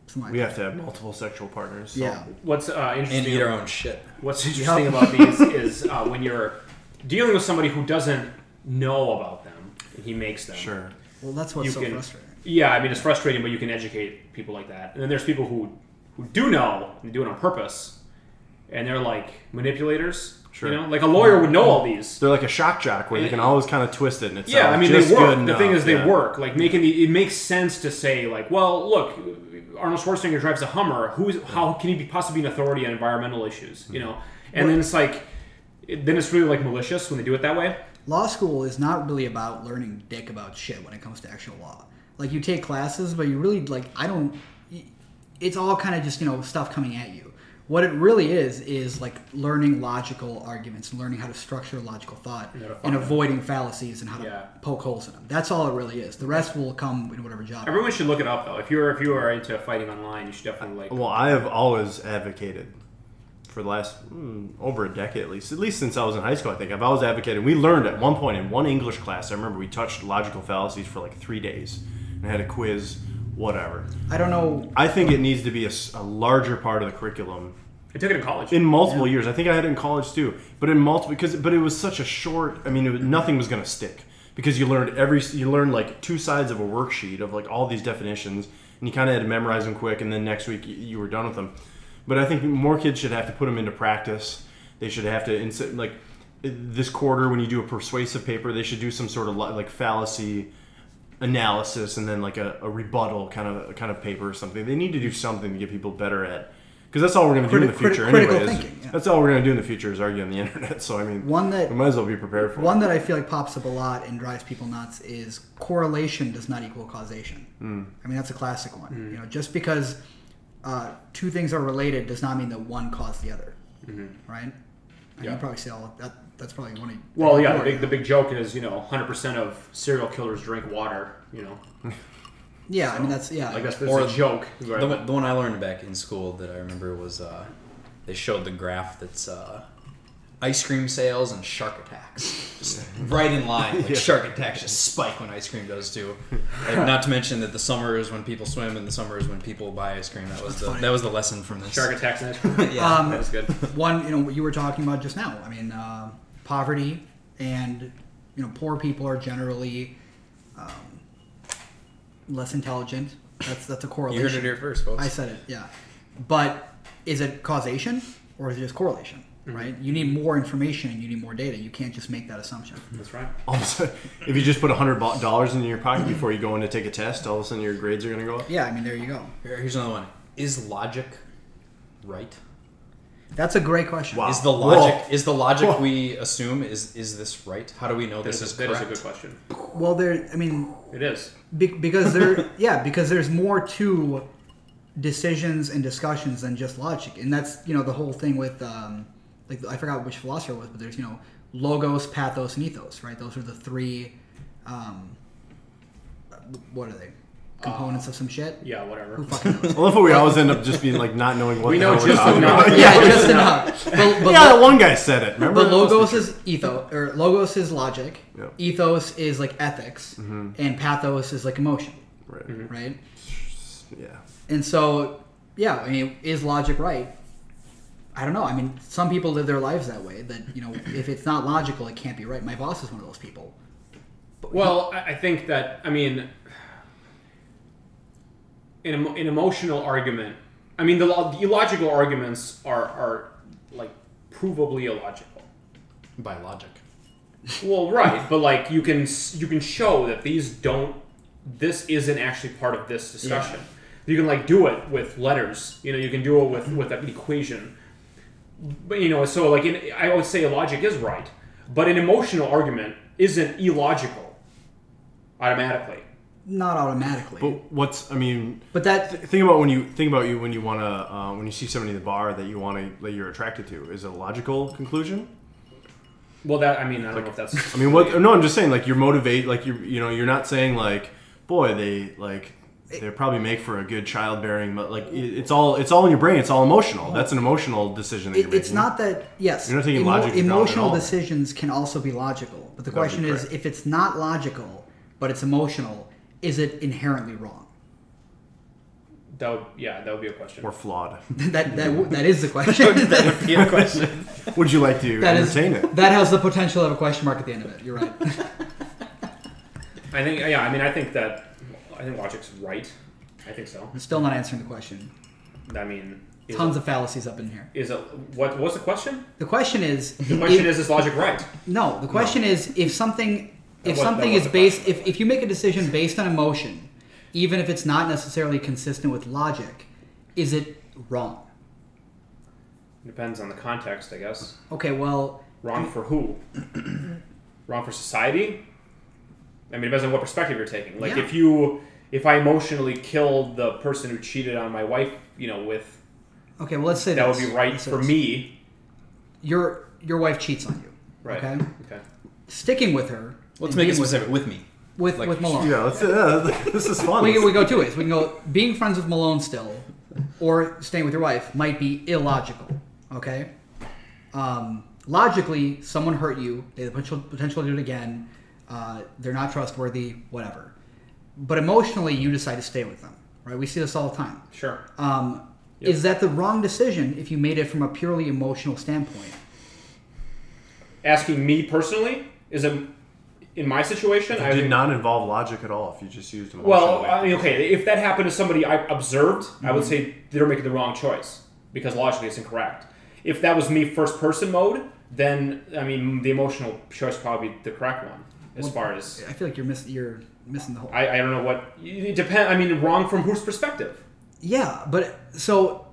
C: something like
B: we
C: that
B: have to have multiple sexual partners. So.
C: yeah
A: What's uh,
F: And
A: interesting?
F: eat our own shit.
A: What's interesting about these is uh, when you're dealing with somebody who doesn't know about them, he makes them.
B: sure.
C: well that's what's
A: You
C: so
A: can-
C: frustrating
A: Yeah, I mean it's frustrating, but you can educate people like that. And then there's people who who do know and do it on purpose, and they're like manipulators.
B: Sure.
A: You know, like a lawyer would know all these.
B: They're like a shock jock where you can always kind of twist it and it's
A: Yeah, I mean
B: just
A: they
B: good
A: work. The
B: enough,
A: thing is they
B: yeah.
A: work. Like making the it makes sense to say like, well, look, Arnold Schwarzenegger drives a Hummer. Who's how can he be possibly an authority on environmental issues? You know, and then it's like, it, then it's really like malicious when they do it that way.
C: law school is not really about learning dick about shit when it comes to actual law. Like you take classes, but you really like I don't. It's all kind of just you know stuff coming at you. What it really is is like learning logical arguments and learning how to structure logical thought
A: how to
C: and
A: find them.
C: avoiding fallacies and how to
A: Yeah.
C: poke holes in them. That's all it really is. The rest will come in whatever job.
A: Everyone should look it up though. If you're if you are into fighting online, you should definitely like.
B: Well, I have always advocated for the last mm, over a decade at least, at least since I was in high school. I think I've always advocated. We learned at one point in one English class. I remember we touched logical fallacies for like three days and had a quiz, whatever.
C: I don't know
B: I think it needs to be a, s- a larger part of the curriculum
A: I took it in college.
B: in multiple years. I think I had it in college too, but in multiple because but it was such a short. I mean, it was, nothing was going to stick because you learned every you learned like two sides of a worksheet of like all these definitions, and you kind of had to memorize them quick, and then next week you, you were done with them. But I think more kids should have to put them into practice. They should have to ins- like this quarter when you do a persuasive paper, they should do some sort of li- like fallacy analysis and then like a, a rebuttal kind of kind of paper or something. They need to do something to get people better at because that's all we're going to do in the
C: Criti- criti-
B: future,
C: critical
B: anyways.
C: thinking, yeah.
B: That's all we're going to do in the future is argue on the internet. So I mean,
C: One that-
B: we might as well be prepared for.
C: One that I feel like pops up a lot and drives people nuts is correlation does not equal causation.
F: Hmm.
C: I mean, that's a classic one.
A: Hmm.
C: You know, just because uh, two things are related does not mean that one caused the other,
A: Mm-hmm.
C: right? I yeah.
A: Yeah.
C: you probably see all that. That's probably one. Of,
A: well, yeah. The
C: or,
A: big the big joke is you know 100 percent of serial killers drink water. You know,
C: yeah. I mean, that's yeah.
A: like that's, that's
F: Or
A: a joke. Right?
F: The one, the one I learned back in school that I remember was uh, they showed the graph that's uh, ice cream sales and shark attacks. Just right in line. Like shark attacks just spike when ice cream does too. And not to mention that the summer is when people swim and the summer is when people buy ice cream. That was the
C: funny. Um,
F: that was the lesson from this.
A: Shark attacks. In it.
F: yeah.
A: that was good.
C: one you know what you were talking about just now i mean uh, poverty and you know poor people are generally um, less intelligent that's that's a
F: you
C: correlation
F: heard it here first, folks.
C: i said it yeah but is it causation or is it just correlation right you need more information and you need more data you can't just make that assumption
A: That's right.
B: all of a sudden, if you just put hundred dollars in your pocket before you go in to take a test, all of a sudden your grades are going to go up.
C: yeah i mean there you go
F: Here- Here's another one. Is logic right?
C: that's a great question
B: Wow.
F: Is the logic
B: Whoa.
F: is the logic
B: Whoa.
F: we assume is is this right? How do we know
A: That
F: this
A: is,
F: is
A: that is a
F: correct?
A: good question.
C: well there i mean
A: It is.
C: Be- because there, yeah, because there's more to decisions and discussions than just logic, and that's you know the whole thing with um, like I forgot which philosopher it was, but there's you know logos, pathos, and ethos, right? Those are the three. Um, what are they? Components of some shit.
A: Yeah. Whatever.
C: Who fucking knows?
B: I love how we always end up just being like not knowing what
A: We
B: the
A: know
B: hell we're
A: just
B: talking
A: enough.
B: about.
C: yeah, just enough. But, but
B: Yeah, that one guy said it. Remember?
C: but logos is ethos or logos is logic.
B: Yeah.
C: Ethos is like ethics, and pathos is like emotion,
B: Right.
C: right?
B: Yeah.
C: And so, yeah, I mean, is logic right? I don't know. I mean, some people live their lives that way. That you know, if it's not logical, it can't be right. My boss is one of those people.
A: Well, I I think that I mean, in emo- an emotional argument, I mean the, lo- the illogical arguments are are like provably illogical.
F: By logic.
A: Well, right, but like you can s- you can show that these don't. This isn't actually part of this discussion. You can like do it with letters. You know, you can do it with with an equation. But you know, so like in, I would say logic is right, but an emotional argument isn't illogical automatically.
C: Not automatically, but,
B: But what's I mean?
C: that
B: Think about when you think about you when you want to uh, when you see somebody in the bar that you want to that you're attracted to. Is it a logical conclusion?
A: Well, that I mean, I don't know if that's.
B: I mean, what? No, I'm just saying like you're motivate like you you know you're not saying like boy they like they probably make for a good childbearing but like it- it's all it's all in your brain it's all emotional that's an emotional decision that you're
C: it,
B: making.
C: it's not that. Yes,
B: You're not taking logic into account at
C: emotional
B: all.
C: decisions can also be logical. But the
B: That would be
C: question is,
B: correct.
C: if it's not logical but it's emotional, is it inherently wrong?
A: That would, yeah, that would be a question.
B: or flawed.
C: that that w- that is the question. that
F: Would be a question.
B: Would you like to
C: that is
B: entertain it?
C: that has the potential of a question mark at the end of it. You're right.
A: I think, yeah, I mean, I think that I think logic's right. I think so.
C: Still not answering the question.
A: I mean, is
C: Tons
A: it,
C: of fallacies up in here.
A: is it what? What's the question?
C: The question is.
A: The question is, is logic right?
C: No, the question is if something if
A: was- that
C: something
A: was
C: is
A: the
C: based
A: question.
C: if, if you make a decision based on emotion, even if it's not necessarily consistent with logic, is it wrong?
A: Depends on the context, I guess.
C: Okay, well,
A: Wrong for who? Wrong for society? I mean, it depends on what perspective you're taking. Like,
C: Yeah.
A: if you, if I emotionally killed the person who cheated on my wife, you know, with
C: Okay, well, let's say
A: That would
C: this.
A: be right
C: Let's say
A: for
C: this.
A: me.
C: Your your wife cheats on you.
A: Right.
C: Okay.
A: Okay.
C: Sticking with her. and
F: Let's make it
C: being with
F: specific with me.
C: with
F: Like,
C: with Malone.
B: Yeah, let's, yeah, this is fun.
C: We, we go two ways. We can go being friends with Malone still, or staying with your wife might be illogical. Okay. Um, logically, someone hurt you. They have the potential potential to do it again. Uh, they're not trustworthy. Whatever. But emotionally, you decide to stay with them. Right. We see this all the time.
A: Sure.
C: Um, Is that the wrong decision if you made it from a purely emotional standpoint?
A: Asking me personally is a in my situation. I
B: It did
A: would-
B: not involve logic at all. If you just used emotion.
A: Well, I mean, okay. If that happened to somebody I observed, I
B: Mm-hmm.
A: would say they're making the wrong choice because logically it's incorrect. If that was me first person mode, then I mean the emotional choice probably be the correct one as far as
C: I feel like you're miss, you're missing the whole.
A: I, I don't know what it depend. I mean, wrong from whose perspective?
C: Yeah, but so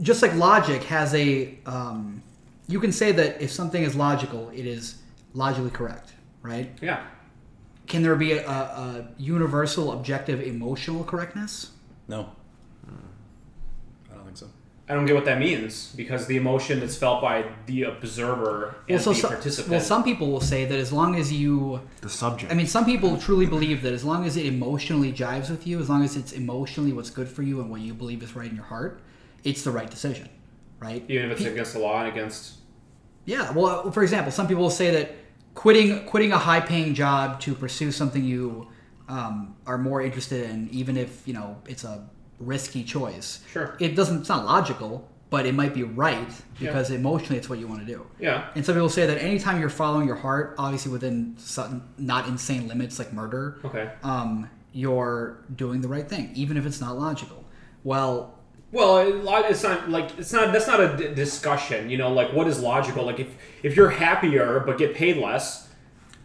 C: just like logic has a, um, you can say that if something is logical, it is logically correct, right?
A: Yeah.
C: Can there be a, a, a universal objective emotional correctness?
F: No. Hmm. I don't think so.
A: I don't get what that means because the emotion that's felt by the observer and
C: so
A: the
C: some-
A: participant.
C: well, some people will say that as long as you,
B: the subject.
C: I mean, some people truly believe that as long as it emotionally jives with you, as long as it's emotionally what's good for you and what you believe is right in your heart, it's the right decision, right?
A: even if it's against the law and against
C: Yeah. Well, for example, some people say that quitting quitting a high paying job to pursue something you um, are more interested in, even if you know it's a risky choice.
A: Sure.
C: It doesn't. It's not logical, but it might be right because emotionally it's what you want to do.
A: yeah,
C: And some people say that anytime you're following your heart, obviously within some, not insane limits like murder,
A: okay.
C: um, you're doing the right thing, even if it's not logical. Well,
A: Well, it- lo- it's not like it's not that's not a d- discussion. You know, like what is logical? Like if if you're happier but get paid less,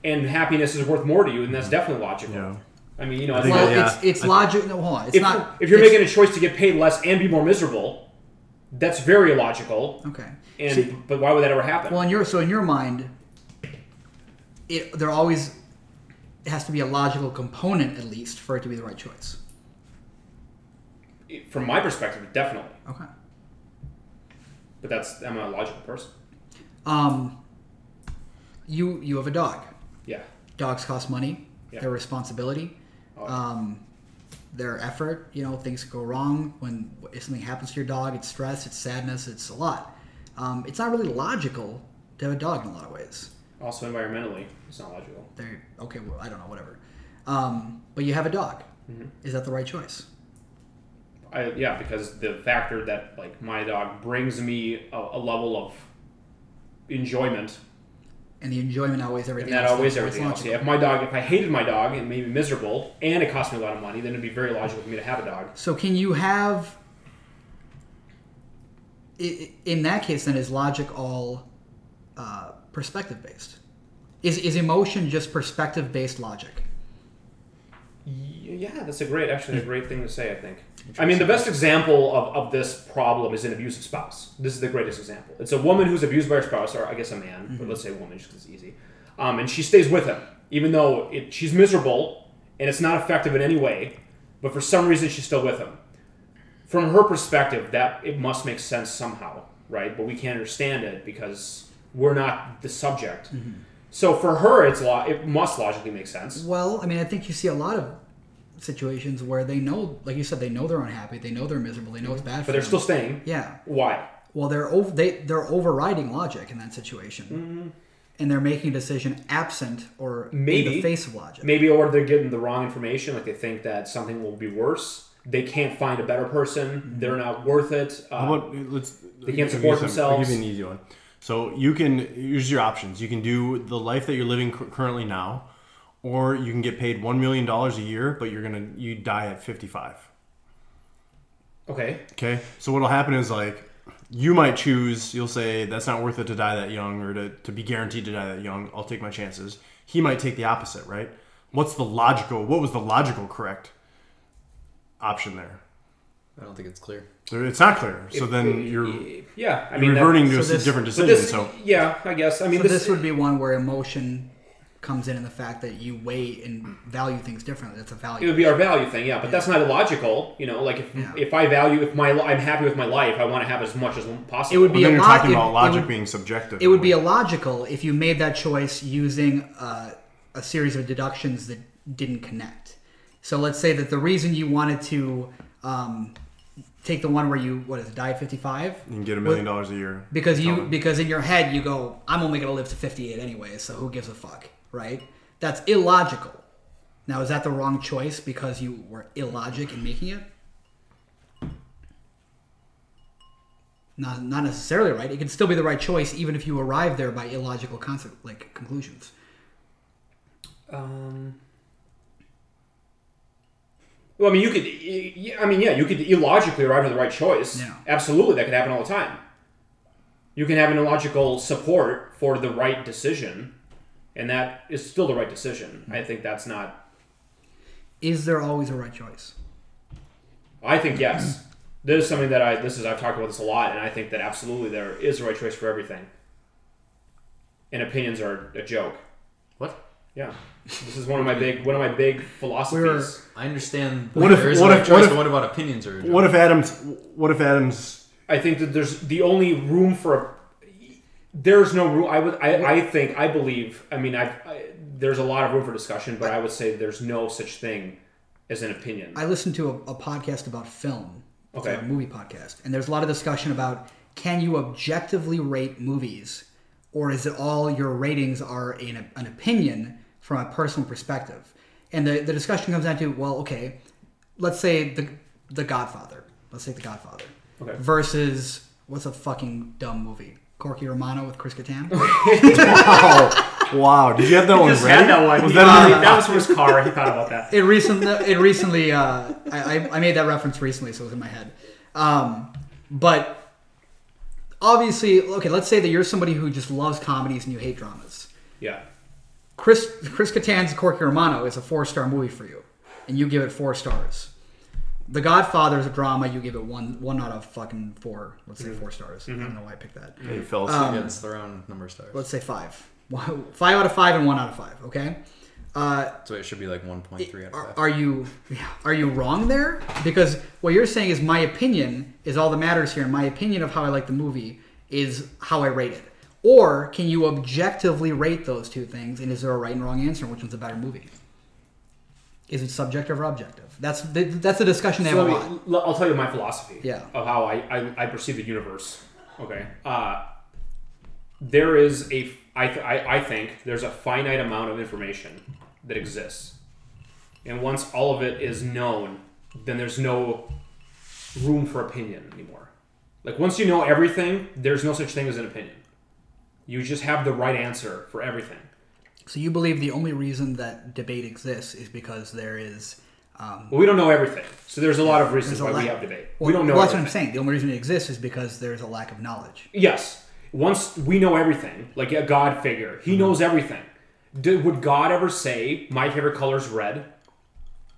A: and happiness is worth more to you, then that's definitely logical.
B: Yeah.
A: I mean, you know, it's
B: think
C: well,
A: like,
B: that- yeah.
C: it's it's logic. No, hold on. It's
A: if,
C: not.
A: if you're
C: it's-
A: making a choice to get paid less and be more miserable, that's very illogical.
C: okay.
A: And
C: See-
A: but why would that ever happen?
C: Well, in your so in your mind, it there always has to be a logical component at least for it to be the right choice.
A: From my perspective, definitely.
C: Okay.
A: But that's I'm not a logical person.
C: Um, you you have a dog.
A: Yeah.
C: Dogs cost money.
A: Yeah.
C: Their responsibility. Um, their effort. You know, things go wrong when if something happens to your dog. It's stress. It's sadness. It's a lot. Um, it's not really logical to have a dog in a lot of ways.
A: Also, environmentally, it's not logical.
C: They're okay. Well, I don't know. Whatever. Um, but you have a dog. Is that the right choice?
A: I, yeah, because the factor that like my dog brings me a, a level of enjoyment
C: and the enjoyment always everything
A: And that
C: else
A: always
C: that's
A: everything else. Yeah,
C: logical.
A: if my dog, if I hated my dog and made me miserable, and it cost me a lot of money, then it'd be very logical for me to have a dog.
C: so can you have i- i- in that case then is logic all uh, perspective based is, is emotion just perspective based logic
A: Y- Yeah, that's a great, actually, a great thing to say. I think. I mean, the best example of, of this problem is an abusive spouse. This is the greatest example. It's a woman who's abused by her spouse, or I guess a man, but let's say a woman because it's easy. Um, and she stays with him, even though it, she's miserable and it's not effective in any way. But for some reason, she's still with him. From her perspective, that it must make sense somehow, right? But we can't understand it because we're not the subject. So for her, it's lo- it must logically make sense.
C: well i mean i think you see a lot of situations where they know like you said they know they're unhappy they know they're miserable they know it's bad
A: Mm-hmm. but
C: for
A: they're
C: them.
A: still staying.
C: yeah
A: Why?
C: well they're over they, they're overriding logic in that situation
A: Mm-hmm.
C: and they're making a decision absent or in
A: Maybe.
C: the face of logic
A: Maybe or they're getting the wrong information, like they think that something will be worse. They can't find a better person. They're not worth it. Uh,
B: How about let's? They
A: can't support
B: I'll give
A: themselves.
B: you an easy one. So you can use your options. You can do the life that you're living cur- currently now, or you can get paid one million dollars a year, but you're gonna you die at 55.
A: okay,
B: Okay, so what'll happen is like you might choose. You'll say that's not worth it to die that young, or to to be guaranteed to die that young. I'll take my chances. He might take the opposite, right? What's the logical? What was the logical correct option there?
F: I don't think it's clear.
B: So It's not clear. So then you're
A: yeah. I
B: you're
A: mean, that-
B: reverting to
C: so
B: a
C: this-
B: different
A: but
B: decision.
A: this,
B: so
A: yeah, I guess. I mean,
C: So this would be one where emotion comes in in the fact that you weigh and value things differently. That's a
A: It
C: value.
A: would be our value thing, yeah, but that's not illogical. You know, like if, if I value, if my li- I'm happy with my life, I want to have as much as possible.
C: It would
B: But
C: be
B: then
C: a
B: you're
C: lot-
B: talking
C: it-
B: about
C: it
B: logic
C: would-
B: being subjective.
C: It would be illogical if you made that choice using uh, a series of deductions that didn't connect. So let's say that the reason you wanted to um, take the one where you what is it, die at fifty five
B: you can get a million dollars a year.
C: because you
B: Totally.
C: because in your head you go I'm only gonna live to fifty eight anyway, so who gives a fuck, right? That's illogical. Now is that the wrong choice because you were illogic in making it? not not necessarily right. It can still be the right choice, even if you arrive there by illogical concept like conclusions.
A: Um, well, I mean, you could. y- y- I mean, yeah, you could illogically arrive at the right choice.
C: Yeah.
A: Absolutely, that could happen all the time. You can have an illogical support for the right decision, and that is still the right decision. I think that's not.
C: Is there always a right choice?
A: I think yes. This is something that I. This is I've talked about this a lot, and I think that absolutely there is a right choice for everything. And opinions are a joke.
F: What?
A: Yeah, this is one of my big one of my big philosophies.
F: I understand.
B: What if-
F: there is a
B: what
F: right
B: if-
F: choice,
B: what if-
F: but what about opinions or?
B: What if Adams? What if Adams?
A: I think that there's the only room for a. There's no room. I would. I, I think. I believe. I mean. I've, I. There's a lot of room for discussion, but I would say there's no such thing as an opinion.
C: I listened to a, a podcast about film, It's
A: Okay.
C: a movie podcast, and there's a lot of discussion about can you objectively rate movies, or is it all your ratings are an, an opinion from a personal perspective? And the, the discussion comes down to well, okay, let's say the the Godfather. Let's take the Godfather
A: Okay.
C: versus what's a fucking dumb movie? Corky Romano with Chris Kattan.
B: Oh, wow! Did you have that one
A: Just
B: ready?
A: had that one.
B: Was
A: He-
B: that on
A: Uh, that was from his car. He thought about that.
C: it recently it recently uh, I, I- I made that reference recently so it was in my head um, but obviously okay let's say that you're somebody who just loves comedies and you hate dramas
A: Yeah.
C: chris chris Kattan's corky romano is a four star movie for you and you give it four stars the godfather is a drama you give it one one out of fucking four let's say four stars i don't know why i picked that
B: You fell
C: Uh,
B: asleep.
F: yeah, it's their own number of stars.
C: let's say five One- five out of five and one out of five okay uh,
F: so it should be like 1.3 out
C: are,
F: of 5.
C: are you are you wrong there? Because what you're saying is my opinion is all that matters here. and My opinion of how I like the movie is how I rate it. Or can you objectively rate those two things? And is there a right and wrong answer? and Which one's a better movie? Is it subjective or objective? That's the, that's a discussion they
A: So
C: have a
A: let
C: lot.
A: me, l- I'll tell you my philosophy
C: Yeah.
A: of how I, I, I perceive the universe. Okay. Uh, there is a, I, th- I, I think there's a finite amount of information that exists. And once all of it is known, then there's no room for opinion anymore. Like once you know everything, there's no such thing as an opinion. You just have the right answer for everything.
C: So you believe the only reason that debate exists is because there is um,
A: Well, we don't know everything. So there's a lot of reasons
C: there's a
A: why we
C: lack-
A: have debate.
C: Well,
A: we don't know
C: Well, that's what
A: everything.
C: I'm saying. The only reason it exists is because there's a lack of knowledge.
A: Yes. Once we know everything, like a God figure,
C: Mm-hmm.
A: he knows everything. Did, would God ever say, "My favorite color is red"?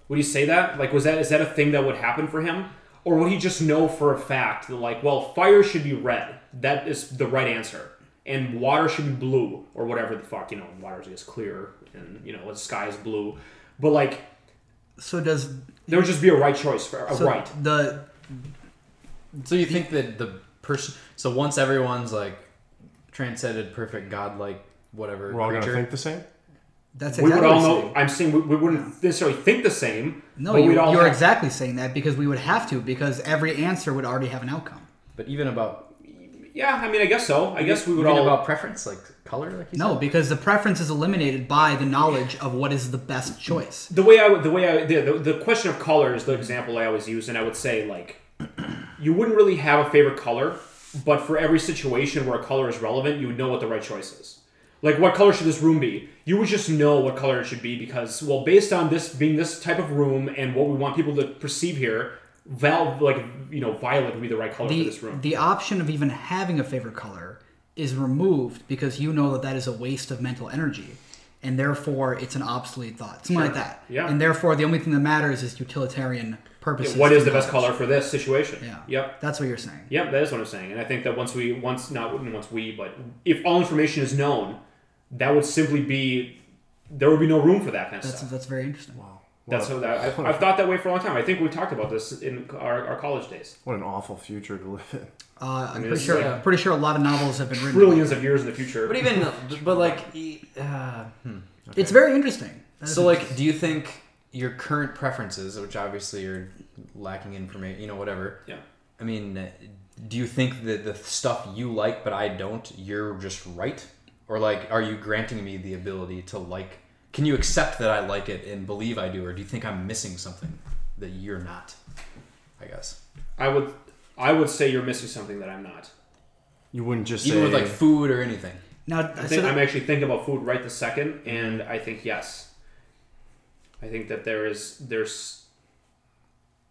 A: Would he say that? Like, was that is that a thing that would happen for him, or would he just know for a fact that, like, well, fire should be red. That is the right answer, and water should be blue, or whatever the fuck you know. Water is clear, and you know the sky is blue, but like
C: So does
A: there would just be a right choice for a
C: so
A: right.
C: the
F: So you think that the person. So once everyone's like transcended, perfect, godlike, whatever
B: We're all gonna
F: creature.
B: think the same.
C: that's
A: We
C: exactly
A: would all
C: what I'm saying.
A: know. I'm saying we, we wouldn't necessarily think the same.
C: No,
A: but
C: you,
A: we'd all
C: you're
A: have-
C: exactly saying that because we would have to because every answer would already have an outcome.
F: but even about.
A: Yeah, I mean, I guess so. I guess we would
F: Even
A: all.
F: about preference, like color, like you
C: No,
F: said?
C: because the preference is eliminated by the knowledge of what is the best choice.
A: the way I would- the way I the, the, the question of color is the example I always use, and I would say like, you wouldn't really have a favorite color, but for every situation where a color is relevant, you would know what the right choice is. Like, what color should this room be? You would just know what color it should be because, well, based on this being this type of room and what we want people to perceive here, val like you know, violet would be the right color for
C: The,
A: this room.
C: the option of even having a favorite color is removed because you know that that is a waste of mental energy and therefore it's an obsolete thought. Something like that.
A: Yeah.
C: And therefore the only thing that matters is utilitarian purposes.
A: what is the
C: for
A: best
C: knowledge.
A: color for this situation?
C: Yeah.
A: Yep.
C: That's what you're saying.
A: Yep, that is what I'm saying, and I think that once we once not once we, but if all information is known, that would simply be there would be no room for that kind of
C: That's
A: stuff.
C: that's very interesting.
A: That's what I, I've, I've thought that way for a long time. I think we talked about this in our, our college days.
B: What an awful future to live in.
C: Uh,
A: mean,
C: I'm pretty
A: this is
C: sure.
A: like-
C: I'm pretty sure a lot of novels have been written.
A: Trillions of years in the future.
F: But even, but like, e- uh, hmm.
C: It's very interesting. That is
F: so like, do you think your current preferences, which obviously you're lacking information, you know, whatever.
A: Yeah.
F: I mean, uh, do you think that the stuff you like but I don't, you're just right, or like, are you granting me the ability to like? Can you accept that I like it and believe I do, or do you think I'm missing something that you're not? I guess
A: I would I would say you're missing something that I'm not.
B: You wouldn't just
F: even
B: say
F: with like food or anything.
C: now.
A: I
C: so
A: think
C: that-
A: I'm actually thinking about food right this second, and I think yes. I think that there is there's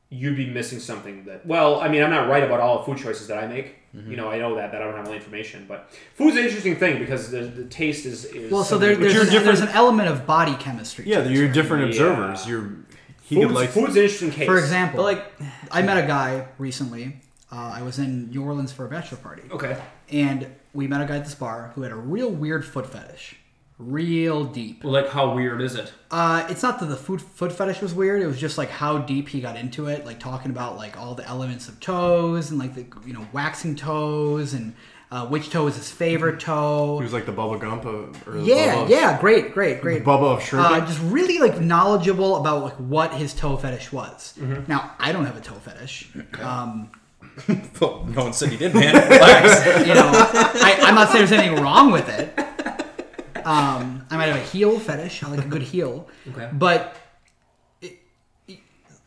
A: you'd be missing something that well I mean I'm not right about all the food choices that I make.
C: Mm-hmm.
A: You know I know that that I don't have all the information, but food's an interesting thing because the, the taste is, is
C: well, so
A: something-
C: there, there's
B: you're
C: an,
B: different-
C: there's an element of body chemistry. to
B: yeah,
C: this,
B: you're
C: right?
B: different
A: Yeah.
B: observers. You're he
A: food's,
B: could like
A: food's an interesting case.
C: For example,
F: But like,
C: I met a guy recently. Uh, I was in New Orleans for a bachelor party,
A: okay,
C: and we met a guy at this bar who had a real weird foot fetish, real deep.
A: like how weird is it?
C: Uh, it's not that the food foot fetish was weird. It was just like how deep he got into it, like talking about like all the elements of toes and like the you know waxing toes and uh, which toe is his favorite toe.
B: he was like the Bubba Gump of, or the
C: Yeah,
B: Bubba,
C: yeah, great, great,
B: the
C: great.
B: Bubba of Sherbet.
C: Uh, just really like knowledgeable about like what his toe fetish was.
A: Mm-hmm.
C: Now I don't have a toe fetish. Um,
F: well, no one said you did, man. Relax.
C: you know, I, I'm not saying there's anything wrong with it. Um, I might have a heel fetish. I like a good heel.
A: Okay.
C: But it- it-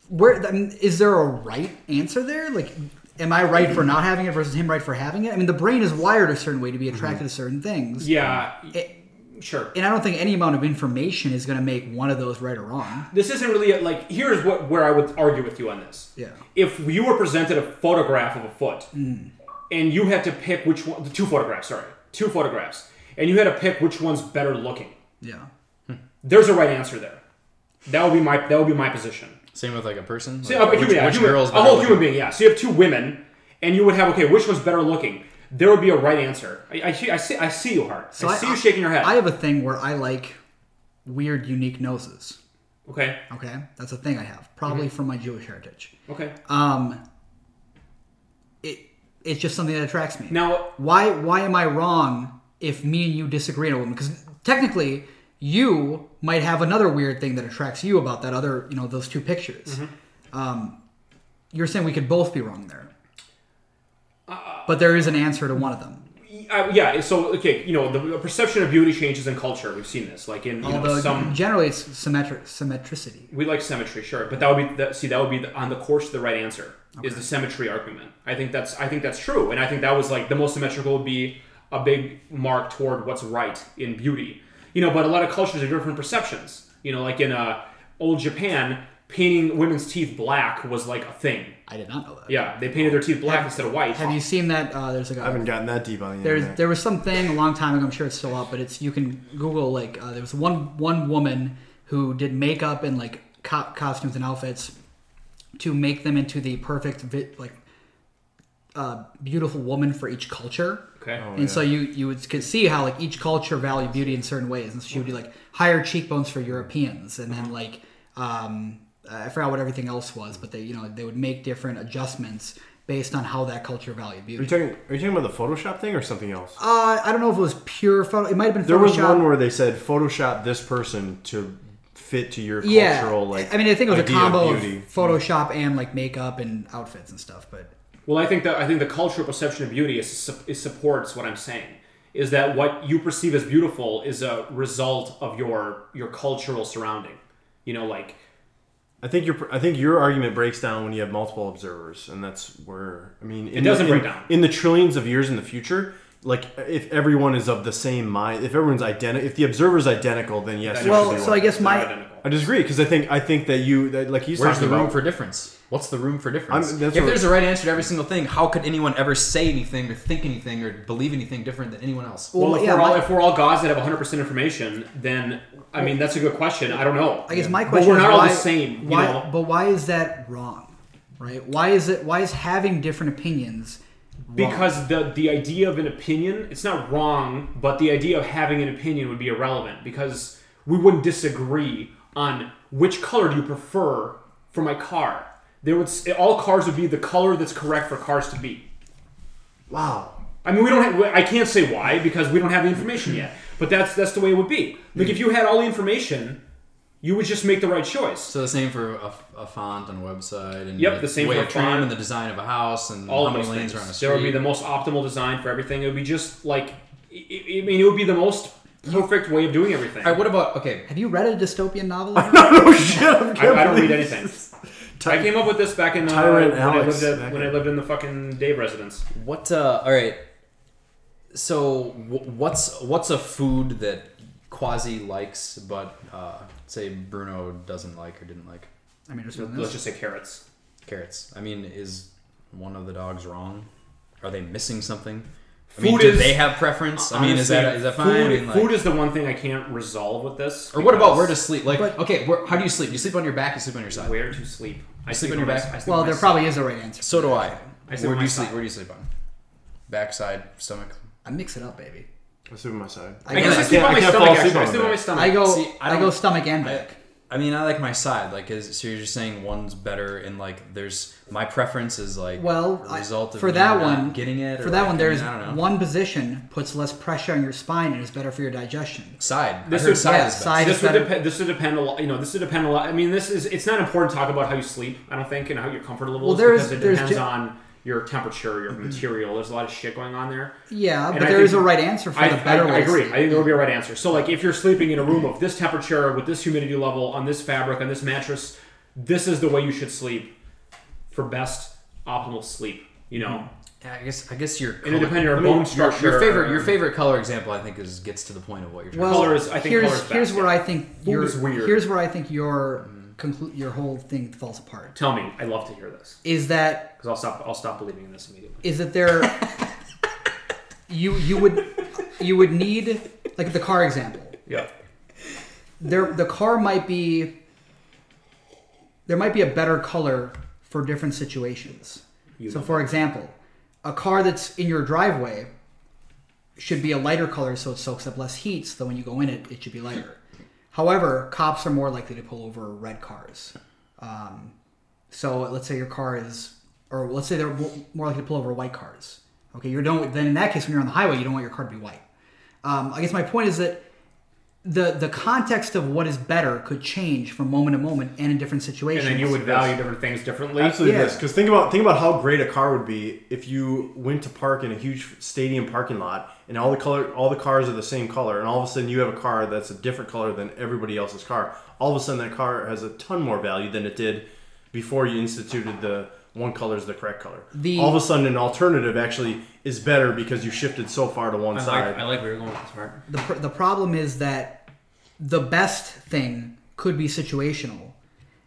C: where I mean, is there a right answer there? Like, am I right for not having it versus him right for having it? I mean, the brain is wired a certain way to be attracted to certain things.
A: Mm-hmm. Yeah,
C: It-
A: sure.
C: and I don't think any amount of information is going to make one of those right or wrong.
A: This isn't really a, like here's what where I would argue with you on this.
C: Yeah.
A: If you were presented a photograph of a foot, and you had to pick which one, two photographs, sorry, two photographs, and you had to pick which one's better looking,
C: Yeah.
A: there's a right answer there. That would be my that would be my position.
F: Same oh, with like a person.
A: So, a
F: Like,
A: human, yeah, a human-
F: girl's
A: a whole
F: better
A: human
F: looking?
A: being, yeah. So you have two women, and you would have okay, which one's better looking? There would be a right answer. I, I, see- I see I see you, Hart. I, see you shaking your head.
C: I have a thing where I like weird, unique noses.
A: okay,
C: Okay, that's a thing I have, probably
A: Mm-hmm.
C: from my Jewish heritage.
A: okay.
C: Um, it it's just something that attracts me.
A: Now,
C: why why am I wrong if me and you disagree on a woman? Because technically, you might have another weird thing that attracts you about that other, you know, those two pictures.
A: Mm-hmm.
C: Um, you're saying we could both be wrong there, but there is an answer to one of them.
A: Uh, yeah, so okay, you know the perception of beauty changes in culture. We've seen this, like in you know,
C: Although
A: some
C: generally it's symmetric symmetricity.
A: we like symmetry, sure, but that would be the, see that would be the, on the course of the right answer is the symmetry argument. I think that's I think that's true, and I think that was like the most symmetrical would be a big mark toward what's right in beauty. You know, but a lot of cultures have different perceptions. You know, like in uh, old Japan, painting women's teeth black was like a thing.
C: I did not know that.
A: Yeah, they painted their teeth black instead of white.
C: Have you seen that? Uh, there's a guy.
B: I haven't gotten that deep on the
C: There's
B: internet.
C: there was something a long time ago. I'm sure it's still up, but it's you can Google like uh, there was one one woman who did makeup and like cop costumes and outfits to make them into the perfect vi- like uh, beautiful woman for each culture.
A: okay.
C: and so you you would could see how like each culture valued beauty in certain ways, and so she would do like higher cheekbones for Europeans, and
A: Uh-huh.
C: then like um, I forgot what everything else was, but they you know they would make different adjustments based on how that culture valued beauty.
B: Are you talking? Are you talking about the Photoshop thing or something else?
C: Uh, I don't know if it was pure photo. It might have been Photoshop.
B: there was one where they said Photoshop this person to fit to your
C: yeah.
B: cultural like.
C: I mean, I think it was a
B: idea of
C: combo of,
B: beauty.
C: Photoshop and like makeup and outfits and stuff. But
A: Well, I think that I think the cultural perception of beauty is, is supports what I'm saying. Is that what you perceive as beautiful is a result of your your cultural surrounding? You know, like
B: I think your I think your argument breaks down when you have multiple observers, and that's where I mean it
A: doesn't
B: the,
A: break down.
B: in the trillions of years in the future. Like if everyone is of the same mind, if everyone's identical, if the observer's identical, then yes.
A: Then
B: there should
C: well,
B: be
C: so
B: one.
C: I guess
A: they're
C: my
A: identical.
B: I disagree because I think I think that you that, like he's
F: Where's the
B: talking
F: room
B: about
F: for difference? What's the room for difference?
B: I'm-
F: if
B: that's what-
F: there's a right answer to every single thing, how could anyone ever say anything or think anything or believe anything different than anyone else?
A: Well,
C: Well,
A: if,
C: yeah,
A: we're all,
C: my-
A: if we're all gods that have 100 percent information, then I mean that's a good question. I don't know.
C: I guess my
A: But
C: question
A: we're
C: is
A: not all
C: why,
A: the same, you
C: Why,
A: know?
C: But why is that wrong? Right? Why is it? Why is having different opinions? wrong?
A: because the the idea of an opinion it's not wrong, but the idea of having an opinion would be irrelevant because we wouldn't disagree on which color do you prefer for my car. There would s- all cars would be the color that's correct for cars to be.
B: Wow.
A: I mean, we don't. Have, I can't say why because we don't have the information yet. But that's that's the way it would be. Like if you had all the information, you would just make the right choice.
F: So the same for a, a font on a website, and
A: Yep, the same
F: way
A: for a
F: of trim
A: font.
F: and the design of a house, and
A: All
F: how
A: of
F: many
A: those
F: lanes
A: things.
F: are on a street.
A: there would be the most optimal design for everything. It would be just like, I- I I mean, it would be the most perfect way of doing everything.
F: All right, what about okay?
C: Have you read a dystopian novel?
B: Oh shit! I'm
A: I, I don't read anything. I came up with this back in uh,
B: Tyrant
A: when,
B: Alex
A: I lived
B: back
A: at, when
B: in-
A: I lived in the fucking Dave residence.
F: What? Uh, all right. So wh- what's what's a food that Quasi likes, but uh, say Bruno doesn't like or didn't like?
C: I mean, just doing
A: Let's just
C: this.
A: say carrots.
F: Carrots. I mean, is one of the dogs wrong? Are they missing something? I
A: Food
F: mean, do
A: is-
F: they have preference? I mean, is that
A: Honestly,
F: is that
A: food-
F: fine? I mean, like-
A: food is the one thing I can't resolve with this.
F: or what about
A: because
F: where to sleep? Like,
C: But-
F: okay, where, how do you sleep? Do you sleep on your back? You sleep on your side.
A: where to sleep? I
F: sleep on your
A: my-
F: back?
A: I sleep
C: Well,
A: on my
C: there probably is a right answer.
F: So do I.
A: I sleep on
F: where do
A: my
F: you sleep?
A: side.
F: Where do you sleep on? Backside, stomach.
C: I mix it up, baby.
B: I sleep on my side.
A: I guess I,
C: go-
A: sleep
B: can't-
A: on
B: I
A: my
B: can't
A: stomach.
B: fall
A: Actually,
B: asleep
A: I
B: on my
A: sleep on my
B: back.
A: stomach.
C: I go.
F: See, I
C: I, go
F: don't-
C: stomach and back.
F: I mean, I like my side. Like, is so you're just saying one's better, and like, there's my preference is like
C: Well,
F: a
C: I-
F: result of
C: for that
F: not
C: one-
F: getting it.
C: For
F: or,
C: that
F: like,
C: one,
F: I
C: there's
F: mean, I don't know.
C: one position puts less pressure on your spine and is better for your digestion.
F: side.
A: This
F: I heard
A: is-
F: side
C: yeah,
F: is best.
C: side- I
A: this
C: just
A: would
C: gotta-
A: depend. This would depend a lot. You know, this would depend a lot. I mean, this is. It's not important to talk about how you sleep. I don't think, and how you're comfortable
C: Well,
A: is
C: there
A: because
C: is-
A: it
C: there's
A: depends
C: gen-
A: on your temperature, your material. There's a lot of shit going on there.
C: Yeah,
A: And
C: but
A: I
C: there is
A: think-
C: a right answer for
A: I,
C: the
A: I,
C: better
A: I
C: way. to
A: agree. I
C: sleep.
A: think there would be a right answer. So, like, if you're sleeping in a room of this temperature with this humidity level on this fabric on this mattress, this is the way you should sleep for best optimal sleep. You
C: Hmm.
A: know,
F: Yeah, I guess I guess your
A: and it depends on your
F: I mean,
A: bone structure.
F: Your favorite your favorite color example, I think, is gets to the point of what you're.
C: Well,
A: Color is- I think
C: here's
A: color is best,
C: here's where
A: yeah.
C: I think your
A: is weird.
C: here's where I think your conclu- your whole thing falls apart.
A: Tell me, I love to hear this
C: Is that
A: because I'll stop. I'll stop believing in this immediately.
C: is that there? you you would you would need like the car example.
A: Yeah.
C: There the car might be there might be a better color for different situations. so, for example, a car that's in your driveway should be a lighter color so it soaks up less heat, so when you go in it, it should be lighter. However, cops are more likely to pull over red cars. Um, so, let's say your car is, or let's say they're mo- more likely to pull over white cars. Okay, you don't. Then in that case, when you're on the highway, you don't want your car to be white. Um, I guess my point is that the the context of what is better could change from moment to moment and in different situations.
A: and then you would value different things differently.
B: Absolutely,
C: Yeah.
B: yes. Because think about think about how great a car would be if you went to park in a huge stadium parking lot and all the color all the cars are the same color, and all of a sudden you have a car that's a different color than everybody else's car. All of a sudden, that car has a ton more value than it did before you instituted the one color is the correct color.
C: The-
B: all of a sudden, an alternative actually is better because you shifted so far to one
A: I
B: side.
A: like, I like where you're going with this, Mark.
C: the, pr- the problem is that the best thing could be situational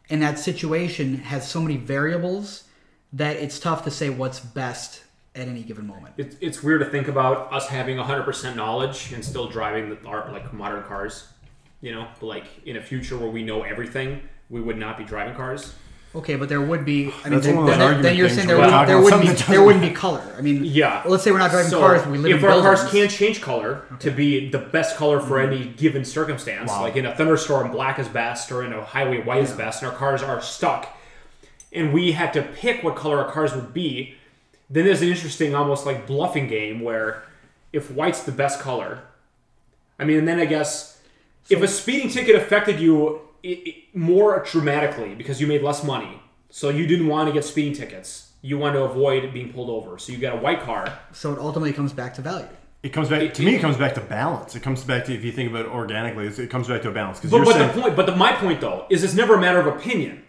C: and that situation has so many variables that it's tough to say what's best at any given moment
A: It's, it's weird to think about us having 100% knowledge and still driving the, our like modern cars. You know, but like in a future where we know everything, we would not be driving cars.
C: okay but there would be i mean
B: That's
C: then,
B: one of those
C: then-
B: argument
C: then you're
B: things
C: saying there,
B: where we're talking
C: would, there, wouldn't
B: about
C: be,
B: something that
C: there wouldn't be color i mean
A: Yeah.
C: let's say we're not driving
A: So,
C: cars we live
A: if
C: in
A: our cars
C: buildings. Mm-hmm.
A: can change color to be the best color for any given circumstance, like in a thunderstorm, black is best, or in a highway, white is best, and our cars are stuck, and we had to pick what color our cars would be, then there's an interesting, almost like bluffing game where if white's the best color, I mean, and then I guess if a speeding ticket affected you i i more dramatically because you made less money, so you didn't want to get speeding tickets. You want to avoid being pulled over, so you got a white car.
C: so it ultimately comes back to value
B: It comes back to me. It comes back to balance. It comes back to if you think about it organically, it's- it comes back to a balance. Because
A: But,
B: you're
A: but
B: saying
A: the point, but the, my point though is, it's never a matter of opinion.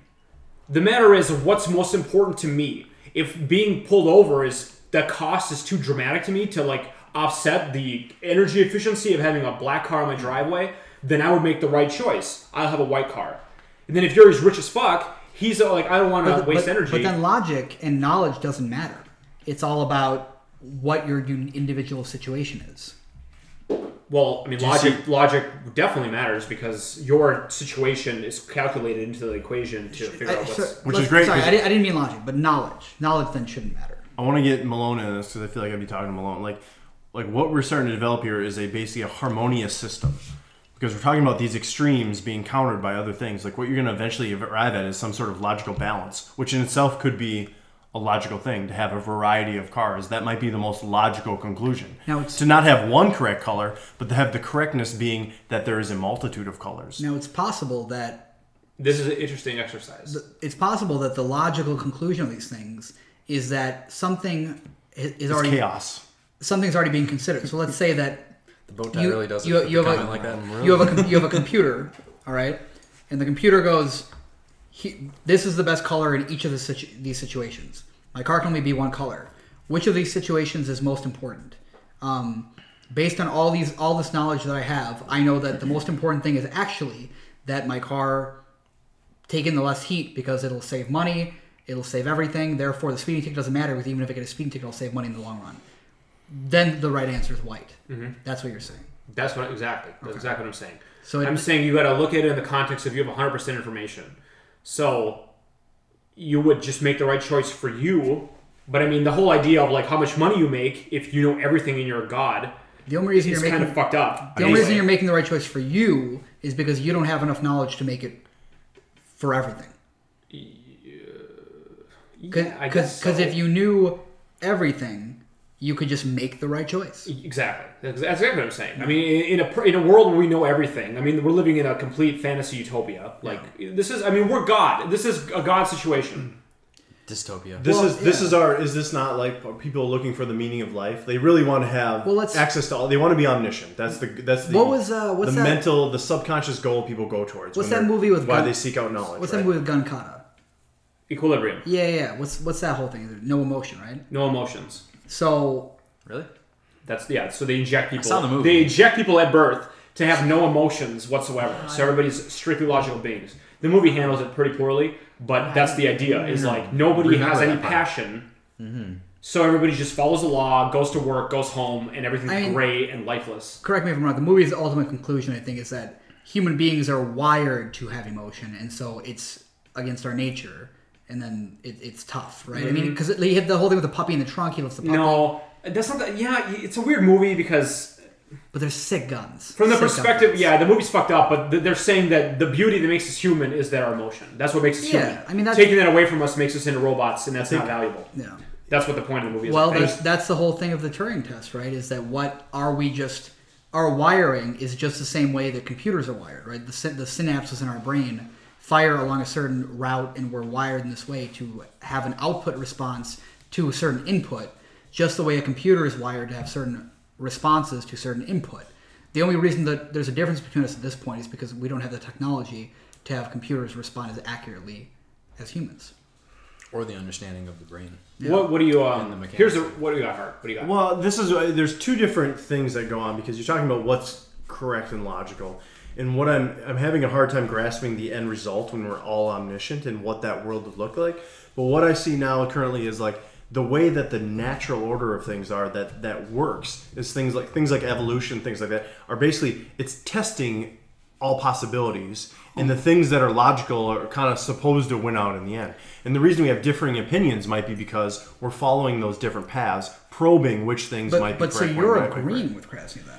A: The matter is what's most important to me. If being pulled over is the cost is too dramatic to me to like offset the energy efficiency of having a black car in my driveway, then I would make the right choice. I'll have a white car. And then if Yuri's rich as fuck, he's uh, like, I don't want to
C: But-
A: waste
C: but,
A: energy.
C: But then logic and knowledge doesn't matter. It's all about what your un- individual situation is.
A: Well, I mean, logic logic definitely matters because your situation is calculated into the equation to figure
C: I-
A: out what's.
C: so-
B: Which
C: let's-
B: is great,
C: Sorry,
B: 'cause-
C: I, di- I didn't mean logic, but knowledge. Knowledge then shouldn't matter.
B: I want to get Malone in this because I feel like I'd be talking to Malone. Like, like what we're starting to develop here is a basically a harmonious system. because we're talking about these extremes being countered by other things. Like what you're going to eventually arrive at is some sort of logical balance, which in itself could be a logical thing to have a variety of cars. That might be the most logical conclusion.
C: Now it's-
B: to not have one correct color, but to have the correctness being that there is a multitude of colors.
C: Now it's possible that
A: This is an interesting exercise.
C: it's possible that the logical conclusion of these things is that something is, is
B: It's
C: already
B: chaos.
C: something's already being considered. So let's say that
F: The boat tie
C: you
F: really doesn't
C: you,
F: fit
C: you
F: the
C: have a Mm,
F: comment like that.
C: you have a com- you have a computer, all right, and the computer goes, he, "This is the best color in each of the situ- these situations. My car can only be one color. Which of these situations is most important?" Um, based on all these all this knowledge that I have, I know that the most important thing is actually that my car take in the less heat because it'll save money, it'll save everything. Therefore, the speeding ticket doesn't matter. With even if I get a speeding ticket, I'll save money in the long run. Then the right answer is white.
F: Mm-hmm.
C: That's what you're saying.
A: That's what exactly. That's exactly what I'm saying.
C: So
A: So
C: it-
A: I'm saying you got to look at it in the context of you have 100 percent information. So you would just make the right choice for you. But I mean, the whole idea of like how much money you make if you know everything and you're a god
C: The only reason
A: is
C: you're
A: kind
C: making
A: of fucked up.
C: the only reason
A: Anyway.
C: you're making the right choice for you is because you don't have enough knowledge to make it for everything.
A: Yeah, I
C: Because
A: guess so.
C: if you knew everything, you could just make the right choice.
A: Exactly. That's that's exactly what I'm saying. I mean, in- in a per- in a world where we know everything. I mean, we're living in a complete fantasy utopia. Like this is. I mean, we're God. This is a God situation.
F: Dystopia.
B: This
C: Well,
B: is this
C: yeah.
B: is our is this not like people looking for the meaning of life? They really want to have
C: Well, let's-
B: access to all. They want to be omniscient. That's the that's the
C: What was, uh, what's
B: the
C: that-
B: mental the subconscious goal people go towards.
C: What's
B: when
C: that
B: they're-
C: movie with
B: why
C: gun-
B: they seek out knowledge?
C: What's
B: right?
C: that movie with Gun Kata?
A: Equilibrium.
C: Yeah, yeah, yeah. What's what's that whole thing? No emotion, right?
A: No emotions.
C: So
F: Really?
A: That's yeah. So they inject people.
F: saw the movie.
A: They inject people at birth to have no emotions whatsoever. So everybody's strictly logical beings. The movie handles it pretty poorly, but that's the
C: Mm-hmm.
A: idea. Is like nobody has any passion.
F: Mm-hmm.
A: So everybody just follows the law, goes to work, goes home, and everything's
C: I mean-
A: gray and lifeless.
C: correct me if I'm wrong. The movie's ultimate conclusion, I think, is that human beings are wired to have emotion, and so it's against our nature, and then it, it's tough, right? I mean, because he had the whole thing with the puppy in the trunk. He lets the puppy,
A: Mm-hmm. No, that's not. The, yeah, it's a weird movie because
C: but they're sick guns.
A: from the
C: Sick gun
A: perspective,
C: violence.
A: yeah, the movie's fucked up. But th- they're saying that the beauty that makes us human is that our emotion. That's what makes us
C: Yeah,
A: human.
C: I mean, that's-
A: taking that away from us makes us into robots, and that's not valuable.
C: yeah.
A: That's what the point of the movie is.
C: Well,
A: I think.
C: that's, that's the whole thing of the Turing test, right? Is that what are we just our wiring is just the same way that computers are wired, right? The syn- the synapses in our brain fire along a certain route, and we're wired in this way to have an output response to a certain input, just the way a computer is wired to have certain responses to certain input. The only reason that there's a difference between us at this point is because we don't have the technology to have computers respond as accurately as humans.
F: Or the understanding of the brain.
A: What What do you?
F: And
A: Um,
F: the
A: here's a,
F: mechanics.
A: what do you got, Hart? What do you got?
B: Well, this is uh, there's two different things that go on because you're talking about what's correct and logical, and what I'm I'm having a hard time grasping the end result when we're all omniscient and what that world would look like. But what I see now currently is like the way that the natural order of things are that that works is things like things like evolution, things like that are basically it's testing all possibilities and the things that are logical are kind of supposed to win out in the end and the reason we have differing opinions might be because we're following those different paths probing which things might be
C: But, but so
B: correct,
C: you're
B: might not be correct.
C: agreeing with Krasny then?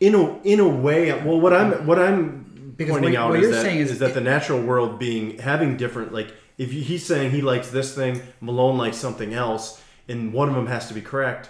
B: in a in a way well what i'm what i'm
C: Because
B: pointing
C: what-
B: out
C: what
B: is
C: you're
B: that,
C: saying is-
B: that the natural world being having different like if you, he's saying he likes this thing malone likes something else and one of them has to be correct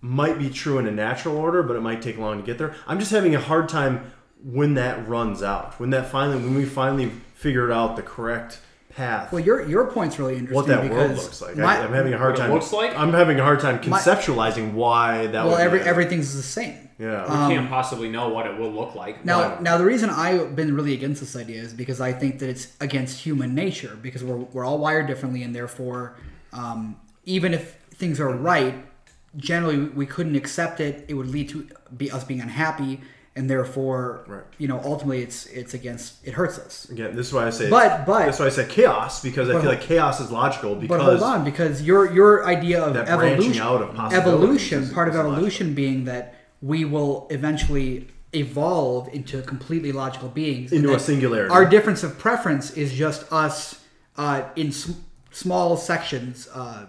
B: might be true in a natural order, but it might take long to get there. I'm just having a hard time when that runs out. When that finally, when we finally figured out the correct path,
C: Well, your your point's really interesting.
B: what that
C: because
B: world looks like.
C: my-
B: I, am having a hard
A: What it
B: time.
A: looks like?
B: I'm having a hard time conceptualizing why that.
C: well,
B: would
C: every um,
B: be
C: everything's the same.
B: yeah.
A: you can't possibly know what it will look like.
C: Now, now the reason I've been really against this idea is because I think that it's against human nature because we're we're all wired differently, and therefore, um, even if things are right, generally we couldn't accept it. It would lead to be us being unhappy, and therefore,
B: Right.
C: you know, ultimately, it's it's against it hurts us.
B: Again, this is why I say.
C: But- but-
B: that's why I say chaos because I feel
C: hold-
B: like chaos is logical
C: But
B: because
C: hold on, because your your idea of
B: that
C: evolution,
B: branching out of possibilities
C: evolution,
B: is-
C: part of
B: is logical.
C: evolution being that we will eventually evolve into completely logical beings.
B: Into
C: and
B: a
C: that
B: singularity.
C: Our difference of preference is just us uh, in sm- small sections, uh,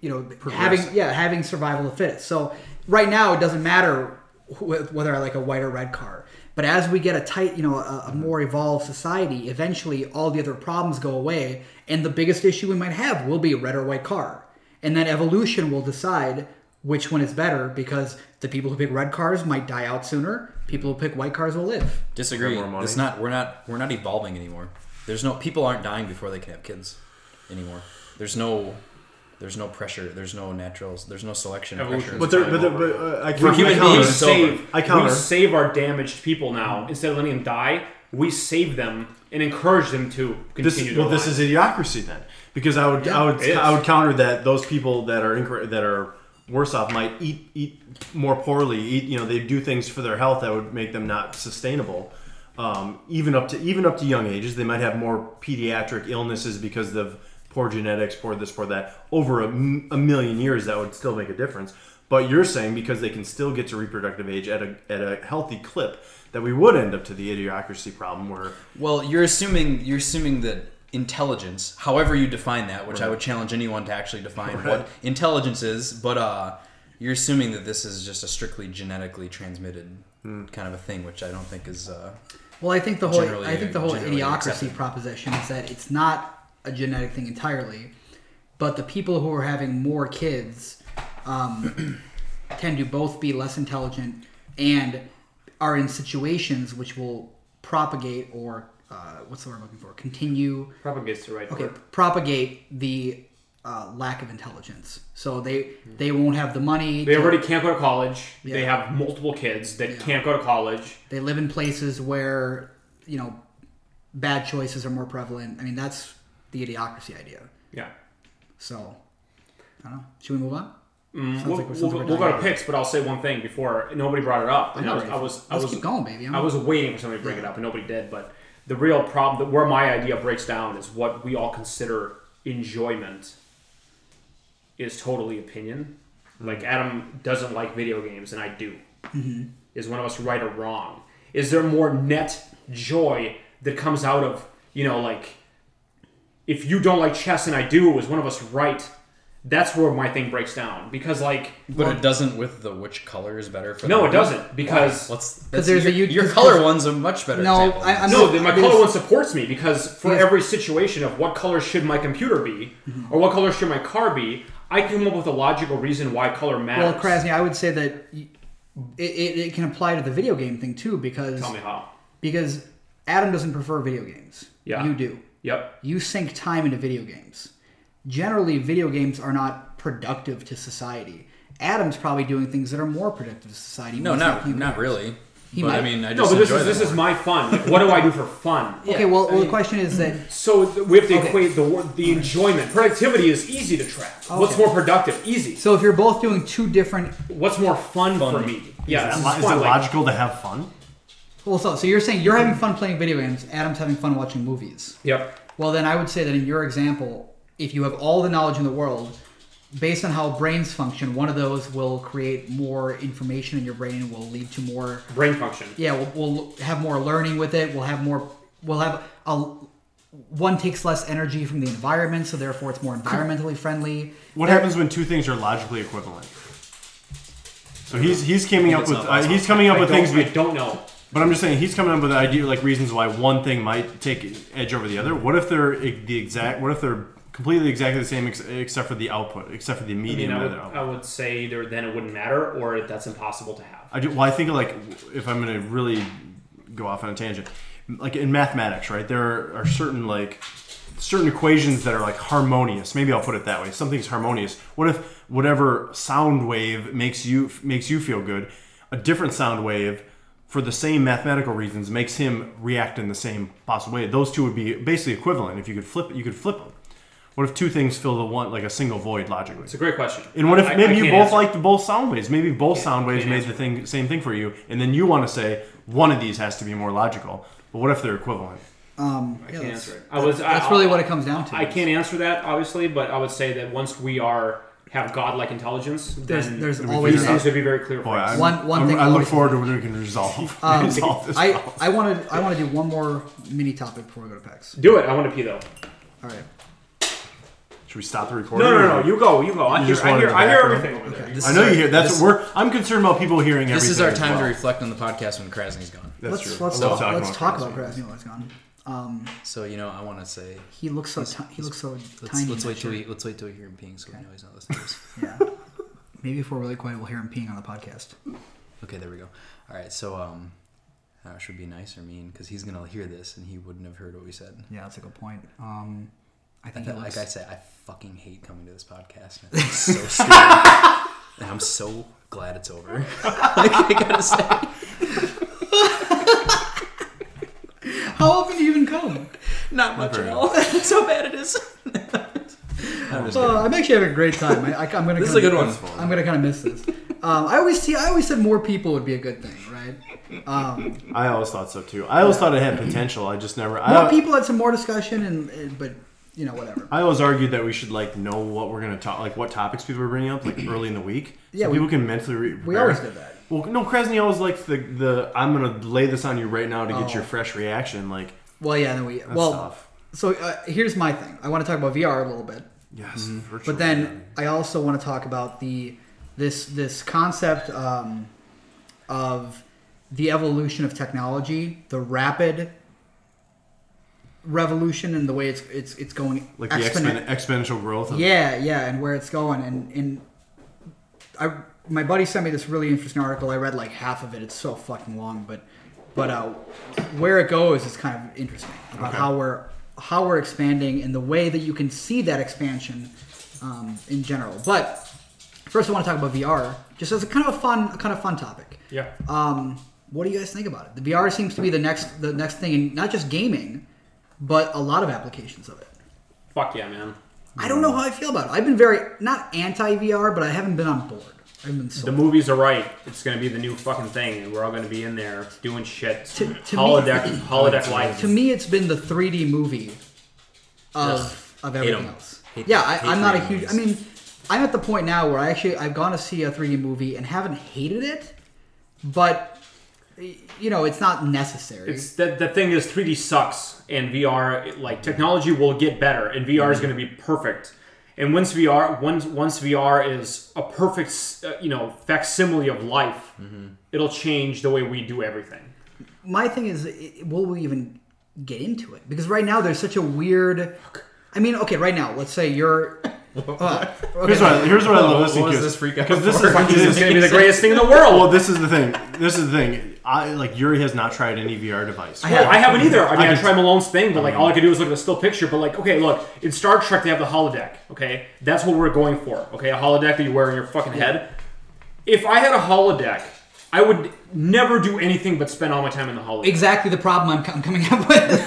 C: you know, having yeah, having survival of the fittest. So right now, it doesn't matter wh- whether I like a white or red car. But as we get a tight, you know, a, a more evolved society, eventually all the other problems go away, and the biggest issue we might have will be a red or white car. And then evolution will decide which one is better because the people who pick red cars might die out sooner. People who pick white cars will live.
F: Disagree.
B: Spend more money.
F: It's not. We're not. We're not evolving anymore. There's no. People aren't dying before they can have kids anymore. There's no. There's no pressure. There's no naturals. There's no selection.
A: Evolution.
F: Pressure.
B: But, they're, but, they're, but uh, I
A: For
B: can't
A: human
B: I counter.
A: beings,
F: it's
A: save,
B: I counter.
A: we save our damaged people now. Instead of letting them die, we save them and encourage them to continue
B: This,
A: to
B: well, this is idiocracy then, because I would I would
A: it is.
B: I would counter that those people that are incorrect, that are worse off might eat eat more poorly. Eat you know they do things for their health that would make them not sustainable. Um, even up to even up to young ages, they might have more pediatric illnesses because of poor genetics, poor this, poor that. Over a, m- a million years, that would still make a difference. But you're saying because they can still get to reproductive age at a at a healthy clip, that we would end up to the idiocracy problem where
F: Well, you're assuming you're assuming that intelligence, however you define that, which I would challenge anyone to actually define what intelligence is, but uh, you're assuming that this is just a strictly genetically transmitted
A: Hmm.
F: kind of a thing, which I don't think is. Uh,
C: Well, I think the whole
F: Generally-
C: I think the whole
F: generally
C: idiocracy
F: accepted.
C: proposition is that it's not a genetic thing entirely, but the people who are having more kids um, tend to both be less intelligent and are in situations which will propagate or uh, what's the word I'm looking for? Continue
A: propagates the right.
C: okay
A: word.
C: propagate the uh, lack of intelligence. So they
F: Hmm.
C: they won't have the money.
A: They
C: to-
A: already can't go to college. They
C: Yeah.
A: have multiple kids that can't go to college.
C: they live in places where you know bad choices are more prevalent i mean that's the idiocracy idea
A: Yeah.
C: so i don't know should we move on Sounds
A: Mm, We'll,
C: like we're-
A: we'll,
C: sounds like we're
A: we'll go to
C: dying.
A: picks, but I'll say one thing before nobody brought it up.
C: I'm
A: And I
C: not
A: was,
C: ready
A: I
C: for-
A: was, I
C: let's
A: was-
C: keep going baby I'm
A: I was waiting for somebody to bring it up, and nobody did. But the real problem, that where my idea breaks down, is what we all consider enjoyment is totally opinion. Like Adam doesn't like video games, and I do. Is one of us right or wrong? Is there more net joy that comes out of you know like if you don't like chess and I do, is one of us right? That's where my thing breaks down because like
F: but it doesn't with the which color is better for.
A: no,
F: them.
A: it doesn't because
F: Let's. Because
C: there's
F: there's
C: a
F: your,
C: huge-
F: your
C: 'cause-
F: color
C: 'cause-
F: one's a much better.
C: No,
F: example
C: I-
F: than
C: I'm
F: this.
A: No,
C: not-
A: then my
C: because-
A: color one supports me because for
C: Because-
A: every situation of what color should my computer be
C: Mm-hmm.
A: or what color should my car be, I come up with a logical reason why color
C: well
A: matters.
C: krasny i would say that y- it, it, it can apply to the video game thing too because
A: Tell me how.
C: because adam doesn't prefer video games
A: Yeah.
C: you do
A: Yep.
C: you sink time into video games. Generally, video games are not productive to society. Adam's probably doing things that are more productive to society.
F: No,
C: when he's
F: not
C: playing
F: not
C: video games.
F: really.
C: He
F: but I
C: might-
F: mean, I
A: No,
F: just
A: but this
F: enjoy
A: is this
F: them
A: is
F: more.
A: my fun. Like, what do I do for fun?
C: Okay, well, well the question is that
A: So th- we have to equate the wor- the enjoyment. Productivity is easy to track. What's
C: Okay.
A: more productive? Easy.
C: so if you're both doing two different,
A: What's more fun, for me? Yeah, this
B: is, it
A: is
B: lo- is it
A: fun, like-
B: logical to have fun?
C: well, so, so you're saying you're having fun playing video games, Adam's having fun watching movies.
A: Yep.
C: Well, then I would say that in your example, if you have all the knowledge in the world, based on how brains function, one of those will create more information in your brain and will lead to more
A: Brain function.
C: yeah we'll, we'll have more learning with it we'll have more we'll have a one takes less energy from the environment so therefore it's more environmentally friendly
B: What happens when two things are logically equivalent? So he's he's coming up
F: it's
B: with
F: not
B: uh,
F: possible.
B: he's coming up
A: I
B: with
A: don't,
B: things
A: I
B: we.
A: don't know.
B: But I'm just saying he's coming up with idea like reasons why one thing might take edge over the other. What if they're e- the exact? What if they're completely exactly the same ex- except for the output, except for the
A: I mean,
B: medium?
A: I
B: of
A: would,
B: the output?
A: I would say there then it wouldn't matter, or that's impossible to have.
B: I do. Well, I think like if I'm gonna really go off on a tangent, like in mathematics, right? There are certain like certain equations that are like harmonious. Maybe I'll put it that way. Something's harmonious. What if whatever sound wave makes you makes you feel good, a different sound wave for the same mathematical reasons makes him react in the same possible way. Those two would be basically equivalent. If you could flip, you could flip them. What if two things fill the one like a single void logically?
A: It's a great question.
B: And what if
A: I- I
B: maybe you
A: can't
B: both
A: answer.
B: liked both sound waves? Maybe both sound waves
A: can't
B: made
A: answer.
B: the thing same thing for you, and then you want to say one of these has to be more logical. But what if they're equivalent?
C: um yeah,
A: I can't
C: that's,
A: answer it. I was. I-
C: that's really what it comes down to
A: I can't answer that, obviously, but I would say that once we are have godlike intelligence,
C: there's
A: then
C: there's
B: we
C: always
B: figure
A: these
B: it out?
A: things would be very clear for
B: Boy,
A: us.
B: I'm,
C: One- one
B: I'm-
C: thing
B: I look
C: always-
B: forward to when we can resolve, resolve this.
C: um, I,
B: problem.
C: I wanted I want to do one more mini topic before we go to PAX.
A: Do it. I want to pee though.
C: All right.
B: Should Should we stop the recording?
A: No, no,
B: or-
A: no, You go. You go. I
B: You
A: hear.
B: just
A: I
B: wanted
A: hear.
B: the
A: I hear
B: background?
A: everything over there.
F: This
B: I
F: is
B: know
F: our-
B: you hear. That's
F: this-
B: we're. I'm concerned about people hearing everything.
F: This is our
B: as
F: time to
B: well.
F: reflect on the podcast when Krasny's gone.
B: That's
C: let's
B: true.
C: let's
B: I love
C: talk,
B: talking
C: let's
B: about
C: talk
B: Crosby.
C: about Krasny has gone. Um,
F: So you know, I want to say
C: he looks so ti- he looks so
F: let's,
C: tiny.
F: let's
C: in
F: wait
C: that
F: till
C: shirt.
F: we let's wait till we hear him peeing, so we know he's not listening. to us.
C: Yeah. Maybe if we're really quiet, we'll hear him peeing on the podcast.
F: Okay, there we go. All right, so um, uh, should be nice or mean because he's gonna hear this and he wouldn't have heard what we said.
C: Yeah, that's a good point. Um, I
F: I
C: think
F: felt-
C: he
F: like
C: looks.
F: I said, I fucking hate coming to this podcast. and I think It's so stupid, and I'm so glad it's over. like I gotta say,
C: How often do you even come?
F: not much at all. That's how bad it is. I'm just kidding.
C: Uh, I'm actually having a great time. I, I, am gonna.
F: This is
C: kinda-
F: a good one.
C: I'm gonna kind of miss this. Um, I always see. I always said more people would be a good thing, right? Um,
B: I always thought so too. I always thought it had potential. I just never.
C: more
B: I,
C: people had some more discussion, and, and but you know whatever.
B: I always argued that we should like know what we're gonna talk, like what topics people are bringing up, like early in the week.
C: Yeah,
B: so
C: we-
B: people can mentally. Re-
C: We
B: prepare.
C: always did that.
B: Well, no, Krasny always likes the the. I'm gonna lay this on you right now to get
C: Oh.
B: your fresh reaction. Like
C: Well, yeah. Then we.
B: that's
C: well,
B: tough.
C: so uh, here's my thing. I want to talk about VR a little bit.
B: Yes, virtual
C: Mm-hmm. But then
B: reality.
C: I also want to talk about the this this concept um, of the evolution of technology, the rapid revolution, and the way it's it's it's going
B: like the exponent- exponential growth. Of,
C: yeah, yeah, and where it's going, and and I my buddy sent me this really interesting article. I read like half of it. It's so fucking long, but but uh, where it goes is kind of interesting about how we're how we're expanding and the way that you can see that expansion um, in general. But first, I want to talk about VR, just as a kind of a fun kind of fun topic.
A: Yeah.
C: Um, what do you guys think about it? The VR seems to be the next the next thing, in not just gaming, but a lot of applications of it.
A: Fuck yeah, man.
C: I don't know how I feel about it. I've been very not anti VR, but I haven't been on board. I've been
A: The
C: sold.
A: movies are right. It's gonna be the new fucking thing, and we're all gonna be in there doing shit.
C: To- to me-
A: holodeck, holodeck life.
C: to me, it's been the 3D movie of of everything
F: 'em.
C: else.
F: Hate-
C: yeah, I,
F: hate
C: I'm not a
F: 3D
C: huge. I mean, I'm at the point now where I actually I've gone to see a 3D movie and haven't hated it, but y- you know, it's not necessary.
A: It's that the thing is 3D sucks and VR it- like technology will get better and VR is going to be perfect. And once VR once once VR is a perfect s- uh, you know facsimile of life, it'll change the way we do everything.
C: my thing is i will we even get into it because right now there's such a weird i mean okay right now let's say you're uh,
B: Here's what I, here's what I love
F: What
B: listening
F: was
B: to.
F: this freak out
B: Because this
F: for?
B: is
F: This
A: It's going to be the greatest thing in the
B: Well,
A: world.
B: this is the thing. This is the thing. I like Yuri has not tried any VR device.
A: I, I haven't either. I mean, I, Mm-hmm.
B: can-
A: tried Malone's thing, but like all I could do was look at a still picture. But like, okay, look in Star Trek they have the holodeck. Okay, that's what we're going for. Okay, a holodeck that you wear in your fucking head. If I had a holodeck, I would never do anything but spend all my time in the holodeck.
C: exactly the problem i'm, I'm coming up with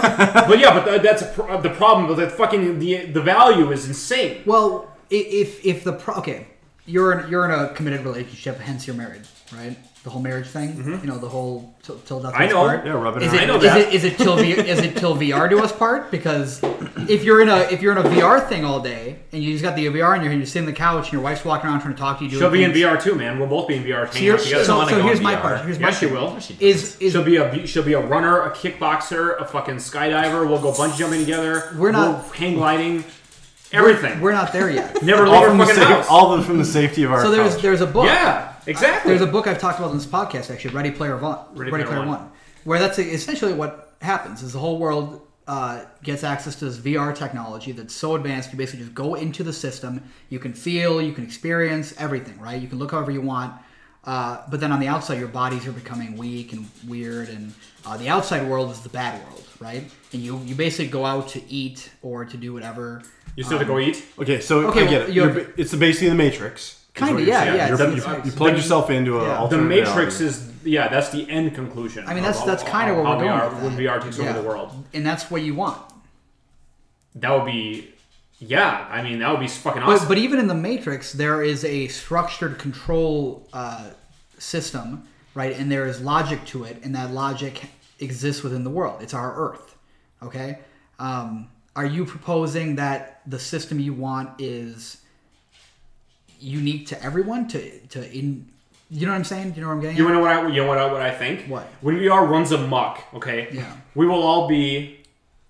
A: But yeah, but th- that's a pr- the problem. But that fucking the the value is insane.
C: well i- if if the pro- okay you're in, you're in a committed relationship hence you're married right the whole marriage thing you know the whole till, till death
A: Mm-hmm. I
C: us
A: know.
C: part.
B: Yeah, rub it
C: is
B: on.
C: it,
A: I know
C: is
A: that.
C: it is it till v, is it till VR to us part? Because if you're in a if you're in a VR thing all day and you just got the VR in your hand, you're sitting on the couch and your wife's walking around trying to talk to you. Doing
A: She'll be in
C: things-
A: VR too, man. We'll both be in VR hanging
C: Here-
A: out together.
C: so,
F: wanna
C: so
F: go
C: here's
F: in
C: my
F: VR.
C: question. Here's my
A: yes, she
C: question.
A: will.
C: Is is
A: She'll be a bu- she'll be a runner, a kickboxer, a fucking skydiver. We'll go bungee jumping together.
C: We're not-
A: we'll hang gliding. Everything.
C: we're not there yet.
A: never
B: all
A: leave
B: from
A: your
B: the
A: fucking
B: safe,
A: house.
B: all of it from the safety of our.
C: so there's
B: couch.
C: there's a book.
A: yeah, exactly.
C: There's a book I've talked about in this podcast actually, Ready Player One. Ready, Player, One. where that's essentially what happens is the whole world uh, gets access to this VR technology that's so advanced you basically just go into the system. You can feel, you can experience everything, right? You can look however you want. Uh, but then on the outside, your bodies are becoming weak and weird, and uh, the outside world is the bad world, right? And you, you basically go out to eat or to do whatever.
A: you still have to go eat.
B: okay. So
C: okay,
B: I get it.
C: you have-
B: You're, it's basically the Matrix. is
C: Kinda,
B: what you're
C: yeah,
B: saying.
C: yeah,
B: You're-
C: it's
B: you,
C: the Matrix.
B: you plug yourself into a
C: Yeah. The
A: The
B: alternate
A: Matrix
B: reality.
A: is yeah, that's the end conclusion.
C: I mean, that's
A: of-
C: that's kind of where
A: how
C: we're going.
A: VR
C: with
A: when
C: that.
A: VR takes
C: Yeah.
A: over the world.
C: and that's what you want.
A: That would be yeah. I mean, that would be fucking awesome.
C: But, but even in the Matrix, there is a structured control uh, system, right? And there is logic to it, and that logic exists within the world. It's our Earth, okay? Um, are you proposing that the system you want is unique to everyone? To to in, you know what I'm saying? Do you know what I'm getting?
A: You
C: at?
A: wanna know what I? You know what I, what I think?
C: What?
A: When VR runs amok, okay.
C: Yeah.
A: We will all be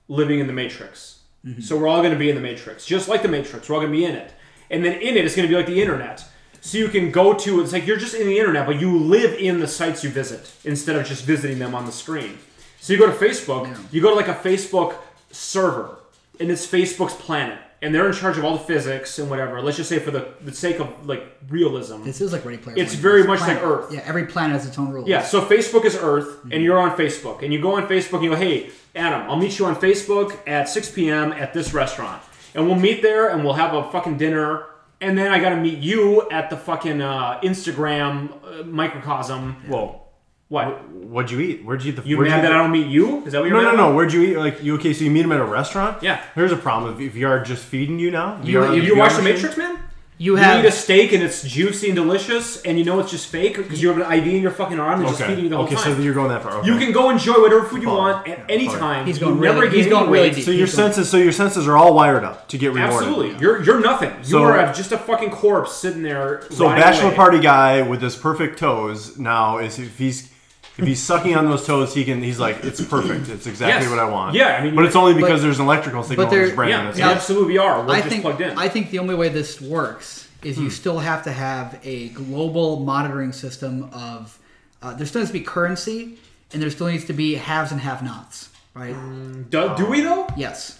A: living in the Matrix.
C: Mm-hmm.
A: So we're all going to be in the Matrix, just like the Matrix. We're all going to be in it, and then in it, it's going to be like the internet. So you can go to it's like you're just in the internet, but you live in the sites you visit instead of just visiting them on the screen. So you go to Facebook, you go to like a Facebook server, and it's Facebook's planet, and they're in charge of all the physics and whatever. Let's just say for the, the sake of like realism,
C: This is like Ready Player
A: It's
C: One.
A: very much
C: planet-
A: like Earth.
C: Yeah, every planet has its own rules.
A: yeah, so Facebook is Earth,
B: Mm-hmm.
A: and you're on Facebook, and you go on Facebook and you go, hey, Adam, I'll meet you on Facebook at 6 p.m. at this restaurant. And we'll meet there and we'll have a fucking dinner. And then I gotta meet you at the fucking uh, Instagram uh, microcosm.
B: Well,
A: What?
B: what'd you eat? Where'd you eat the?
A: You
B: where'd
A: mad
B: you-
A: that I don't meet you? Is that what you're
B: No, no,
A: mad
B: no.
A: about?
B: Where'd you eat? Like, you okay? So you meet him at a restaurant?
A: Yeah.
B: Here's a problem. If, if you are just feeding you now,
C: You-
B: VR
C: you-
A: You, you watch The
B: machine-
A: Matrix, man?
C: you
A: You
C: have
A: eat a steak and it's juicy and delicious, and you know it's just fake because you have an IV in your fucking arm and it's just feeding
B: Okay.
A: you the whole
B: okay.
A: time.
B: So you're going that far. Okay.
A: you can go enjoy whatever food you
B: Fine.
A: want at
B: Yeah,
A: any
B: fine.
A: time.
C: He's
A: You
C: going
A: never
C: really-
A: gain
C: he's going
A: any
C: really
A: weight.
C: deep.
B: So your senses. So your senses are all wired up to get rewarded.
A: Absolutely, you're you're nothing. You
B: So-
A: are a, just a fucking corpse sitting there.
B: So
A: rotting
B: bachelor
A: away.
B: party guy with his perfect toes now is if he's if he's sucking on those toes, he can. He's like, it's perfect. It's exactly
A: Yes.
B: what I want.
A: Yeah, I mean,
B: but it's only because
C: But-
B: there's an electrical signal in
C: there-
B: his brain.
A: Yeah,
B: that's
A: we absolutely are. We're
C: I
A: just
C: think
A: plugged in.
C: I think the only way this works is
B: Hmm.
C: you still have to have a global monitoring system of uh, there still needs to be currency and there still needs to be haves and have-nots, right?
B: Hmm.
A: do, do we though?
C: Yes.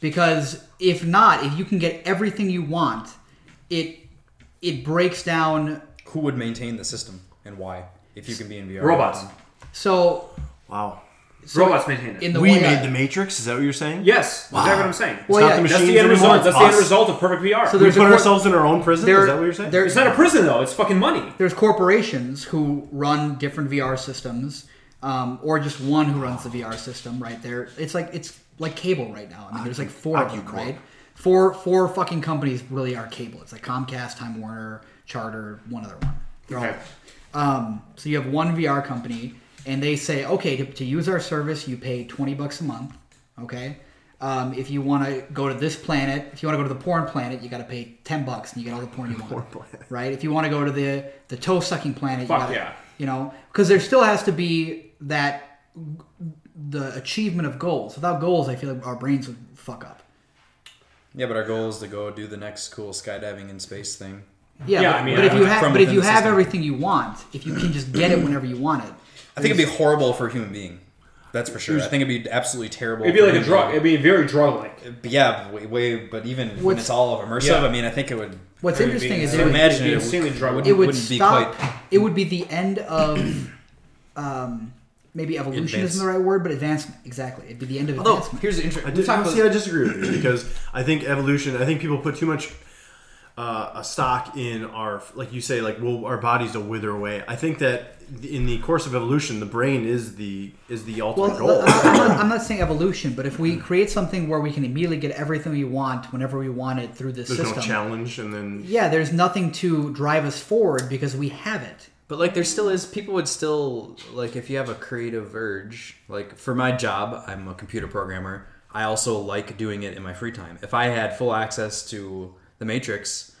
C: Because if not, if you can get everything you want, it it breaks down
F: Who would maintain the system and why? If you can be in VR,
A: Robots.
C: so
B: Wow.
C: So
A: Robots maintain it.
C: in the
B: we
C: way
B: made
C: I-
B: the Matrix. Is that what you're saying?
A: yes, that's exactly what I'm saying.
C: Well,
B: not
C: Oh,
B: the
C: yeah,
A: that's
B: machines
A: the end
B: anymore,
A: result.
B: it's
A: That's the end
B: us.
A: result of perfect VR.
C: So
B: We
C: there's
B: put
C: a cor-
B: ourselves in our own prison.
C: there-
B: Is that what you're saying?
C: there-
A: it's not a prison though. It's fucking money.
C: there's corporations who run different VR systems, um, or just one who runs the VR system right there. It's like it's like cable right now. I mean, there's like four of them, right? Four four fucking companies really are cable. It's like Comcast, Time Warner, Charter, one other one. They're all-
A: Okay.
C: Um, so you have one VR company, and they say, okay, to, to use our service, you pay twenty bucks a month. Okay. Um, if you want to go to this planet, if you want to go to the porn planet, you got to pay ten bucks, and you get all the porn you want. Right. If you want to go to the the toe sucking planet,
A: Fuck
C: you gotta,
A: yeah.
C: You know, because there still has to be that the achievement of goals. Without goals, I feel like our brains would fuck up.
F: Yeah, but our goal is to go do the next cool skydiving in space thing.
C: Yeah,
A: Yeah,
C: but,
A: I mean,
C: but if
A: yeah.
C: you have
F: From
C: but if
F: within
C: you
F: the
C: have
F: system.
C: everything you want, if you can just get it whenever you want it,
F: I think it'd be horrible for a human being. That's for sure. I think it'd be absolutely terrible.
A: It'd be
F: for
A: like a
F: human
A: drug.
F: being.
A: It'd be very drug like.
F: But yeah, way, way. But even when
C: What's-
F: it's all immersive,
A: Yeah.
F: I mean, I think it would.
C: What's
F: I would
C: interesting
F: be-
C: is
F: I
C: it would-
F: imagine
A: it'd be
F: it
A: insanely drug-
F: wouldn't-
C: it would
F: wouldn't
C: stop.
F: Be quite,
C: It would be the end of, um, maybe evolution
F: Advance.
C: isn't the right word, but advancement. Exactly, it'd be the end of
F: although
C: advancement.
F: Oh, here's the interesting.
B: I
F: We
B: did,
F: talked about
B: see, I disagree with you because I think evolution. I think people put too much uh, a stock in our, like you say, like well, our bodies will wither away. I think that in the course of evolution, the brain is the is the
C: Well,
B: ultimate
C: I'm
B: goal.
C: not, I'm not- I'm not saying evolution, but if we create something where we can immediately get everything we want whenever we want it through this
B: There's
C: system,
B: no challenge, and then
C: yeah, there's nothing to drive us forward because we have it.
F: But like, there still is. People would still like if you have a creative urge. Like for my job, I'm a computer programmer. I also like doing it in my free time. If I had full access to the Matrix,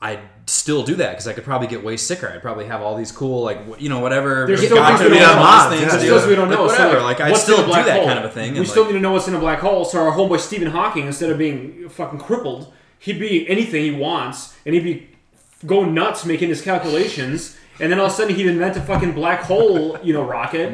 F: I'd still do that because I could probably get way sicker. I'd probably have all these cool, like wh- you know, whatever.
A: There's
F: gadgets
A: still things we don't
F: and
A: know.
F: all
B: Mods,
F: these
B: yeah.
A: There's
F: things to
A: still
F: do.
A: things we don't
F: Like,
A: know. so,
F: Whatever. Like, I'd
A: what's in
F: still
A: a
F: do
A: black
F: that
A: hole?
F: kind of a thing.
A: We
F: and,
A: still
F: like-
A: need to know what's in a black hole. So our homeboy Stephen Hawking, instead of being fucking crippled, he'd be anything he wants, and he'd be go nuts making his calculations. And then all of a sudden, he'd invent a fucking black hole, you know, rocket.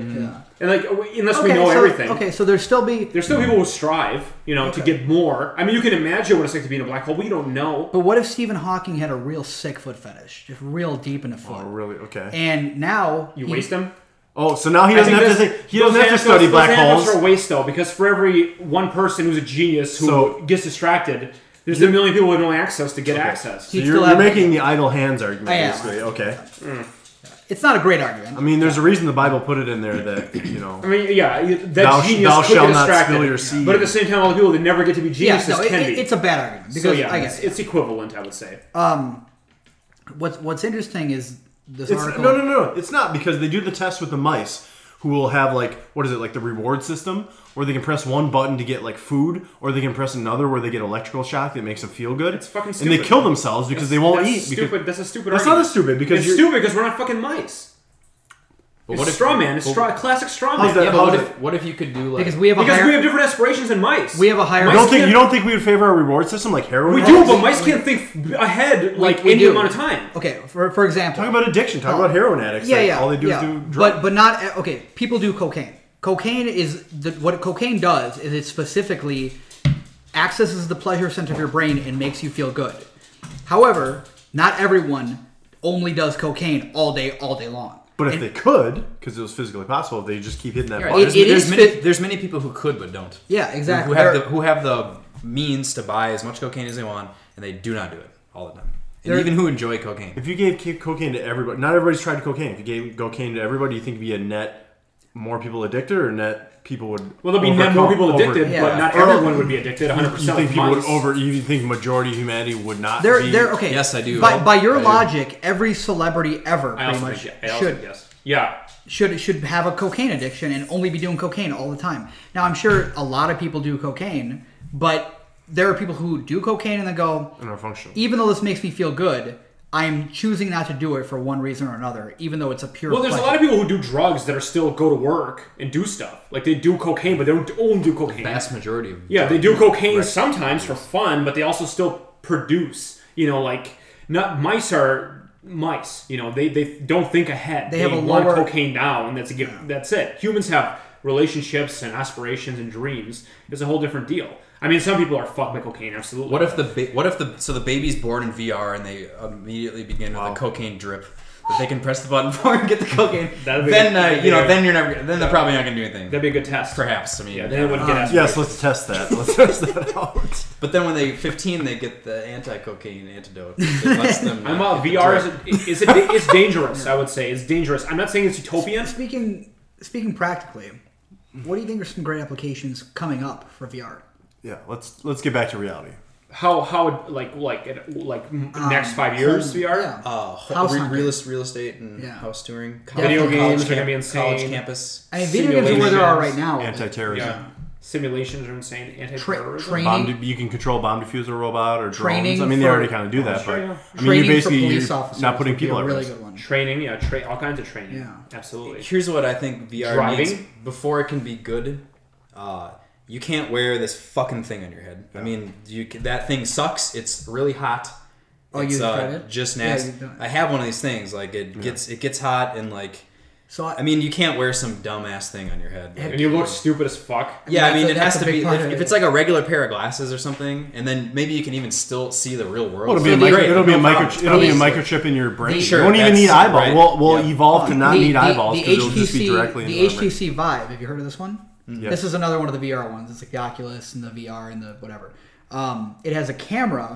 A: And like, unless we know
C: so,
A: everything,
C: Okay, so there's still be,
A: There's still people who strive, you know, to get more. I mean, you can imagine what it's like to be in a black hole. We don't know.
C: but what if Stephen Hawking had a real sick foot fetish, just real deep in the foot,
B: oh, really okay.
C: and now
A: You
C: he-
A: waste them.
B: Oh, so now he doesn't have to
A: this-
B: think. He doesn't
A: those
B: have to
A: handcuffs-
B: study
A: those
B: black
A: handcuffs
B: holes.
A: are a waste though, because for every one person who's a genius who
B: So-
A: gets distracted, there's a million people with no access to get access.
B: So
C: He'd
B: you're,
C: still
B: you're
C: have-
B: making the idle hands argument,
C: I am.
B: basically. Okay.
C: It's not a great argument.
B: I mean, there's a reason the Bible put it in there that you know.
A: I mean, yeah, you- that
B: Thou-
A: genius
B: thou
A: could
B: shall
A: get
B: not
A: distracted,
B: spill your seed.
A: but at the same time, all the people that never get to be
C: yeah,
A: geniuses
C: no, it,
A: can
C: it-
A: be.
C: it's a bad argument
A: so
C: because
A: yeah,
C: I
A: it's,
C: guess
A: it's equivalent, I would say.
B: Uh,
C: Um, what's what's interesting is this
B: It's,
C: article.
B: no, no, no. It's not because they do the test with the mice who will have like what is it like the reward system where they can press one button to get like food or they can press another where they get electrical shock that makes them feel good.
A: It's fucking
B: And
A: stupid.
B: they kill themselves because they won't
A: that's
B: eat. because-
A: Stupid. that's a stupid.
B: That's not
A: argument.
B: a stupid because
A: it's
B: you're-
A: stupid because we're not fucking mice.
F: But
A: It's
F: what if
A: straw man. It's
F: but-
A: straw, classic straw man.
B: How's that?
F: Yeah, but
B: how's
F: what
B: that-
F: if what if you could do like
C: because we have a
A: Because
C: higher,
A: we have different aspirations than mice.
C: we have a higher.
A: I
B: you don't think
A: can't-
B: you don't think we would favor our reward system like heroin?
A: We do, but mice can't think ahead like
C: we
A: any
C: do.
A: amount of time.
C: okay, for for example,
B: Talk about addiction. Talk about heroin addicts.
C: yeah,
B: like,
C: yeah,
B: All they do
C: yeah.
B: is do drugs.
C: But but not okay. People do cocaine. Cocaine is the, what cocaine does is it specifically accesses the pleasure center of your brain and makes you feel good. However, not everyone only does cocaine all day all day long.
B: But if they could, because it was physically possible, they just keep hitting that
C: Right.
F: Well,
B: button.
C: It- it
F: there's, there's
C: is
F: many,
C: fit-
F: there's many people who could but don't.
C: Yeah, exactly.
F: Who have the
C: There-
F: who have the means to buy as much cocaine as they want, and they do not do it all the time. And
C: There-
F: even who enjoy cocaine.
B: If you gave co- cocaine to everybody, not everybody's tried cocaine. If you gave cocaine to everybody, you think it'd be a net more people addicted, or net people would?
A: Well, there'll be
B: overcome-
A: net more people
B: over-
A: addicted,
C: Yeah.
A: but not
B: Or-
A: everyone would be addicted. 100.
B: You
A: percent
B: think people would over? You think majority of humanity would not?
C: They're,
B: be,
C: they're okay.
F: Yes, I do.
C: By, by your
F: I do.
C: logic, every celebrity ever
A: I
C: pretty
A: also
C: much
A: think, I also
C: should
A: think yes. Yeah.
C: should should have a cocaine addiction and only be doing cocaine all the time. Now I'm sure a lot of people do cocaine, but there are people who do cocaine and then go,
B: and are functional.
C: even though this makes me feel good, I'm choosing not to do it for one reason or another, even though it's a pure.
A: Well, there's a lot of people who do drugs that are still go to work and do stuff. Like they do cocaine, but they don't only do cocaine.
F: Vast majority of
A: Yeah, they do cocaine sometimes for fun, but they also still produce. You know, like not mice are mice. You know, they, they don't think ahead.
C: They have a
A: want
C: lower-
A: cocaine down. That's a give, That's it. Humans have relationships and aspirations and dreams. It's a whole different deal. I mean, some people are fucked by cocaine. Absolutely.
F: What if the ba- what if the so the baby's born in VR and they immediately begin with a cocaine drip that they can press the button for and get the cocaine?
A: That'd be-
F: then
A: that'd
F: uh,
A: be
F: you know
A: good.
F: then you're never then they're probably not gonna do anything.
A: That'd be a good test.
F: Perhaps I mean
A: Yeah, then it
C: Um,
A: wouldn't get aspirations.
B: Yes, let's test that. Let's test that out.
F: But then when they 15, they get the anti-cocaine antidote. It lets them,
A: I'm
F: uh,
A: all
F: get the
A: VR
F: drug.
A: is, is it, it's dangerous. I would say it's dangerous. I'm not saying it's utopian.
C: speaking speaking practically. What do you think are some great applications coming up for VR?
B: Yeah, let's let's get back to reality.
A: How how like like at- like m next five years VR.
C: Um, Yeah.
F: uh, ho-
C: House
F: re-
C: hunting.
F: real, real estate and
C: Yeah.
F: house touring.
C: Video
F: college
A: games are gonna
F: camp-
A: be insane.
F: College campus.
C: I mean, video games are where they are right now.
B: Anti-terrorism.
A: Yeah. Simulations are insane.
C: Tra-
A: Anti-terrorism.
C: training,
B: Bomb de- you can control bomb diffuser robot or drones.
C: Training
B: I mean, they
C: for-
B: already kind of do that,
A: sure,
B: but
A: yeah.
B: I mean,
C: training
B: you basically
C: for police
B: you're
C: officers.
B: not putting
C: would be
B: people
C: a
B: at
C: really
B: risk.
C: good one.
A: training, yeah, tra- all kinds of training.
C: Yeah.
A: absolutely.
F: Here's what I think VR
A: Driving?
F: needs before it can be good. Uh, you can't wear this fucking thing on your head. I mean, you c- that thing sucks. It's really hot.
C: Oh,
F: it's
C: you've
F: uh,
C: tried it?
F: just
C: Yeah,
F: nasty.
C: you've done it.
F: I have one of these things. Like it gets it gets hot and like
C: So I,
F: I mean, you can't wear some dumbass thing on your head. Like,
A: And you look stupid as fuck.
F: Yeah, I
C: That's a-
F: mean, it has
C: that's
F: to
C: a
F: be
C: big part
F: if,
C: of
F: if
C: it.
F: it's like a regular pair of glasses or something, and then maybe you can even still see the real world.
B: Well, it'll be a
F: That'd
B: micro,
F: great.
B: it'll be a
F: No
B: micro,
F: problem.
B: it'll be a
C: These-
B: microchip in your brain.
C: Sure,
B: you won't even
F: that's
B: need eyeball.
F: right.
B: We'll, we'll
F: Yeah.
B: evolve to not
C: the,
B: need
C: the-
B: eyeballs
C: the
B: because it'll just be
C: HTC
B: directly in
C: the
B: the brain.
C: HTC Vive. Have you heard of this one?
B: Mm. Yes.
C: This is another one of the VR ones. It's like the Oculus and the VR and the whatever. Um, it has a camera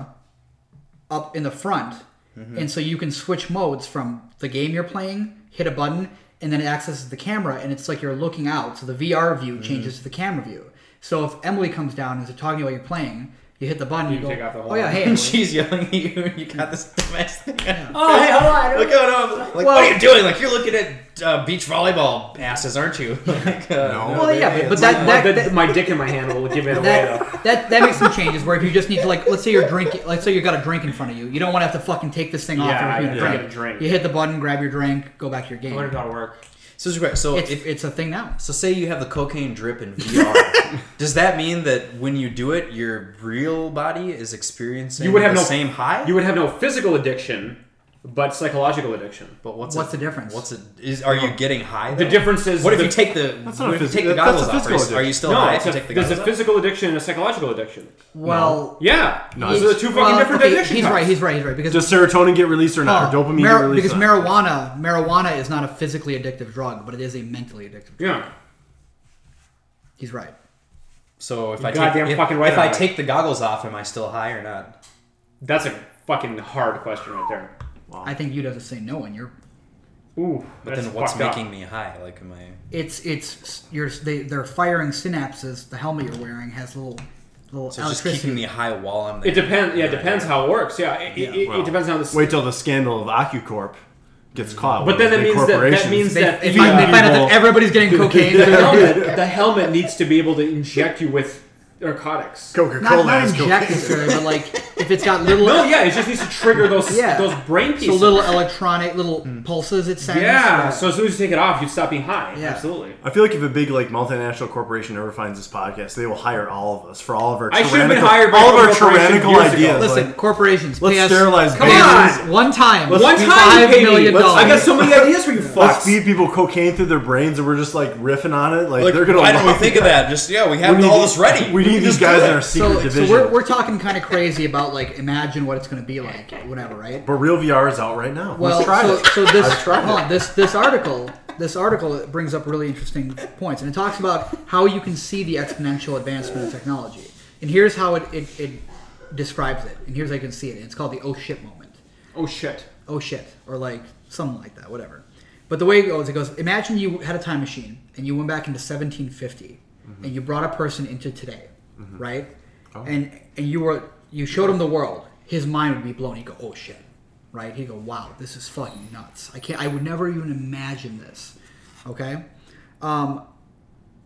C: up in the front,
B: Mm-hmm.
C: and so you can switch modes from the game you're playing, hit a button, and then it accesses the camera, and it's like you're looking out. So the VR view
B: Mm-hmm.
C: changes to the camera view. So if Emily comes down and is talking about you're playing, you hit the button, you,
A: can
C: go,
A: take off the whole
C: oh yeah,
A: thing."
C: hey, Emily."
F: She's yelling at you, and you got this dumbass thing.
C: oh hey, hold on.
F: Look out! Like, what are you doing? Like, you're looking at uh, beach volleyball asses, aren't you? Like, uh, no.
C: Well, yeah, but,
A: Like,
C: but that, that,
A: the-
C: that
A: my dick in my hand will give it away. though.
C: that, that that makes some changes where if you just need to like let's say you're drinking let's say you got a drink in front of you you don't want to have to fucking take this thing off
A: Yeah,
C: and
A: I-
C: refuse
A: yeah.
C: to
A: Get a drink.
C: you hit the button grab your drink go back to your
A: I wonder if
C: game
A: that'll work.
F: So, it's great. so
C: it's,
F: if
C: it's a thing now
F: so, say you have the cocaine drip in VR. does that mean that when you do it, your real body is experiencing
A: You would have
F: the
A: no-
F: same high?
A: You would have no physical addiction, but psychological addiction.
F: but what's
C: What's
F: a-
C: the difference?
F: What's it? Is are you getting high?
A: The
F: though?
A: difference is
F: What if
A: the-
F: you take the
B: That's not
F: what
B: a
F: if you
B: phys-
F: take the
B: that's a
F: goggles off?
B: physical
F: Are you- Are you
B: addiction.
F: still
A: No,
F: high
A: it's
F: if
A: a,
F: you take the
A: there's
F: goggles
A: a
F: off?
A: physical addiction and a psychological addiction.
C: well
A: Yeah,
B: No,
A: those are the two fucking
C: well,
A: different
C: okay,
A: addictions.
C: he's right he's right he's right because
B: Does serotonin get released or
C: uh,
B: not? or dopamine
C: mar-
B: get released?
C: because
B: or not?
C: marijuana marijuana is not a physically addictive drug but it is a mentally addictive drug.
A: Yeah,
C: he's right
F: So if I
A: goddamn
F: take, if,
A: fucking right
F: if
A: on
F: I
A: it.
F: take the goggles off, am I still high or not?
A: that's a fucking hard question right there.
C: I think you'd have to say no and you're
A: Ooh,
F: But then what's making me high? Like am I?
C: it's it's you're they, they're firing synapses the helmet you're wearing has little little
F: So it's just
C: electricity.
F: keeping me high while I'm there.
A: It depends. Yeah, it depends how it works. Yeah, it, it- it,
B: well,
A: it depends on the.
B: Wait till the scandal of AccuCorp gets caught.
A: but
B: with
A: then
B: the
A: that means that that
B: corporations.
A: means
C: They,
A: that
C: if
A: the,
C: I-
A: uh,
C: they find out that everybody's getting cocaine,
A: the helmet, the helmet needs to be able to inject you with narcotics.
B: Coca
C: Not,
B: Cola
C: not
B: has
C: inject
B: cocaine.
C: necessarily, but like if it's got little
A: No, yeah, it just needs to trigger those
C: Yeah.
A: those brain
C: so
A: pieces.
C: little electronic little
B: Mm.
C: pulses it sends.
A: yeah, so as soon as you take it off, you would stop being high.
C: Yeah.
A: Absolutely.
B: I feel like if a big like multinational corporation ever finds this podcast, they will hire all of us for all of our
A: I
B: tyrannical,
A: should've been hired by
B: all of our
A: corporation
B: tyrannical
A: years ago.
B: ideas.
C: Listen,
B: like,
C: corporations
B: let's
C: pay us
B: sterilize
C: come
B: babies.
C: on, one time.
A: One time
C: five
A: you pay
C: million
A: me.
C: dollars.
A: I got so many ideas for you
B: let's
A: fucks.
B: feed people cocaine through their brains, and we're just like riffing on it. Like,
H: Like,
B: they're gonna.
H: why didn't we
B: love
H: think
B: it.
H: of that? Just yeah, we
B: We
H: have
B: need
H: all
B: these-
H: this ready.
B: We need these
H: Just do
B: guys in
H: it.
B: our secret
C: so, so
B: division.
C: we're, we're talking kind of crazy about like imagine what it's going to be like, whatever, right?
B: but real VR is out right now.
C: Well,
B: let's try
C: so,
B: it.
C: so this
B: I've tried
C: hold
B: it.
C: on, this this article this article brings up really interesting points, and it talks about how you can see the exponential advancement of technology. And here's how it, it, it describes it. And here's how you can see it. It's called the oh shit moment.
A: Oh shit.
C: oh shit, or like something like that, whatever. But the way it goes, it goes, imagine you had a time machine and you went back into 1750 and you brought a person into today, right? And and you were you showed him the world, his mind would be blown. He'd go, oh shit, right? He'd go, wow, this is fucking nuts. I can't, I would never even imagine this, okay? Um,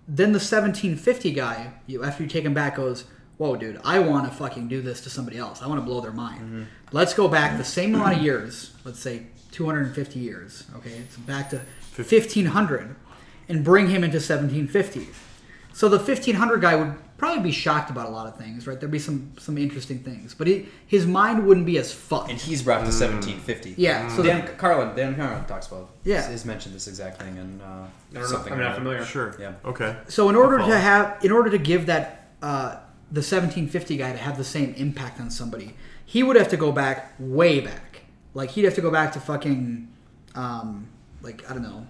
C: then the 1750 guy, you, after you take him back, goes, Whoa, dude, I want to fucking do this to somebody else. I want to blow their mind. Let's go back the same amount of years, let's say 250 years, okay? It's back to 1500 and bring him into 1750. So the 1500 guy would probably be shocked about a lot of things, right? There'd be some some interesting things, but he, his mind wouldn't be as fucked.
F: and he's
B: Hmm.
F: brought to 1750.
C: Yeah, so
F: Dan Carlin, Dan Carlin talks about.
C: Yeah.
F: has mentioned this exact thing and uh,
A: I don't know.
F: something.
A: I'm not familiar.
B: Sure.
F: Yeah.
B: Okay.
C: So in order to
B: follow.
C: have, in order to give that uh, the 1750 guy to have the same impact on somebody, he would have to go back way back. Like he'd have to go back to fucking, um, like I don't know,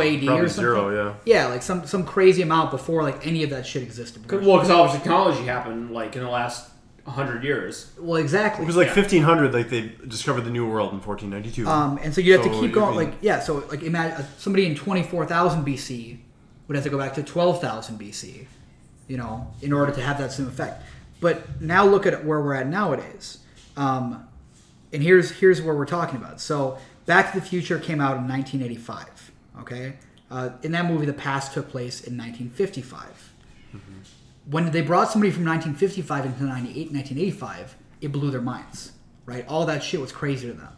B: Zero.
C: AD or
B: Probably
C: something.
B: zero, yeah.
C: Yeah, like some some crazy amount before like any of that shit existed.
A: Well, because all of technology happened like in the last hundred years.
C: Well, exactly.
B: It was like 1500. Like they discovered the new world in 1492.
C: Um, and so you have
B: So
C: to keep
B: you
C: going.
B: mean-
C: Like yeah, so like imagine somebody in twenty four thousand BC would have to go back to twelve thousand BC, you know, in order to have that same effect. But now look at where we're at nowadays. Um, and here's here's what we're talking about. So Back to the Future came out in 1985. Okay, uh, in that movie, the past took place in 1955.
B: Mm-hmm.
C: When they brought somebody from 1955 into 98, 1985, it blew their minds. Right, all that shit was crazy to them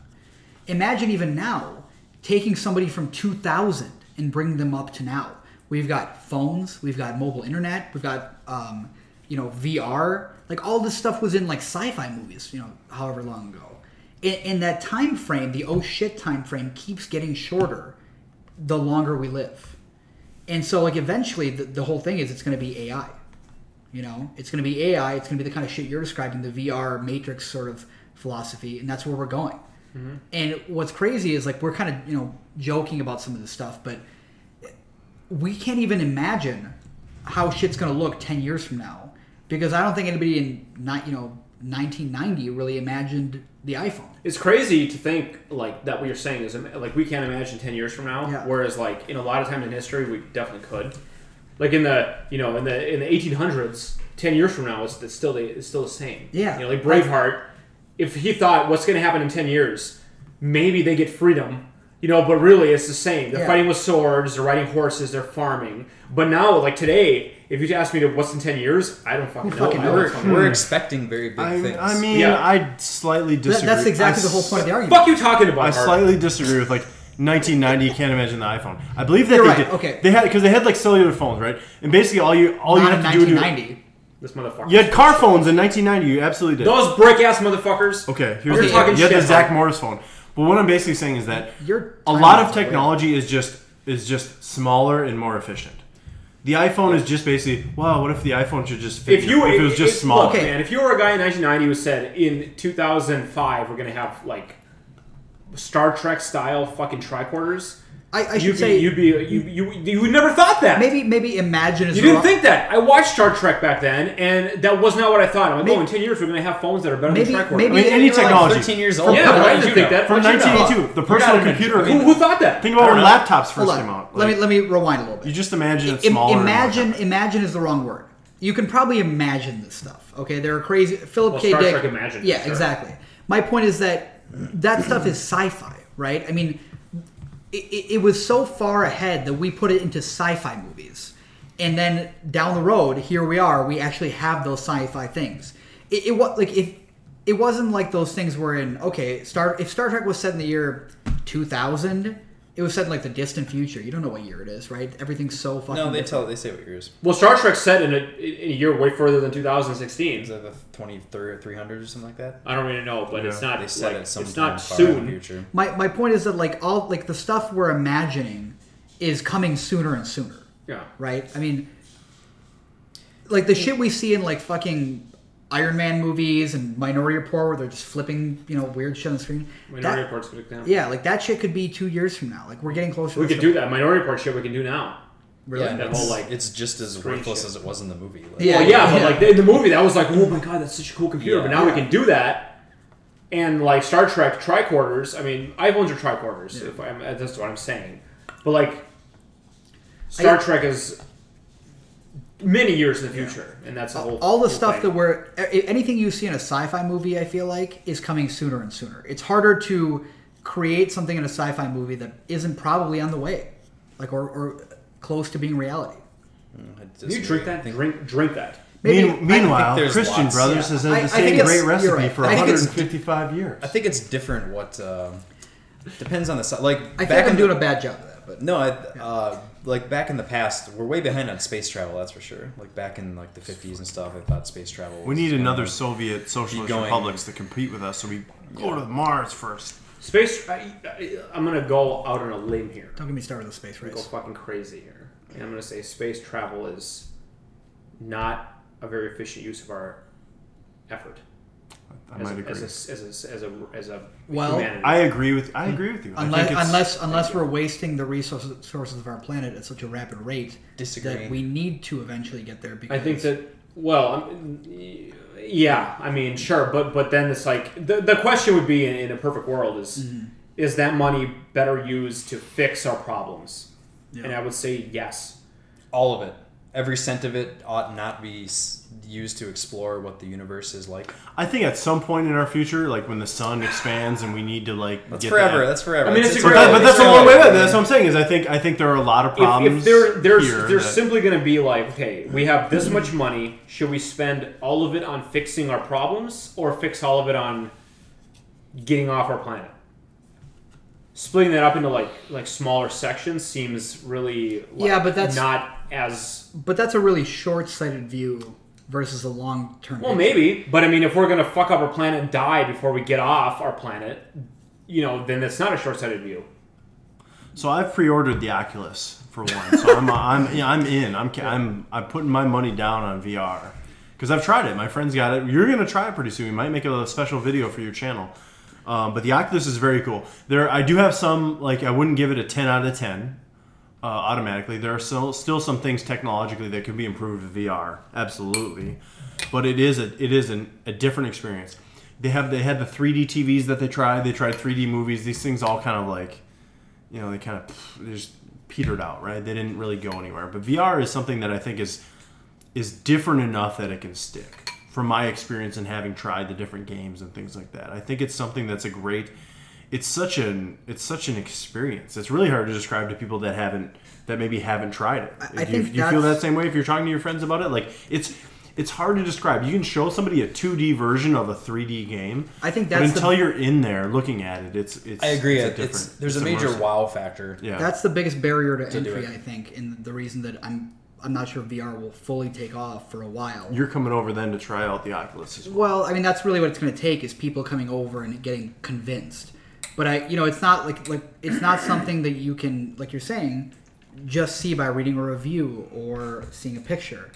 C: imagine even now taking somebody from 2000 and bringing them up to now we've got phones we've got mobile internet we've got um, you know vr like all this stuff was in like sci-fi movies you know however long ago in, in that time frame the oh shit time frame keeps getting shorter the longer we live and so like eventually the, the whole thing is it's going to be ai you know, it's going to be AI. It's going to be the kind of shit you're describing, the VR matrix sort of philosophy, and that's where we're going. And what's crazy is like we're kind of you know joking about some of this stuff, but we can't even imagine how shit's going to look ten years from now because I don't think anybody in not you know 1990 really imagined the iPhone.
A: It's crazy to think like that. What you're saying is like we can't imagine ten years from now.
C: Yeah.
A: Whereas like in a lot of times in history, we definitely could. Like in the you know in the in the 1800s, ten years from now, it's, it's still the, it's still the same.
C: Yeah.
A: You know, like Braveheart, if he thought what's going to happen in ten years, maybe they get freedom. You know, but really it's the same. They're
C: Yeah.
A: fighting with swords, they're riding horses, they're farming. But now, like today, if you ask me to what's in ten years, I don't fucking know.
C: fucking
A: I
C: knows?
A: don't
F: We're, we're expecting very big
B: I,
F: things.
B: I mean,
A: Yeah.
B: I slightly
C: That,
B: disagree.
C: that's exactly
B: I
C: the whole point of the argument.
A: Fuck you talking about?
B: I
A: Mark?
B: slightly disagree with like 1990. You can't imagine the iPhone. I believe that
C: You're
B: they
C: right,
B: did.
C: okay.
B: They had because they had like cellular phones, right? And basically, all you all
C: Not
B: you
C: in
B: have to do to
C: 1990.
A: This motherfucker.
B: you had car phones in 1990. You absolutely did.
A: Those brick ass motherfuckers.
B: Okay, here's
A: You're
B: the,
A: talking
B: you had the
A: shit,
B: Zach
A: Mike.
B: Morris phone. But what I'm basically saying is that
C: You're
B: a
C: time
B: lot
C: is
B: of technology is just is just smaller and more efficient. The iPhone is just basically, wow, what if the iPhone should just fit
A: If
B: your-
A: you,
B: if it was just
A: if-
B: smaller?
A: look, man, if you were a guy in 1990 who said in 2005 we're gonna have like Star Trek style fucking tricorders,
C: I, I should
A: you'd
C: say
A: be, you'd be you you you would never thought that.
C: maybe maybe imagine is
A: you
C: the
A: didn't
C: wrong-
A: think that. I watched Star Trek back then, and that was not what I thought. I'm like, oh, in 10 years we're gonna have phones that are better
C: Maybe-
A: than tricorders.
B: I
C: maybe-
B: mean, any
F: You're like
B: technology.
F: 13 years old.
A: yeah,
F: How
A: but I
F: did
A: didn't
F: you
A: think
F: know?
A: that.
B: from
A: Fuck you, no.
B: 1982, the
F: We're not
B: personal
F: even-
B: computer.
A: Who, who thought that?
B: Think about
F: I
B: when
F: don't know.
B: laptops first
C: Hold
B: came
C: on.
B: out.
C: let
B: Like,
C: me let me rewind a little bit.
B: you just imagine it
C: Im-
B: smaller. and more
C: imagine
B: compact.
C: imagine is the wrong word. You can probably imagine this stuff. Okay, there are crazy Philip
A: Well,
C: K.
A: Star
C: Dick.
A: Trek imagined it,
C: yeah,
A: sure.
C: exactly. My point is that that stuff is sci-fi, right? I mean, it, it, it was so far ahead that we put it into sci-fi movies, and then down the road, here we are. We actually have those sci-fi things. It, it was like if it wasn't like those things where in okay, Star if Star Trek was set in the year two thousand, it was set in like the distant future. You don't know what year it is, right? Everything's so fucking.
F: No, they
C: different.
F: tell they say what yours.
A: Well, Star Trek set in a, in a year way further than 2016.
F: Is it the twenty three or three hundred or something like that?
A: I don't really know, but it's not
F: They
A: like,
F: said it
A: it's
F: sometime
A: not
F: far in the
A: soon.
F: future.
C: My my point is that like all like the stuff we're imagining is coming sooner and sooner,
A: Yeah.
C: right? I mean, like the shit we see in like fucking Iron Man movies and Minority Report, where they're just flipping you know weird shit on the screen.
A: Minority
C: That-
A: Report's a good example.
C: yeah, like that shit could be two years from now. Like we're getting closer.
A: We
C: to
A: could do that. Minority Report shit we can do now.
C: really.
F: and
A: that
F: it's,
A: whole, like,
F: it's just as
A: screen
F: worthless
A: shit.
F: as it was in the movie. Like,
C: Yeah.
A: Well, yeah,
C: yeah.
A: but like in the movie, that was like, oh my god, that's such a cool computer.
F: Yeah.
A: But now we can do that. And like Star Trek tricorders, I mean, iPhones are tricorders. If I'm, that's what I'm saying. But like, Star Trek is many years in the future, and that's the whole.
C: all
A: whole
C: the stuff
A: thing.
C: that we're a- anything you see in a sci-fi movie i feel like is coming sooner and sooner it's harder to create something in a sci-fi movie that isn't probably on the way like or, or close to being reality
F: I
A: Can you
F: disagree.
A: drink
F: I
A: that?
F: think-
A: Drink drink that.
C: Maybe-
B: Mean, meanwhile,
F: there's
B: Christian
F: lots.
B: Brothers has
C: I-
B: had
C: I
B: the
C: think
B: same
C: it's-
B: great
C: you're
B: recipe
C: right.
B: for
C: I think it's-
B: 155 years.
F: I think it's different. What uh, depends on the si- like.
C: i
F: back
C: think i'm
F: in
C: doing
F: the,
C: a bad job of that but
F: No, I, uh, like back in the past, we're way behind on space travel. That's for sure. Like back in like the fifties and stuff, I thought space travel. Was
B: we need
F: gonna-
B: another Soviet socialist
F: going.
B: republics to compete with us, so we go to Mars first.
A: Space. I, I, I'm gonna go out on a limb here.
C: don't get me started on the space
A: Go
C: race
A: fucking crazy here, and I'm gonna say space travel is not a very efficient use of our effort
B: I
A: as
B: might
A: a,
B: agree.
A: as a as a as a as a
C: Well,
A: humanity.
B: I agree with I agree with you. I
C: unless
B: think it's,
C: unless unless we're wasting the resources sources of our planet at such a rapid rate
F: Disagree.
C: that we need to eventually get there
A: I
C: because
A: think that well, I'm- yeah, I mean, sure, but but then it's like the, the question would be in, in a perfect world is is that money better used to fix our problems? And I would say yes.
F: all of it. Every cent of it ought not be s- used to explore what the universe is like.
B: I think at some point in our future, like when the sun expands and we need to like
F: That's
B: get
F: forever.
B: that-
F: That's forever.
A: I mean, it's a
B: But,
A: great-
B: that, but that's a long way.
F: away.
B: That's what I'm saying. Is I think I think there are a lot of
A: If,
B: problems.
A: if they're they're,
B: here
A: they're
B: that-
A: simply going to be like, okay, we have this much money. Should we spend all of it on fixing our problems, or fix all of it on getting off our planet? Splitting that up into like like smaller sections seems really like,
C: Yeah, but that's-
A: not as
C: but that's a really short-sighted view versus a long-term
A: Well,
C: picture.
A: maybe, but I mean, if we're gonna fuck up our planet and die before we get off our planet, you know, then it's not a short-sighted view.
B: so I've pre-ordered the Oculus for one. So I'm I'm yeah, I'm in. I'm ca- I'm I'm putting my money down on VR because I've tried it. My friends got it. You're gonna try it pretty soon. We might make a special video for your channel. Um, but the Oculus is very cool. There, I do have some like I wouldn't give it a ten out of ten uh, automatically. There are still still some things technologically that could be improved with VR, absolutely, but it is a it is an, a different experience. They have they had the 3D TVs that they tried. They tried 3D movies. These things all kind of like, you know, they kind of they just petered out, right? They didn't really go anywhere. But VR is something that I think is is different enough that it can stick. From my experience and having tried the different games and things like that, I think it's something that's a great. It's such an it's such an experience. It's really hard to describe to people that haven't that maybe haven't tried it.
C: I
B: do you,
C: think
B: do you feel
C: that's-
B: that same way if you're talking to your friends about it? Like it's it's hard to describe. You can show somebody a 2D version of a 3D game.
C: I think
B: but
C: that's the-
B: until you're in there looking at it, it's it's.
F: I agree.
B: It's a
F: It's
B: different.
F: there's
B: it's
F: a major
B: immersive.
F: wow factor.
B: Yeah.
C: That's the biggest barrier to,
F: do
C: entry,
F: it.
C: I think, and the reason that I'm I'm not sure VR will fully take off for a while.
B: you're coming over then to try out the Oculus as well.
C: well, I mean, that's really what it's going to take is people coming over and getting convinced. But I, you know, it's not like like it's not something that you can like you're saying just see by reading a review or seeing a picture.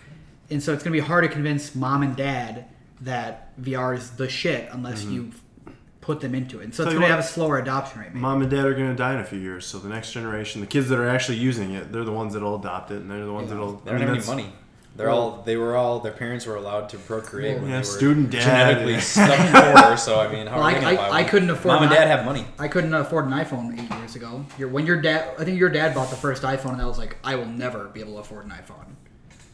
C: And so it's going to be hard to convince mom and dad that VR is the shit unless you put them into it. And so
B: Tell
C: it's
B: you
C: going to
B: what-
C: have a slower adoption rate. maybe.
B: Mom and dad are going to die in a few years, so the next generation, the kids that are actually using it, they're the ones that'll adopt it, and they're the ones that'll.
F: They don't have any money. They're all. They were all. Their parents were allowed to procreate. when
B: Yeah,
F: they were
B: student dad.
F: Genetically stuck poor. So I mean, how
C: Well,
F: are
C: I-
F: they gonna
C: I-
F: buy
C: I
F: one?
C: couldn't afford
F: Mom and
C: my-
F: dad have money.
C: I couldn't afford an iPhone eight years ago. Your when your dad, I think your dad bought the first iPhone, and I was like, I will never be able to afford an iPhone.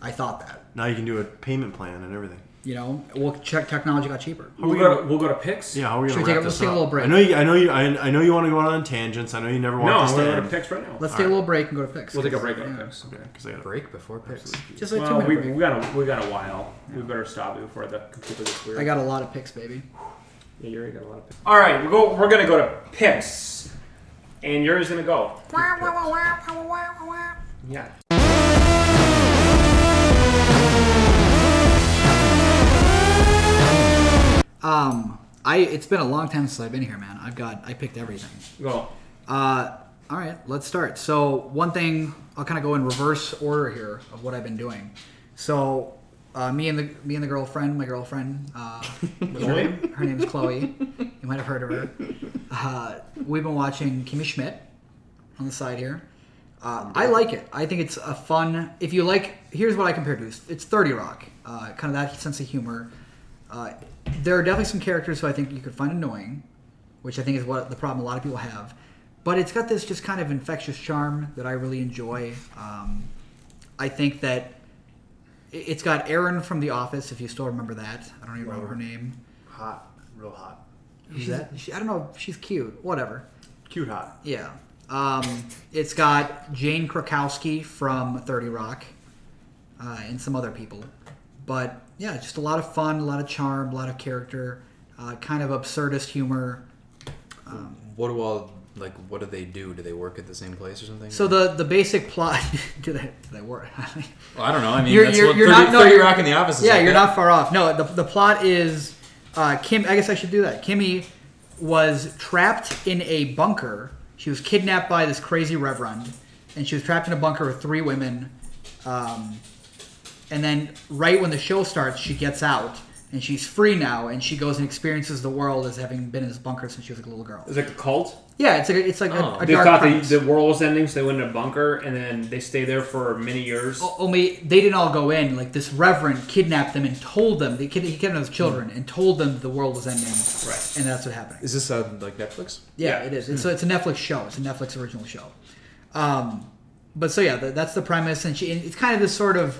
C: I thought that.
B: Now you can do a payment plan and everything.
C: You know, well, check technology got cheaper.
A: We'll go, to, we'll go to picks.
B: Yeah, how are we
C: Should
B: gonna
C: we take
B: wrap
C: a-
B: this
C: let's take a
B: up?
C: little break.
B: I know you. I know you. I, I know you want to go on tangents. I know you never want
A: No,
B: this
A: I'm
B: to
A: going to go
B: end.
A: to picks right now.
C: Let's take a little break and go to picks.
A: we'll take a break
C: Yeah.
A: on picks.
B: Okay, 'cause I gotta-
F: Break before picks.
C: Just like two
A: Well,
C: minute
A: we,
C: break.
A: we got a we got a while. We better stop it before the computer gets weird.
C: I got a lot of picks, baby.
A: yeah, you already got a lot of picks. All right, we're go. We're gonna go to picks, and yours gonna go. Yeah.
C: Um, I it's been a long time since I've been here, man. I've got I picked everything.
A: Go.
C: Uh, all right, let's start. So one thing I'll kind of go in reverse order here of what I've been doing. So uh, me and the me and the girlfriend, my girlfriend, uh, what's her, name? her name's Chloe. You might have heard of her. Uh, we've been watching Kimmy Schmidt on the side here. Uh, I like it. I think it's a fun. If you like, here's what I compare it to. It's Thirty Rock, uh, kind of that sense of humor. Uh, there are definitely some characters who I think you could find annoying, which I think is what the problem a lot of people have. But it's got this just kind of infectious charm that I really enjoy. Um, I think that i- it's got Erin from The Office, if you still remember that. I don't even remember her name.
B: hot, real hot,
C: Who's that? She, I don't know. She's cute. Whatever.
B: cute hot.
C: Yeah. Um, it's got Jane Krakowski from 30 Rock uh, and some other people. But yeah, just a lot of fun, a lot of charm, a lot of character, uh, kind of absurdist humor.
F: What do all like? What do they do? Do they work at the same place or something?
C: So the the basic plot do they do they work?
F: Well, I don't know. I mean,
C: You're-
F: that's
C: you're-
F: what
C: you're
F: 30,
C: not- no,
F: 30
C: you're-
F: Rock in the office. Is
C: yeah,
F: like
C: you're
F: that.
C: not far off. No, the the plot is uh, Kim. I guess I should do that. Kimmy was trapped in a bunker. She was kidnapped by this crazy reverend, and she was trapped in a bunker with three women. Um, and then right when the show starts, she gets out and she's free now, and she goes and experiences the world as having been in this bunker since she was like a little girl.
A: It's like a cult.
C: Yeah, it's like a, it's like a,
F: Oh.
C: a
A: They
C: dark
A: thought
C: premise.
A: the, the world was ending, so they went in a bunker, and then they stay there for many years.
C: O- only Oh, they didn't all go in. Like this reverend kidnapped them and told them they kid, he kidnapped those children and told them the world was ending. Right. And that's what happened.
F: Is this uh, like Netflix?
C: Yeah, it is. And so it's a Netflix show. It's a Netflix original show. Um, but so yeah, th that's the premise, and she and it's kind of this sort of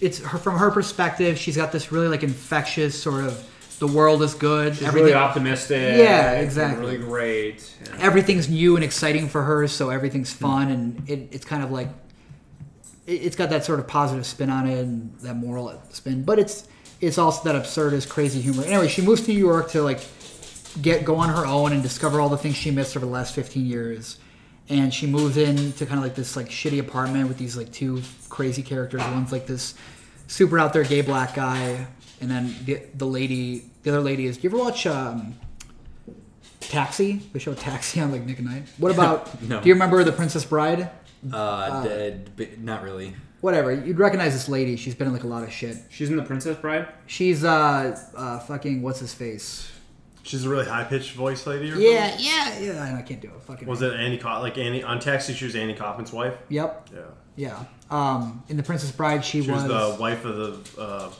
C: it's her from her perspective. She's got this really like infectious sort of the world is good.
A: She's
C: everything
A: really optimistic.
C: Yeah,
A: and
C: exactly.
A: Really great. Yeah.
C: everything's new and exciting for her, so everything's fun, and it, it's kind of like it, it's got that sort of positive spin on it and that moral spin, but it's it's also that absurdist, crazy humor. Anyway, she moves to New York to like get go on her own and discover all the things she missed over the last 15 years. And she moves in to kind of like this like shitty apartment with these like two crazy characters. One's like this super out there gay black guy, and then the, the lady, the other lady is. Do you ever watch um, Taxi? The show Taxi on like Nick and Knight. What about?
F: No.
C: Do you remember The Princess Bride?
F: Uh, dead, but not really.
C: Whatever. You'd recognize this lady. She's been in like a lot of shit.
A: She's in the Princess Bride.
C: She's uh, uh fucking what's his face?
B: She's a really high pitched voice lady. Or
C: Yeah, yeah, yeah. And I can't do it. Fucking.
B: Was it Andy? Co- like Andy on Taxi? She was Andy Kaufman's wife.
C: Yep.
B: Yeah.
C: Yeah. Um, in The Princess Bride, she,
B: She was the wife of the. Uh,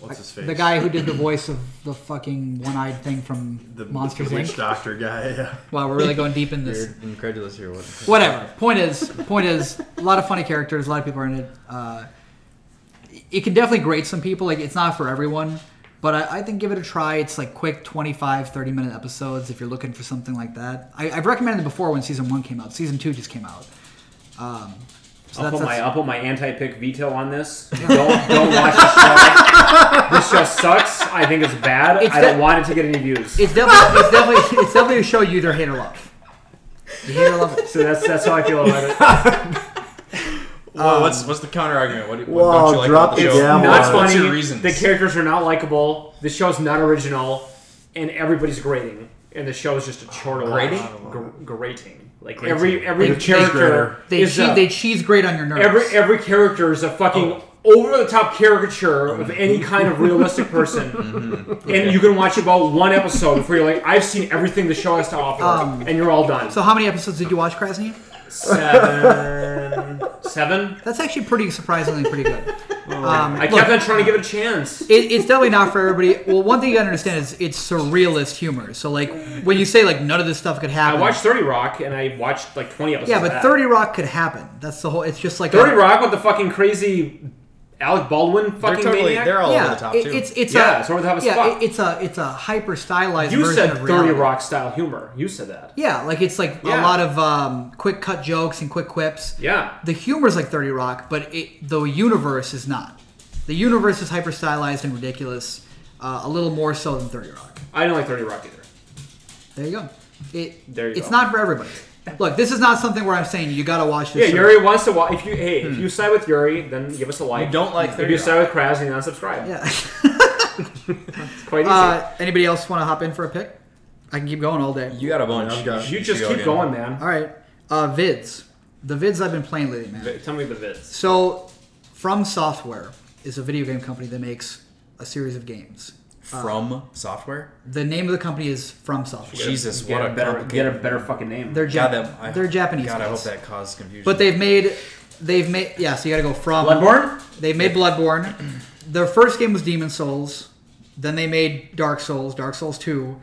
B: what's his face?
C: the guy who did the voice of the fucking one-eyed thing from
B: The
C: Monsters
B: the witch
C: Inc.
B: doctor guy. Yeah.
C: Wow, we're really going deep in this.
F: You're incredulous here. What?
C: Whatever. Point is, point is, a lot of funny characters. A lot of people are in it. Uh, it can definitely grate some people. Like it's not for everyone, but I, I think give it a try. It's like quick 25, 30 minute episodes if you're looking for something like that. I, I've recommended it before when season one came out. Season two just came out. Um, so
A: I'll
C: that's,
A: put my
C: that's-
A: I'll put my anti-pick veto on this. Don't don't watch the show. this show sucks. I think it's bad.
C: It's
A: I don't
C: the-
A: want it to get any views.
C: It's definitely, it's definitely, it's definitely a show you either hate or love. You hate or love it.
A: So that's that's how I feel about it. Not
C: Um,
F: Well, what's what's the counter argument? What, do- what
B: Well,
F: don't you like
B: drop
F: about
B: the
F: the show?
B: gavel.
F: what's,
B: Not
F: what's
A: funny.
F: your reasons?
A: The characters are not likable. The show's not original, and everybody's grating. And the show is just a chore to
F: Grating?
A: watch. Gr- grating. Like every every
B: Like a cheese grater.
A: character
C: They,
A: is
C: che-
A: a-
C: they cheese grate on your nerves.
A: Every every character is a
F: Oh.
A: fucking over the top caricature of
F: Mm-hmm.
A: any kind of realistic person, and you can watch about one episode before you're like, I've seen everything the show has to offer,
C: Um,
A: and you're all done.
C: so how many episodes did you watch, Krasny?
A: seven, seven.
C: That's actually pretty surprisingly pretty good. Um,
A: Oh, I kept on trying to give it a chance.
C: it, it's definitely not for everybody. Well, one thing you gotta understand is it's surrealist humor. So like when you say like none of this stuff could
A: I
C: happen,
A: watched Thirty Rock, and I watched like 20 episodes.
C: yeah,
A: of
C: but
A: that.
C: Thirty Rock could happen. That's the whole. It's just like a-
A: Thirty Rock with the fucking crazy Alec Baldwin fucking
F: they're totally,
A: maniac.
F: they're all over
C: yeah,
F: the top
C: it-
F: too.
C: it's it's
A: Yeah,
C: a,
A: it's over the top as
C: yeah,
A: fuck.
C: it- it's a it's a hyper stylized.
A: you
C: version
A: said
C: of
A: Thirty
C: reality.
A: Rock style humor. You said that.
C: Yeah, like it's like
A: Yeah.
C: a lot of um, quick cut jokes and quick quips.
A: Yeah.
C: The humor's like 30 Rock, but it, the universe is not. The universe is hyper stylized and ridiculous, uh, a little more so than 30 Rock.
A: I don't like Thirty Rock either.
C: There you go. It,
A: There you go.
C: it's not for everybody. Look, this is not something where I'm saying you gotta watch
A: Yeah,
C: this. show.
A: Yuri wants to watch. If you hey, if you side with Yuri, then give us a like.
F: Hmm. You don't like
A: If
F: 30
A: you
F: Rock.
A: side with Kraz, then unsubscribe.
C: Yeah.
A: It's quite easy.
C: uh, anybody else want to hop in for a pick? I can keep going all day.
F: you got a bunch.
B: I've got-
A: you
F: should
A: just
F: go
A: keep
F: again.
A: going, man.
C: All right. Uh, vids. The vids I've been playing lately, man.
A: Tell me the vids.
C: So, From Software is a video game company that makes a series of games.
F: From software.
C: The name of the company is From Software.
F: Jesus,
A: Get
F: what
A: a
F: a
A: better,
F: complicated-
A: get a better fucking name.
C: They're Jap-
F: God, that, I,
C: they're Japanese.
F: God, I hope
C: guys.
F: that caused confusion.
C: But they've made they've made yeah. So you got to go from
A: Bloodborne.
C: They made Bloodborne. Their first game was Demon Souls. Then they made Dark Souls. Dark Souls Two.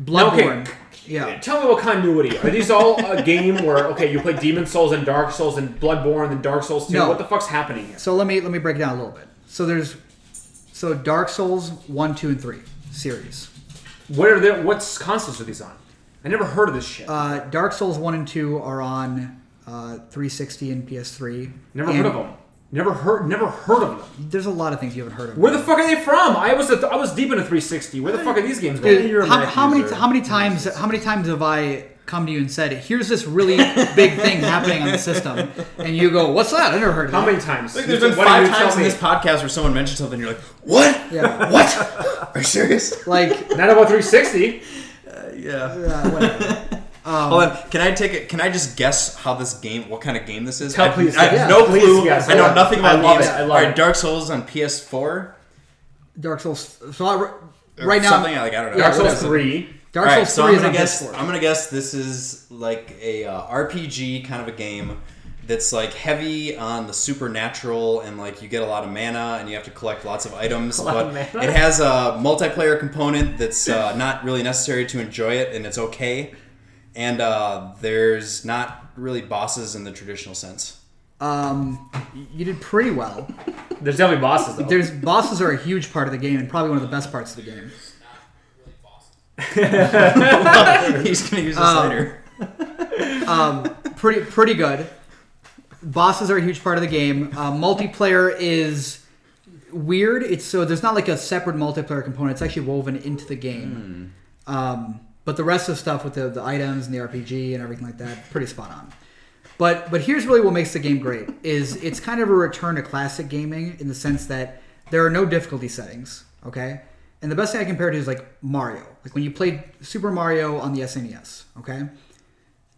C: Bloodborne.
A: Okay.
C: Yeah.
A: Tell me what continuity. Are these all a game where okay, you play Demon Souls and Dark Souls and Bloodborne and Dark Souls 2?
C: No.
A: What the fuck's happening here?
C: So let me let me break it down a little bit. So there's so Dark Souls one, two, and three series.
A: What are their what consoles are these on? I never heard of this shit.
C: Uh, Dark Souls one and two are on uh, 360 and PS3.
A: never
C: And
A: heard of them. Never heard. Never heard of them.
C: There's a lot of things you haven't heard of.
A: Where the fuck are they from? I was a, I was deep into 360. Where the fuck are these games
C: Dude,
A: going?
B: you're a
C: how,
B: Mac
C: how many
B: user.
C: how many times how many times have I come to you and said, "Here's this really big thing happening on the system," and you go, "What's that? I never heard of
A: How
C: that."
A: many times?
F: Like, there's been
A: Why don't
F: five
A: you tell
F: times in
A: me?
F: this podcast where someone mentioned something, you're like, "What?
C: Yeah.
F: What? Are you serious?"
C: Like,
A: Not about 360.
F: Yeah.
C: uh, whatever.
F: Um, Hold on. Can I take it? Can I just guess how this game? What kind of game this is?
A: Tell
F: I,
A: please.
F: I have
A: Yeah.
F: no
A: Please
F: clue.
A: guess.
F: I know
A: Yeah.
F: nothing about
A: I love
F: games.
A: it. I love
F: All right,
A: it.
F: Dark Souls on PS4.
C: Dark Souls. So I,
F: or
C: right now,
F: something like I don't know.
C: Yeah,
A: Dark Souls
C: whatever.
A: 3.
C: Dark
F: All right,
C: Souls
F: so
C: Three
F: I'm
C: is
F: gonna
C: on
F: guess.
C: PS4.
F: I'm gonna guess this is like a uh, RPG kind of a game that's like heavy on the supernatural and like you get a lot of mana and you have to collect lots of items.
A: lot of
F: but
A: mana?
F: it has a multiplayer component that's uh, not really necessary to enjoy it and it's okay. And uh, there's not really bosses in the traditional sense.
C: Um, you did pretty well.
A: There's definitely bosses though.
C: There's bosses are a huge part of the game and probably one of the best parts of the game.
F: He's gonna use this later.
C: pretty pretty good. Bosses are a huge part of the game. Uh, multiplayer is weird. It's so there's not like a separate multiplayer component. It's actually woven into the game. Um, but the rest of the stuff with the, the items and the RPG and everything like that, pretty spot on. But but here's really what makes the game great is it's kind of a return to classic gaming in the sense that there are no difficulty settings. Okay, and the best thing I compare it to is like Mario. Like when you played Super Mario on the SNES. Okay,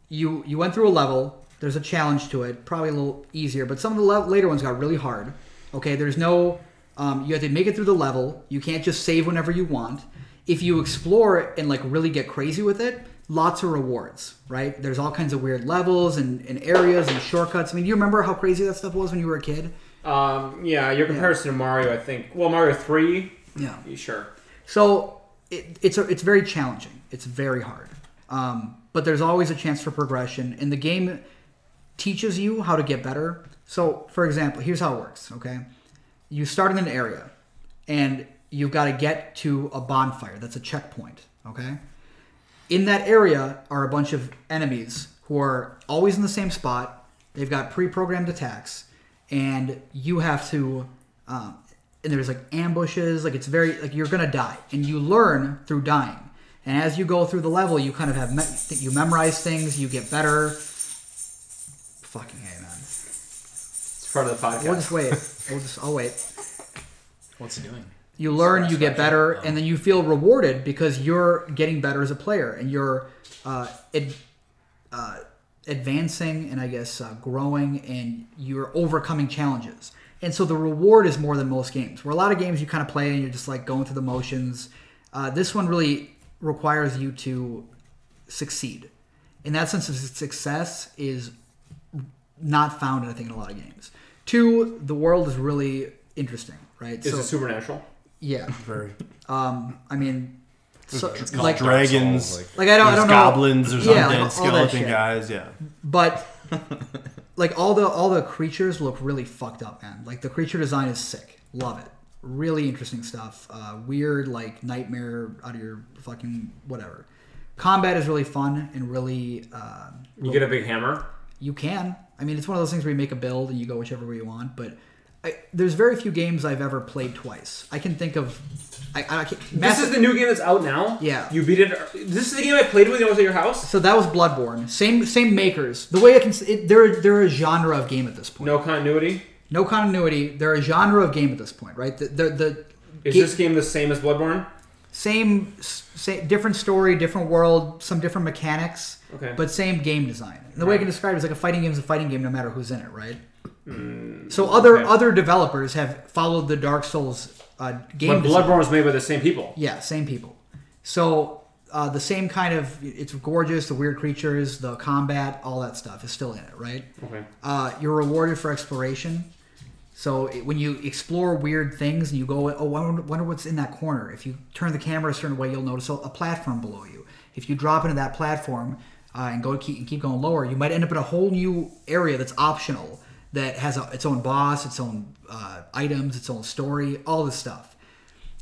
C: you you went through a level. There's a challenge to it, probably a little easier, but some of the le- later ones got really hard. Okay, there's no um, you have to make it through the level. You can't just save whenever you want. If you explore and like really get crazy with it, lots of rewards, right? There's all kinds of weird levels and, and areas and shortcuts. I mean, do you remember how crazy that stuff was when you were a kid?
A: Um, yeah, your comparison to Mario, I think. Well, Mario 3.
C: Yeah.
A: You sure?
C: So it, it's a, it's very challenging. It's very hard. Um, but there's always a chance for progression, and the game teaches you how to get better. So, for example, here's how it works. Okay, you start in an area, and you've got to get to a bonfire. That's a checkpoint. Okay, in that area are a bunch of enemies who are always in the same spot. They've got pre-programmed attacks, and you have to. Um, and there's like ambushes. Like it's very like you're gonna die, and you learn through dying. And as you go through the level, you kind of have me- th- you memorize things. You get better. Fucking hey, man.
A: It's part of the podcast.
C: We'll just wait. We'll just. I'll wait.
F: What's he doing?
C: You learn, you get better,
A: Uh-huh.
C: and then you feel rewarded because you're getting better as a player and you're uh, ad- uh, advancing and I guess uh, growing and you're overcoming challenges. And so the reward is more than most games. Where a lot of games you kind of play and you're just like going through the motions. Uh, this one really requires you to succeed. In that sense, success is not found, I think, in a lot of games. Two, the world is really interesting, right?
A: Is it supernatural?
C: Yeah.
B: Very.
C: Um, I mean, so,
F: called
C: like,
F: Dark
B: Dragons.
F: Souls, like-
C: like I don't, I
B: There's
C: don't know,
B: goblins. There's
C: Yeah,
B: undead
C: all that
B: skeleton
C: shit.
B: guys. Yeah.
C: but like all the all the creatures look really fucked up, man. Like the creature design is sick. Love it. Really interesting stuff. Uh, weird, like nightmare out of your fucking whatever. Combat is really fun and really. Uh,
A: You get a big hammer.
C: you can. I mean, it's one of those things where you make a build and you go whichever way you want. But I, there's very few games I've ever played twice. I can think of. I, I can't, Mass-
A: This is the new game that's out now.
C: Yeah.
A: You beat it. This is the game I played with when I was at your house.
C: so that was Bloodborne. Same same makers. The way I can s- it, they're they're a genre of game at this point.
A: No continuity.
C: No continuity. They're a genre of game at this point, right? The the, the
A: Is
C: ga-
A: this game the same as Bloodborne?
C: same, s- same different story, different world, some different mechanics,
A: Okay.
C: but same game design. And the way I can describe it is like a fighting game is a fighting game, no matter who's in it, right? so other
A: Hmm. okay.
C: other developers have followed the Dark Souls uh, game.
A: But
C: design.
A: Bloodborne was made by the same people.
C: Yeah, same people. So uh, the same kind of it's gorgeous, the weird creatures, the combat, all that stuff is still in it, right?
A: Okay.
C: Uh, you're rewarded for exploration. So it- when you explore weird things and you go, oh, I wonder- wonder what's in that corner. If you turn the camera a certain way, you'll notice a a platform below you. If you drop into that platform uh, and go keep and keep going lower, you might end up in a whole new area that's optional that has a, its own boss, its own uh, items, its own story, all this stuff.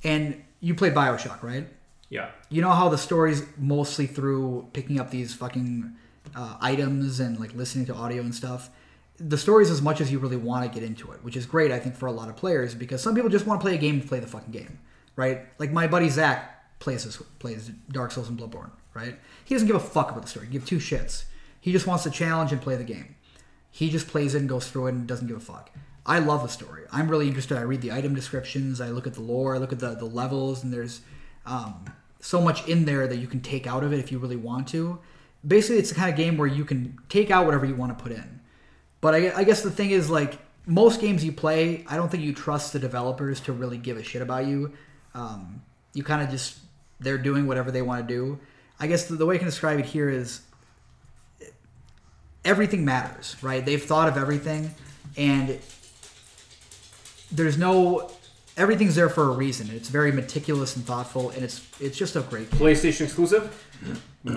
C: And you played Bioshock, right?
A: Yeah.
C: you know how the story's mostly through picking up these fucking uh, items and like listening to audio and stuff. The story's as much as you really want to get into it, which is great, I think, for a lot of players because some people just want to play a game to play the fucking game, right? Like my buddy Zach plays this, plays Dark Souls and Bloodborne, right? He doesn't give a fuck about the story, give two shits. He just wants to challenge and play the game. He just plays it and goes through it and doesn't give a fuck. I love the story. I'm really interested. I read the item descriptions. I look at the lore. I look at the, the levels, and there's um, so much in there that you can take out of it if you really want to. Basically, it's the kind of game where you can take out whatever you want to put in. But I, I guess the thing is, like most games you play, I don't think you trust the developers to really give a shit about you. Um, you kind of just they're doing whatever they want to do. I guess the, the way I can describe it here is everything matters, right? They've thought of everything, and there's no everything's there for a reason. It's very meticulous and thoughtful, and it's it's just a great game.
A: PlayStation exclusive.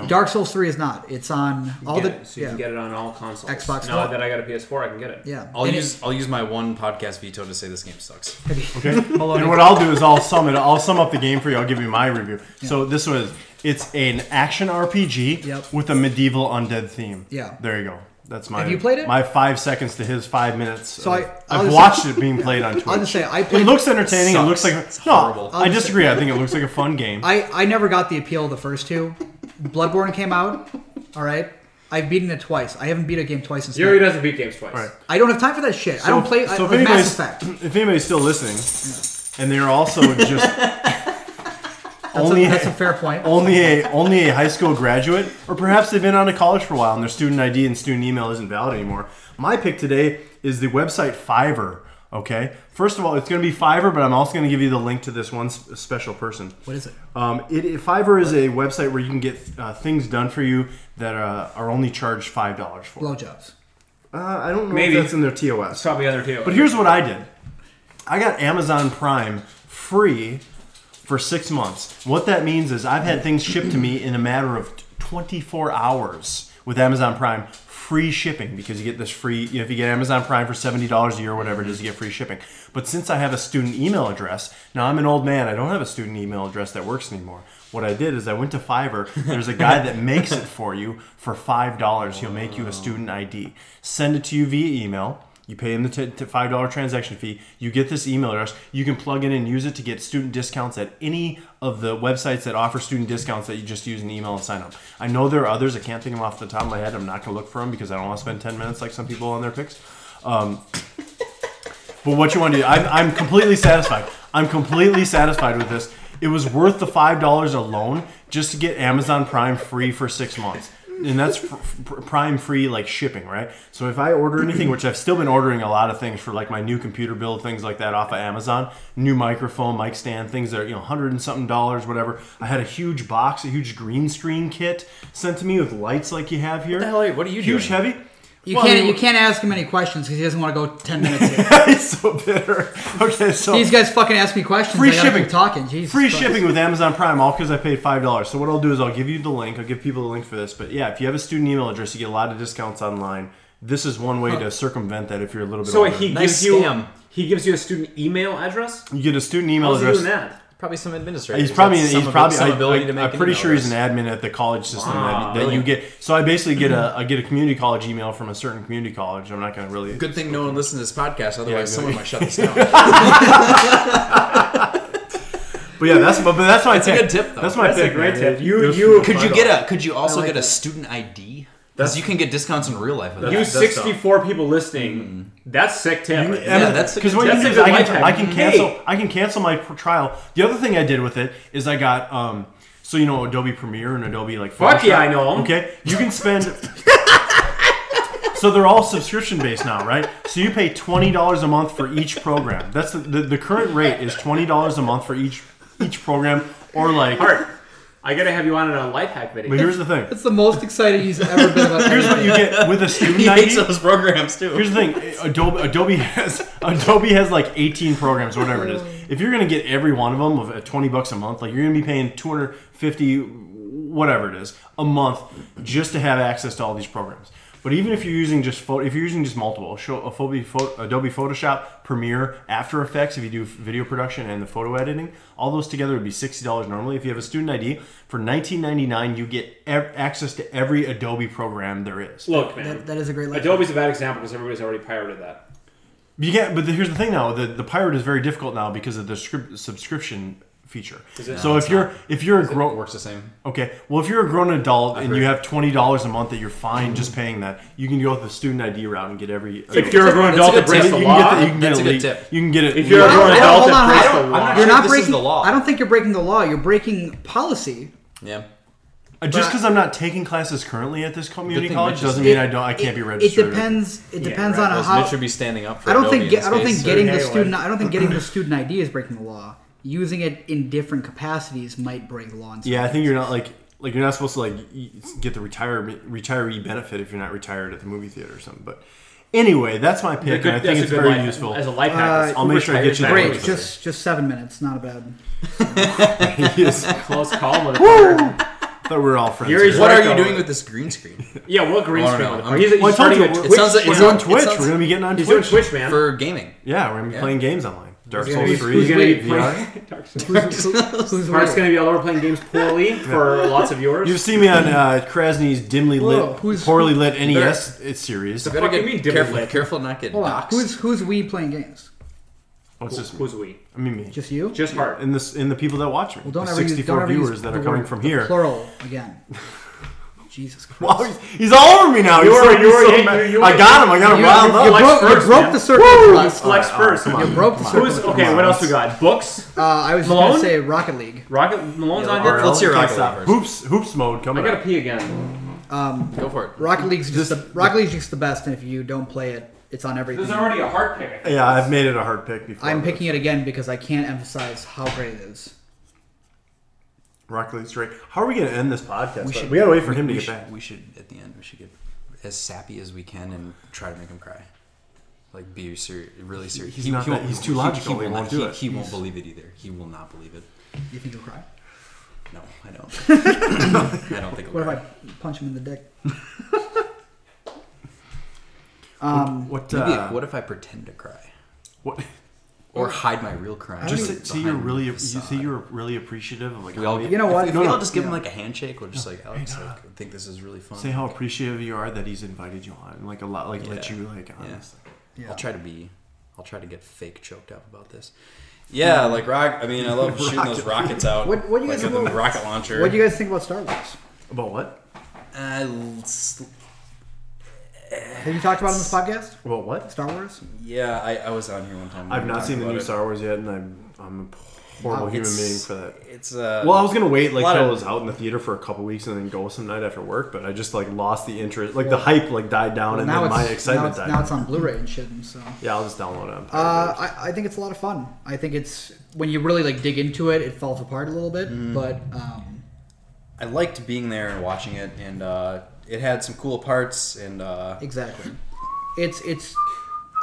C: Dark Souls Three is not. It's on all
A: Get
C: the
A: it, so you
C: yeah,
A: can get it on all consoles.
C: Xbox
A: Now
C: One.
A: that I got a PS4, I can get it.
C: yeah.
F: I'll
C: And
F: use I'll use my one podcast veto to say this game sucks.
C: it-
B: And what I'll do is I'll sum it. I'll sum up the game for you. I'll give you my review. So this was it's an action RPG
C: Yep.
B: with a medieval undead theme.
C: Yeah.
B: there you go. That's my.
C: Have you played it?
B: My five seconds to his five minutes. So
C: I- I'll
B: I've
C: just-
B: watched it being played on Twitch.
C: I'll just say I
B: it
C: played.
B: looks entertaining. It looks like
F: It's
B: no.
F: horrible.
B: I disagree. I think it looks like a fun game.
C: I I never got the appeal of the first two. Bloodborne came out. All right. I've beaten it twice. I haven't beat a game twice since.
A: Jerry doesn't beat games twice.
B: Right.
C: I don't have time for that shit. I don't play I, like Mass
B: anybody's-
C: Effect.
B: if anybody's still listening, and they're also just
C: That's
B: only
C: a, that's a fair point.
B: only a only a high school graduate, or perhaps they've been out of college for a while and their student ID and student email isn't valid anymore. My pick today is the website Fiverr. Okay, first of all, it's going to be Fiverr, but I'm also going to give you the link to this one s- special person.
C: What is it?
B: Um, it, it- Fiverr is a website where you can get uh, things done for you that uh, are only charged five dollars for. Uh,
C: Blowjobs.
B: I don't know
A: Maybe.
B: if that's in their TOS.
A: It's probably other two.
B: But here's what I did. I got Amazon Prime free for six months. What that means is I've had things shipped to me in a matter of 24 hours with Amazon Prime free shipping because you get this free, you know, if you get Amazon Prime for $70 a year or whatever it is, you get free shipping. But since I have a student email address, now I'm an old man, I don't have a student email address that works anymore. What I did is I went to Fiverr. There's a guy that makes it for you for $5. He'll make you a student ID. Send it to you via email. You pay him the t- t- five dollar transaction fee. You get this email address. You can plug in and use it to get student discounts at any of the websites that offer student discounts that you just use an email and sign up. I know there are others. I can't think of them off the top of my head. I'm not going to look for them because I don't want to spend ten minutes like some people on their picks. Um, but what you want to do? I'm, I'm completely satisfied. I'm completely satisfied with this. It was worth the five dollars alone just to get Amazon Prime free for six months, and that's fr- fr- Prime free like shipping, right? So if I order anything, which I've still been ordering a lot of things for, like my new computer build, things like that, off of Amazon, new microphone, mic stand, things that are you know hundred and something dollars, whatever. I had a huge box, a huge green screen kit sent to me with lights like you have here. What
F: the hell are you- what are you
B: Huge,
F: doing?
B: heavy.
C: You
B: Well, I
C: can't
B: mean,
C: you can't ask him any questions because he doesn't want to go ten minutes. here.
B: He's so bitter. Okay, so
C: These guys fucking ask me questions.
B: Oh. Free
C: I gotta keep
B: shipping.
C: talking. Jesus
B: free
C: Christ.
B: shipping with Amazon Prime, all because I paid five dollars. So what I'll do is I'll give you the link. I'll give people the link for this. But yeah, if you have a student email address, you get a lot of discounts online. This is one way to circumvent that if you're a little bit
A: So
B: older.
A: he
F: Nice
A: gives you
F: scam.
A: he gives you a student email address.
B: you get a student email
A: How's he
B: address.
A: doing that?
F: Probably some administrator.
B: He's probably
F: Some
B: he's
F: abi-
B: probably
F: some
B: I,
F: ability
B: I,
F: to make
B: I'm pretty
F: email
B: sure he's an
F: address.
B: admin at the college system
A: Wow,
B: that, that you get. So I basically get a I get a community college email from a certain community college. I'm not going to really
F: Good thing no one listens to this podcast. Otherwise,
B: Yeah,
F: someone
B: good.
F: might shut this down.
B: But yeah, that's but, but that's my
F: That's a
B: pick.
F: good tip, though.
B: That's my
A: That's a
B: pick.
A: great
B: man.
A: tip.
B: It-
A: You-
B: it was
A: you-
B: my
F: could you
B: thought.
F: get a? Could you also
C: like
F: get a
C: that.
F: student ID? Because you can get discounts in real life. With that.
A: You
B: that's
A: sixty four people listening. That's sick tip.
F: Yeah,
B: I mean,
F: that's a
B: because
F: good
B: what
F: tip.
B: Hmm.
A: That's
B: you do
A: a
B: is
A: good
B: I can,
A: lifetime.
B: I can
A: Hey.
B: cancel I can cancel my pr- trial. The other thing I did with it is I got um so you know Adobe Premiere and Adobe like
A: Fuck yeah,
B: Photoshop?
A: I know 'em.
B: Okay, you can spend. so they're all subscription based now, right? So you pay twenty dollars a month for each program. That's the, the, the current rate is twenty dollars a month for each each program or like.
A: Art, I gotta have you on in a life hack
B: But
A: video.
B: here's the thing.
C: That's the most excited he's ever been about
B: Here's what
C: anything.
B: you get with a student
F: he
B: ID.
F: hates those programs too.
B: Here's the thing: Adobe Adobe has Adobe has like 18 programs, or whatever it is. If you're gonna get every one of them of at 20 bucks a month, like you're gonna be paying 250, whatever it is, a month just to have access to all these programs. But even if you're using just photo, if you're using just multiple, show Adobe, Pho- Adobe Photoshop, Premiere, After Effects, if you do video production and the photo editing, all those together would be sixty dollars normally. If you have a student ID for 19.99, you get ev- access to every Adobe program there is.
A: Look, man,
C: That, that is a great life.
A: Adobe's a bad example because everybody's already pirated that.
B: You get, but the, here's the thing now: the, the pirate is very difficult now because of the scrip- subscription feature. so if you're if you're a
F: Bro, it
B: grown
F: works the same.
B: okay, well if you're a grown adult and you have twenty dollars a month that you're fine just paying that, you can go with the student ID route and get every.
A: If you're a grown
F: That's a
A: adult
F: good
A: that breaks
F: tip.
A: the
B: you can get, the, you
A: law,
B: can get
F: That's
B: it
F: a good
B: le-
F: tip.
B: You can get it.
A: if you're a
B: le-
A: grown
C: I don't-
A: adult
C: hold
A: that
C: on,
A: breaks
C: I
A: the
C: don't-
A: law,
C: You're
F: Sure,
C: not
F: this is
C: breaking
F: the law.
C: I don't think you're breaking the law. You're breaking policy.
F: Yeah.
B: just because I'm not taking classes currently at this community
F: Good thing
B: college
F: Mitch
B: doesn't
F: is-
B: mean I don't. I can't
C: it,
B: be registered.
C: It depends. It depends
A: right.
C: on
F: As
C: Uh, how.
F: Mitch would be standing up for.
C: I don't
F: Adobe
C: think.
F: in
C: Get,
F: this
C: I don't
F: case,
C: think
F: so-
C: getting the
A: Anyway.
C: student. I don't think getting the student ID is breaking the law. Using it in different capacities might break the law. in some
B: Yeah, I
C: ways.
B: think you're not like like you're not supposed to like y- get the retirement retiree benefit if you're not retired at the movie theater or something. But anyway, that's my pick, and I think
A: that's
B: it's
A: a good
B: very
A: life-
B: useful.
A: as a life hack.
C: Uh,
B: I'll make sure I get you that
A: Great,
C: Great,
B: link.
C: just just seven minutes, not a bad.
B: Yes. I
A: close call, motherfucker.
B: thought we were all friends.
A: Gary's
B: here.
F: What are
A: Right,
F: you
A: though.
F: doing with this green screen?
A: yeah, what green
F: I don't
A: screen?
F: know.
A: motherfucker?
F: I'm-
A: He's, he's
B: Well, I told
A: starting
B: you,
A: a
B: it
A: Twitch.
F: It sounds like
B: We're
F: it's
B: on
F: on
B: Twitch.
F: It sounds-
B: We're gonna be getting on
A: He's doing
B: Twitch.
A: Twitch, man.
F: for gaming.
B: Yeah, we're gonna be playing games online. Dark
A: He's gonna be-
B: Souls
A: he's
B: Three.
A: gonna be
B: VR.
A: playing. Dark Souls.
C: Who's
A: Mark's
C: we?
A: gonna be all over playing games poorly for lots of viewers.
B: You've seen me on uh, Krasny's dimly lit,
C: Whoa, who's-
B: poorly lit NES series.
F: So better
A: fuck you
F: get
A: mean dimly
F: careful.
A: lit?
F: Careful not get
C: Hold on.
F: doxxed.
C: Who's who's we playing games?
B: What's this?
A: Who's we?
B: I mean me.
C: Just you?
A: Just Hart.
B: And this, and the people that watch me.
C: well, don't
B: the
C: ever use, don't
B: 64
C: ever use
B: viewers that
C: the
B: are coming
C: word-
B: from
C: the
B: here.
C: Plural again. Jesus Christ!
B: Wow, he's, he's all over me now. He's
A: were-
B: so-
A: you
B: he's
A: were-
B: so
A: you-
B: mad.
A: you- you
B: I
A: were-
B: got him. I got him
C: you,
B: riled
C: you
B: up.
A: like
C: broke, you
A: first,
C: broke
A: man.
C: the circle. with
A: Let's
C: us.
A: flex first.
B: come on.
C: You broke the circle.
A: Who's
C: with us.
A: okay? What else we got? Books.
C: Uh, I was just
A: Malone?
C: gonna say Rocket League.
A: Rocket Malone's on
B: All right,
A: here.
F: Let's hear
B: can't
F: Rocket
B: stop.
F: League first.
B: Hoops, hoops mode
A: I
B: coming.
A: gotta
B: up.
A: pee again.
F: Go for it.
C: Rocket League's just the, Rocket League's just the best, and if you don't play it, it's on everything.
A: There's already a Hart pick.
B: Yeah, I've made it a hard pick before.
C: I'm picking it again because I can't emphasize how great it is.
B: Rocket League straight. How are we going to end this podcast? We,
F: should-
B: gotta wait for him to
F: we
B: get
F: should,
B: back.
F: We should at the end. We should get as sappy as we can and try to make him cry. Like be ser- really serious.
B: he's not that- he's too logical. He won't
F: not-
B: do
F: he,
B: it.
F: He won't believe it either. He will not believe it.
C: You think you'll cry?
F: No, I don't. I don't think.
C: What if I punch him in the dick? um,
B: What?
F: Maybe
B: Uh,
F: what if I pretend to cry
B: what?
F: or hide my real crying?
B: Just say,
F: behind
B: say you're
F: the
B: really, you
F: facade.
B: say you're really appreciative of like.
F: We
B: how
F: all,
B: many-
C: You know what?
F: If
C: No,
F: we
C: no.
F: all just give him
C: Yeah.
F: like a handshake, we're just like, Alex, like, I think this is really fun.
B: say how appreciative you are that he's invited you on, and like a lot, like let
F: Yeah.
B: you like on.
F: Yeah.
B: this.
C: yeah.
F: I'll try to be. I'll try to get fake choked up about this. Yeah, like rock. I mean, I love shooting those rockets out.
C: Mm. What- what do you guys
F: like, with
C: think
F: the
C: about-
F: rocket launcher?
C: What do you guys think about Star Wars?
B: About what?
F: Uh, l- s-
C: Have you talked about it on this podcast?
B: About what?
C: Star Wars?
F: yeah, I, I was on here one time.
B: I've
F: We
B: not
F: talked
B: seen the
F: about
B: new
F: it.
B: Star Wars yet, and I'm I'm a horrible human
F: It's-
B: being for that.
F: It's uh,
B: Well, I was gonna wait like
F: lot
B: till I
F: of-
B: was out in the theater for a couple weeks and then go some night after work, but I just like lost the interest. Like the hype like died down, and
C: now
B: then
C: it's
B: my
C: now
B: excitement
C: it's,
B: died.
C: now it's on Blu-ray and shit. and So
B: yeah, I'll just download it. On Pirate
C: uh,
B: Bay.
C: I, I think it's a lot of fun. I think it's when you really like dig into it, it falls apart a little bit.
B: Mm.
C: But um,
F: I liked being there and watching it, and uh, it had some cool parts. And uh,
C: exactly, it's it's.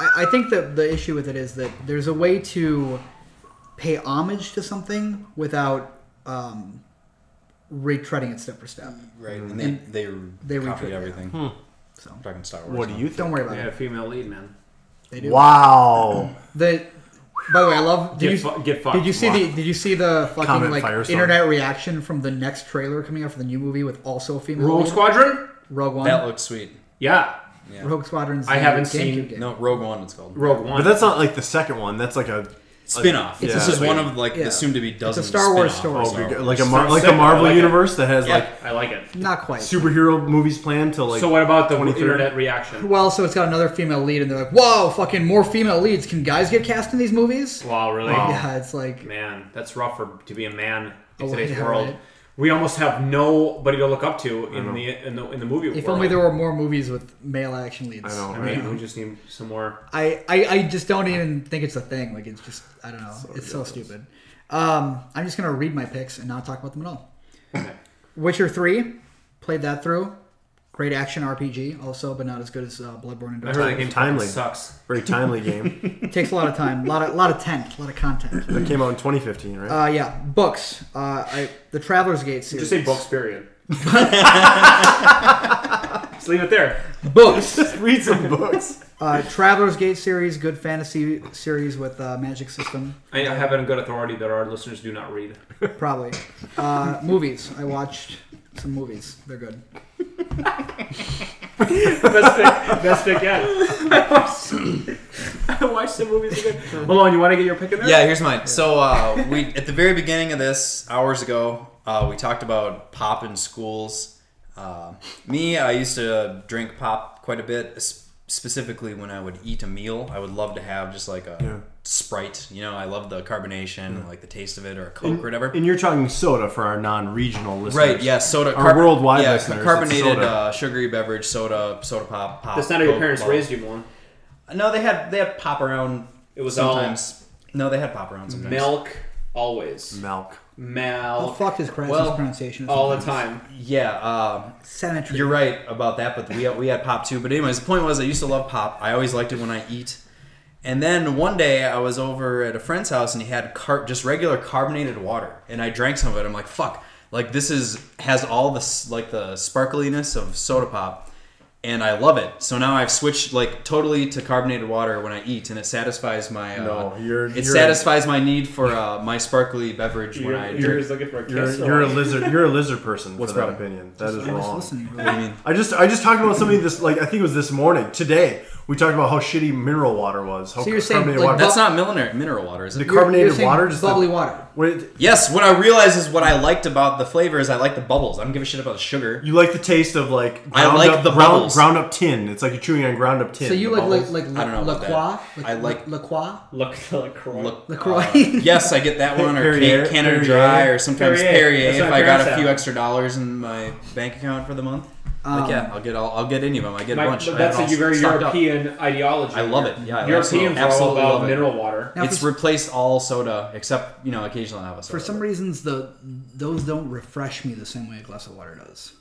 C: I, I think that the issue with it is that there's a way to pay homage to something without um, retreading it step for step.
F: right, and they they,
C: They
F: copied
C: recreated Hmm. it.
F: everything.
C: So
F: We're talking Star Wars.
B: What do
F: now.
B: you think?
C: Uh, don't worry about
A: Yeah,
C: it.
A: female lead, man.
C: They do.
B: Wow.
C: The by the way, I love. Did
A: Get,
C: you
A: fu- get fucked.
C: did you see
A: Wow.
C: the Did you see the fucking
B: Comment
C: like
B: firestorm.
C: internet reaction from the next trailer coming out for the new movie with also female
A: Rogue
C: lead?
A: Squadron?
C: Rogue One.
F: That looks sweet.
A: Yeah.
C: Rogue Squadron's.
A: I
C: new
A: haven't
C: GameCube
A: seen-
C: game.
F: No, Rogue One. It's called
A: Rogue
B: But
A: One.
B: that's not like the second one. That's like a
F: spin-off.
B: It's a
F: this is
B: sweet-
F: one of like
C: yeah.
F: the soon-to-be dozens.
C: Star Wars
F: spin-offs
C: story.
F: of
B: oh,
F: Star Wars.
B: like a Mar- like the
A: Second,
B: Marvel
A: I like it.
B: universe that has
A: yeah,
B: like
A: I like it.
C: Not quite.
B: superhero movies planned to like.
A: so what about the
B: 23rd?
A: internet reaction?
C: Well, so it's got another female lead, and they're like, "Whoa, fucking more female leads! Can guys get cast in these movies?"
A: Wow, really?
C: Yeah, it's like
A: Man, that's rough for to be a man in
C: Oh,
A: today's
C: yeah,
A: world.
C: right.
A: We almost have nobody to look up to in the in the in the movie
C: if
A: world.
C: only there were more movies with male action leads.
B: I know,
A: I
B: right?
A: mean, we just need some more.
C: I, I, I just don't even think it's a thing. Like it's just I don't know. it's so stupid. Um, I'm just gonna read my picks and not talk about them at all. Witcher three, played that through. Great action RPG, also, but not as good as uh, Bloodborne and
A: I heard
C: Dark Souls.
A: that game
B: Timely.
A: fucking sucks.
B: Very timely game.
C: It takes a lot of time, a lot of, lot of tent, a lot of content.
B: that came out in 2015, right?
C: Uh, yeah, books. Uh, I, the Traveler's Gate series.
A: Just say books, period. just leave it there.
C: Books.
B: Read some books.
C: Uh, Traveler's Gate series, good fantasy series with uh, magic system.
A: I, I have it on good authority that our listeners do not read.
C: Probably. Uh, movies. I watched some movies. They're good.
A: best pick, best pick yet. I watched the movies again. Malone, you want to get your pick in there?
F: Yeah, here's mine. So uh, we at the very beginning of this hours ago, uh, we talked about pop in schools. Uh, me, I used to drink pop quite a bit, s- specifically when I would eat a meal. I would love to have just like a Sprite. You know, I love the carbonation, and like the taste of it, or a Coke or whatever.
B: And you're talking soda for our non-regional listeners.
F: Right, yeah, soda.
B: Our worldwide
F: yeah,
B: listeners, it's
F: carbonated
B: soda.
F: uh, sugary beverage, soda, soda pop, pop.
A: That's not how your
F: Coke,
A: parents
F: blah, blah,
A: raised you, Malone.
F: No, they had they had pop around. It
A: was
F: sometimes. no, they had pop around sometimes.
A: Milk, always.
B: Milk.
C: How
A: Mal,
C: the fuck is Christ's
F: Well,
C: pronunciation?
A: all the time.
F: Yeah, uh,
C: Sanitary.
F: you're right about that. But we we had pop too. But anyways, the point was I used to love pop. I always liked it when I eat. And then one day I was over at a friend's house and he had car- just regular carbonated water, and I drank some of it. I'm like, fuck, like this is has all the s- like the sparkliness of soda pop, and I love it. So now I've switched like totally to carbonated water when I eat, and it satisfies my uh,
B: No, you're-
F: it
B: you're-
F: satisfies my need for uh, my sparkly beverage when I drink.
A: looking for a kiss.
B: You're, you're a lizard. You're a lizard person. What's for that
F: wrong?
B: opinion? That is
C: I was
B: wrong.
C: listening.
F: What do you mean?
B: I just I just talked about something this like I think it was this morning today. We talked about how shitty mineral water was. How
C: So you're saying,
B: carbonated
C: like,
B: water.
F: That's not mineral mineral water, is it?
B: the carbonated
C: You're saying
B: water. Just
C: bubbly
B: the,
C: water.
B: Wait,
F: Yes, what I realized is what I liked about the flavor is I like the bubbles. I don't give a shit about the sugar.
B: you like the taste of like
F: I
B: ground
F: like
B: up,
F: the
B: ground,
F: bubbles.
B: ground up tin. It's like you're chewing on ground up tin.
C: So you
B: The
C: like like
B: bubbles.
C: like
F: I don't know
C: La
F: about
C: Croix?
F: that. I like-
C: La Croix.
A: Look, LaCroix.
F: Look,
C: LaCroix.
F: uh, yes, I get that one, or
B: Perrier,
F: Can- Canada
B: Perrier.
F: Dry, or sometimes
A: Perrier.
F: Perrier,
A: That's
F: if
A: what my
F: I got
A: parents
F: a few
A: have.
F: extra dollars in my bank account for the month.
C: Um,
F: like, yeah, I'll get all, I'll get any of them. I get
A: My,
F: a bunch.
A: but
F: I
A: that's
F: have
A: a
F: it all
A: very
F: stocked up.
A: European ideology.
F: I love it. Yeah, I
A: Europeans
F: absolutely,
A: are all
F: absolutely love
A: about
F: it.
A: mineral water.
C: Now,
F: It's
C: for,
F: replaced all soda except you know occasionally I have a soda.
C: for some reasons, the those don't refresh me the same way a glass of water does.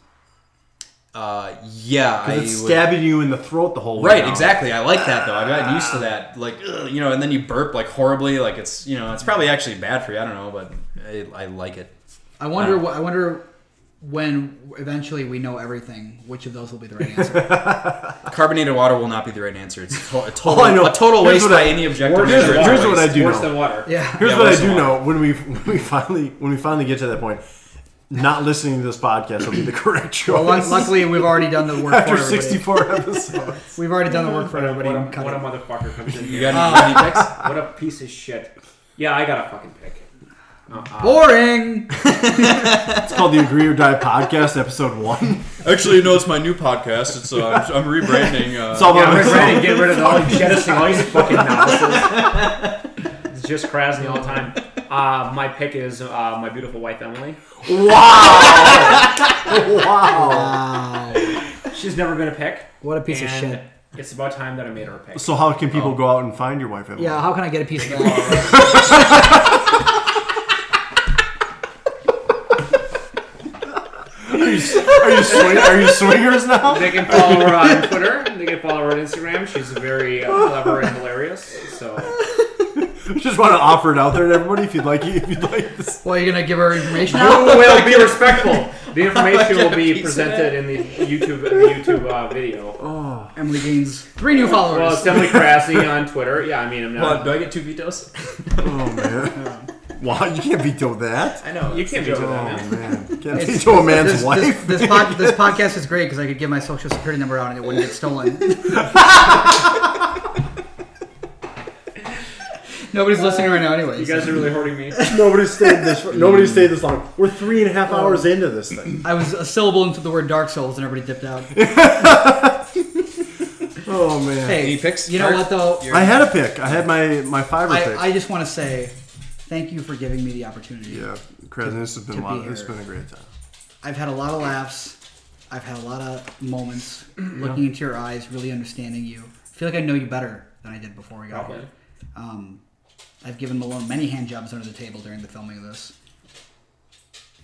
F: uh, yeah, I
B: 'Cause it's
F: would-
B: stabbing you in the throat the whole way.
F: Right,
B: down.
F: exactly. I like that though. I've gotten used to that. Like, ugh, you know, and then you burp like horribly. Like it's, you know, it's probably actually bad for you. I don't know, but I, I like it.
C: I wonder. what I wonder when eventually we know everything, which of those will be the right answer.
F: Carbonated water will not be the right answer. It's to- a
B: All Oh, I know-
F: total, a total
B: here's
F: waste
B: what I-
F: by any objective
A: Worse
B: Here's-
A: than
F: measure.
A: water.
B: here's what I do
A: Worse
B: know.
A: than water.
C: yeah.
B: Here's
F: Yeah,
B: what I
F: once in
B: do
F: a
B: know when we when we finally when we finally get to that point, not listening to this podcast will be the correct choice.
C: Well, lu- luckily, we've already done the work for
B: After
C: everybody.
B: 64 episodes,
C: We've already done the work for
A: What a, what,
C: everybody.
A: a,
C: and cut
A: what a
C: it.
A: motherfucker comes in
F: You
A: here.
F: got any,
B: Uh,
F: you got any picks?
A: What a piece of shit. Yeah, I got a fucking pick.
C: Boring.
B: it's called the Agree or Die podcast, episode one.
F: Actually, no, it's my new podcast. It's uh, I'm, I'm rebranding.
B: It's all about
A: Yeah, Rick
B: myself.
A: Ryan, get rid of all jettisoning all these fucking novices. It's just Krasny all the time. Uh, my pick is uh, my beautiful wife Emily.
B: Wow.
C: Wow.
A: She's never been a pick.
C: What a piece of
A: and
C: shit.
A: It's about time that I made her a pick.
B: So how can people go out and find your wife? Emily?
C: Yeah. How can I get a piece of that?
B: Are you swing, are you swingers now?
A: They can follow her on Twitter. They can follow her on Instagram. She's very uh, clever and hilarious. So
B: Just want to offer it out there to everybody if you'd like if you'd like this.
C: Well, you're gonna give our information
A: You
C: out.
A: will be respectful. The
F: I'd
A: information
F: like
A: will
F: a
A: be
F: piece of
A: presented in the YouTube the YouTube uh,
F: Oh,
A: video.
C: Emily gains three new followers.
A: Well, it's Emily Crassi on Twitter. Yeah, I mean, I'm
F: Well,
A: not.
F: do I get two vetoes?
B: Oh man. Wow, you can't veto that. Oh,
F: I know.
A: You
F: it's
A: can't
F: a
A: do
F: joke.
A: that, man.
B: man. Can't
C: It's-
B: veto a man's
C: this,
B: wife.
I: this
C: This, pod, this podcast is great because I could give my social security number out and it wouldn't get stolen. Nobody's listening right now,
A: You
C: anyways.
A: guys are really hurting me.
B: nobody stayed this nobody stayed this long. We're three and a half hours into this thing.
C: I was a syllable into the word Dark Souls and everybody dipped out.
B: Oh man.
C: Hey,
F: Any picks?
C: You know what though?
B: I had a pick. I had my my fiber
C: I,
B: pick.
C: I just want to say thank you for giving me the opportunity.
B: yeah, Krasny, this has been
C: To
B: a lot.
C: be
B: It's
C: here.
B: been a great time.
C: I've had a lot of laughs. I've had a lot of moments looking into your eyes, really understanding you. I feel like I know you better than I did before we got here. Um, I've given Malone many hand jobs under the table during the filming of this.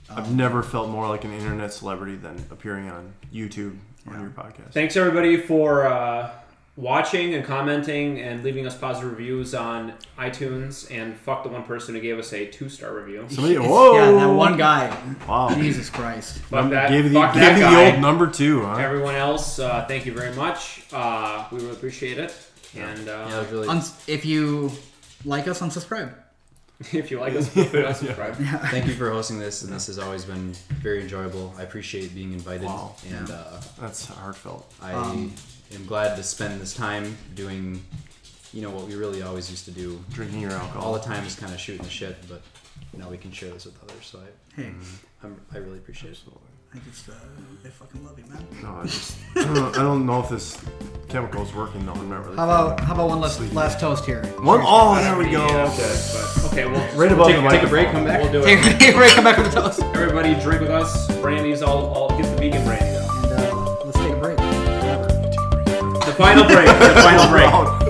B: I've never felt more like an internet celebrity than appearing on YouTube on your podcast.
A: Thanks everybody for uh, watching and commenting and leaving us positive reviews on iTunes. And fuck the one person who gave us a two star review.
B: Somebody,
C: It's-
B: whoa!
C: Yeah, that one guy.
B: Wow.
C: Jesus Christ.
A: Fuck that.
B: gave you the,
A: fuck
B: gave
A: that
B: you
A: guy.
B: the old number two, huh?
A: Everyone else, uh, thank you very much. Uh, we really appreciate it. And uh,
F: Yeah, it was really.
C: Uns- if you like us, unsubscribe.
A: if you like us, feel free to subscribe.
F: Thank you for hosting this, and this has always been very enjoyable. I appreciate being invited,
B: Wow. Um,
F: and uh,
B: That's heartfelt.
F: I am glad to spend this time doing, you know, what we really always used to do.
B: Drinking your alcohol.
F: All the time is kind of shooting the shit, but now we can share this with others. So I,
C: Hey,
F: I'm, I really appreciate it.
C: I just, uh, I fucking love you, man.
B: No, I just I don't, I don't know if this chemical is working though. I'm not really.
C: How about how about one last last toast here?
B: one? Oh, there we go.
A: Yeah,
B: Okay.
A: but- okay, well,
B: Right above
F: Take,
B: the
F: take a
B: microphone.
F: break, come back.
A: we'll do it.
C: Hey, Ray, come back with the toast. And
A: Everybody, drink with us. Brandy's all, all get the vegan brandy though.
C: uh, let's take a break.
A: The final break. The final break.
B: Out.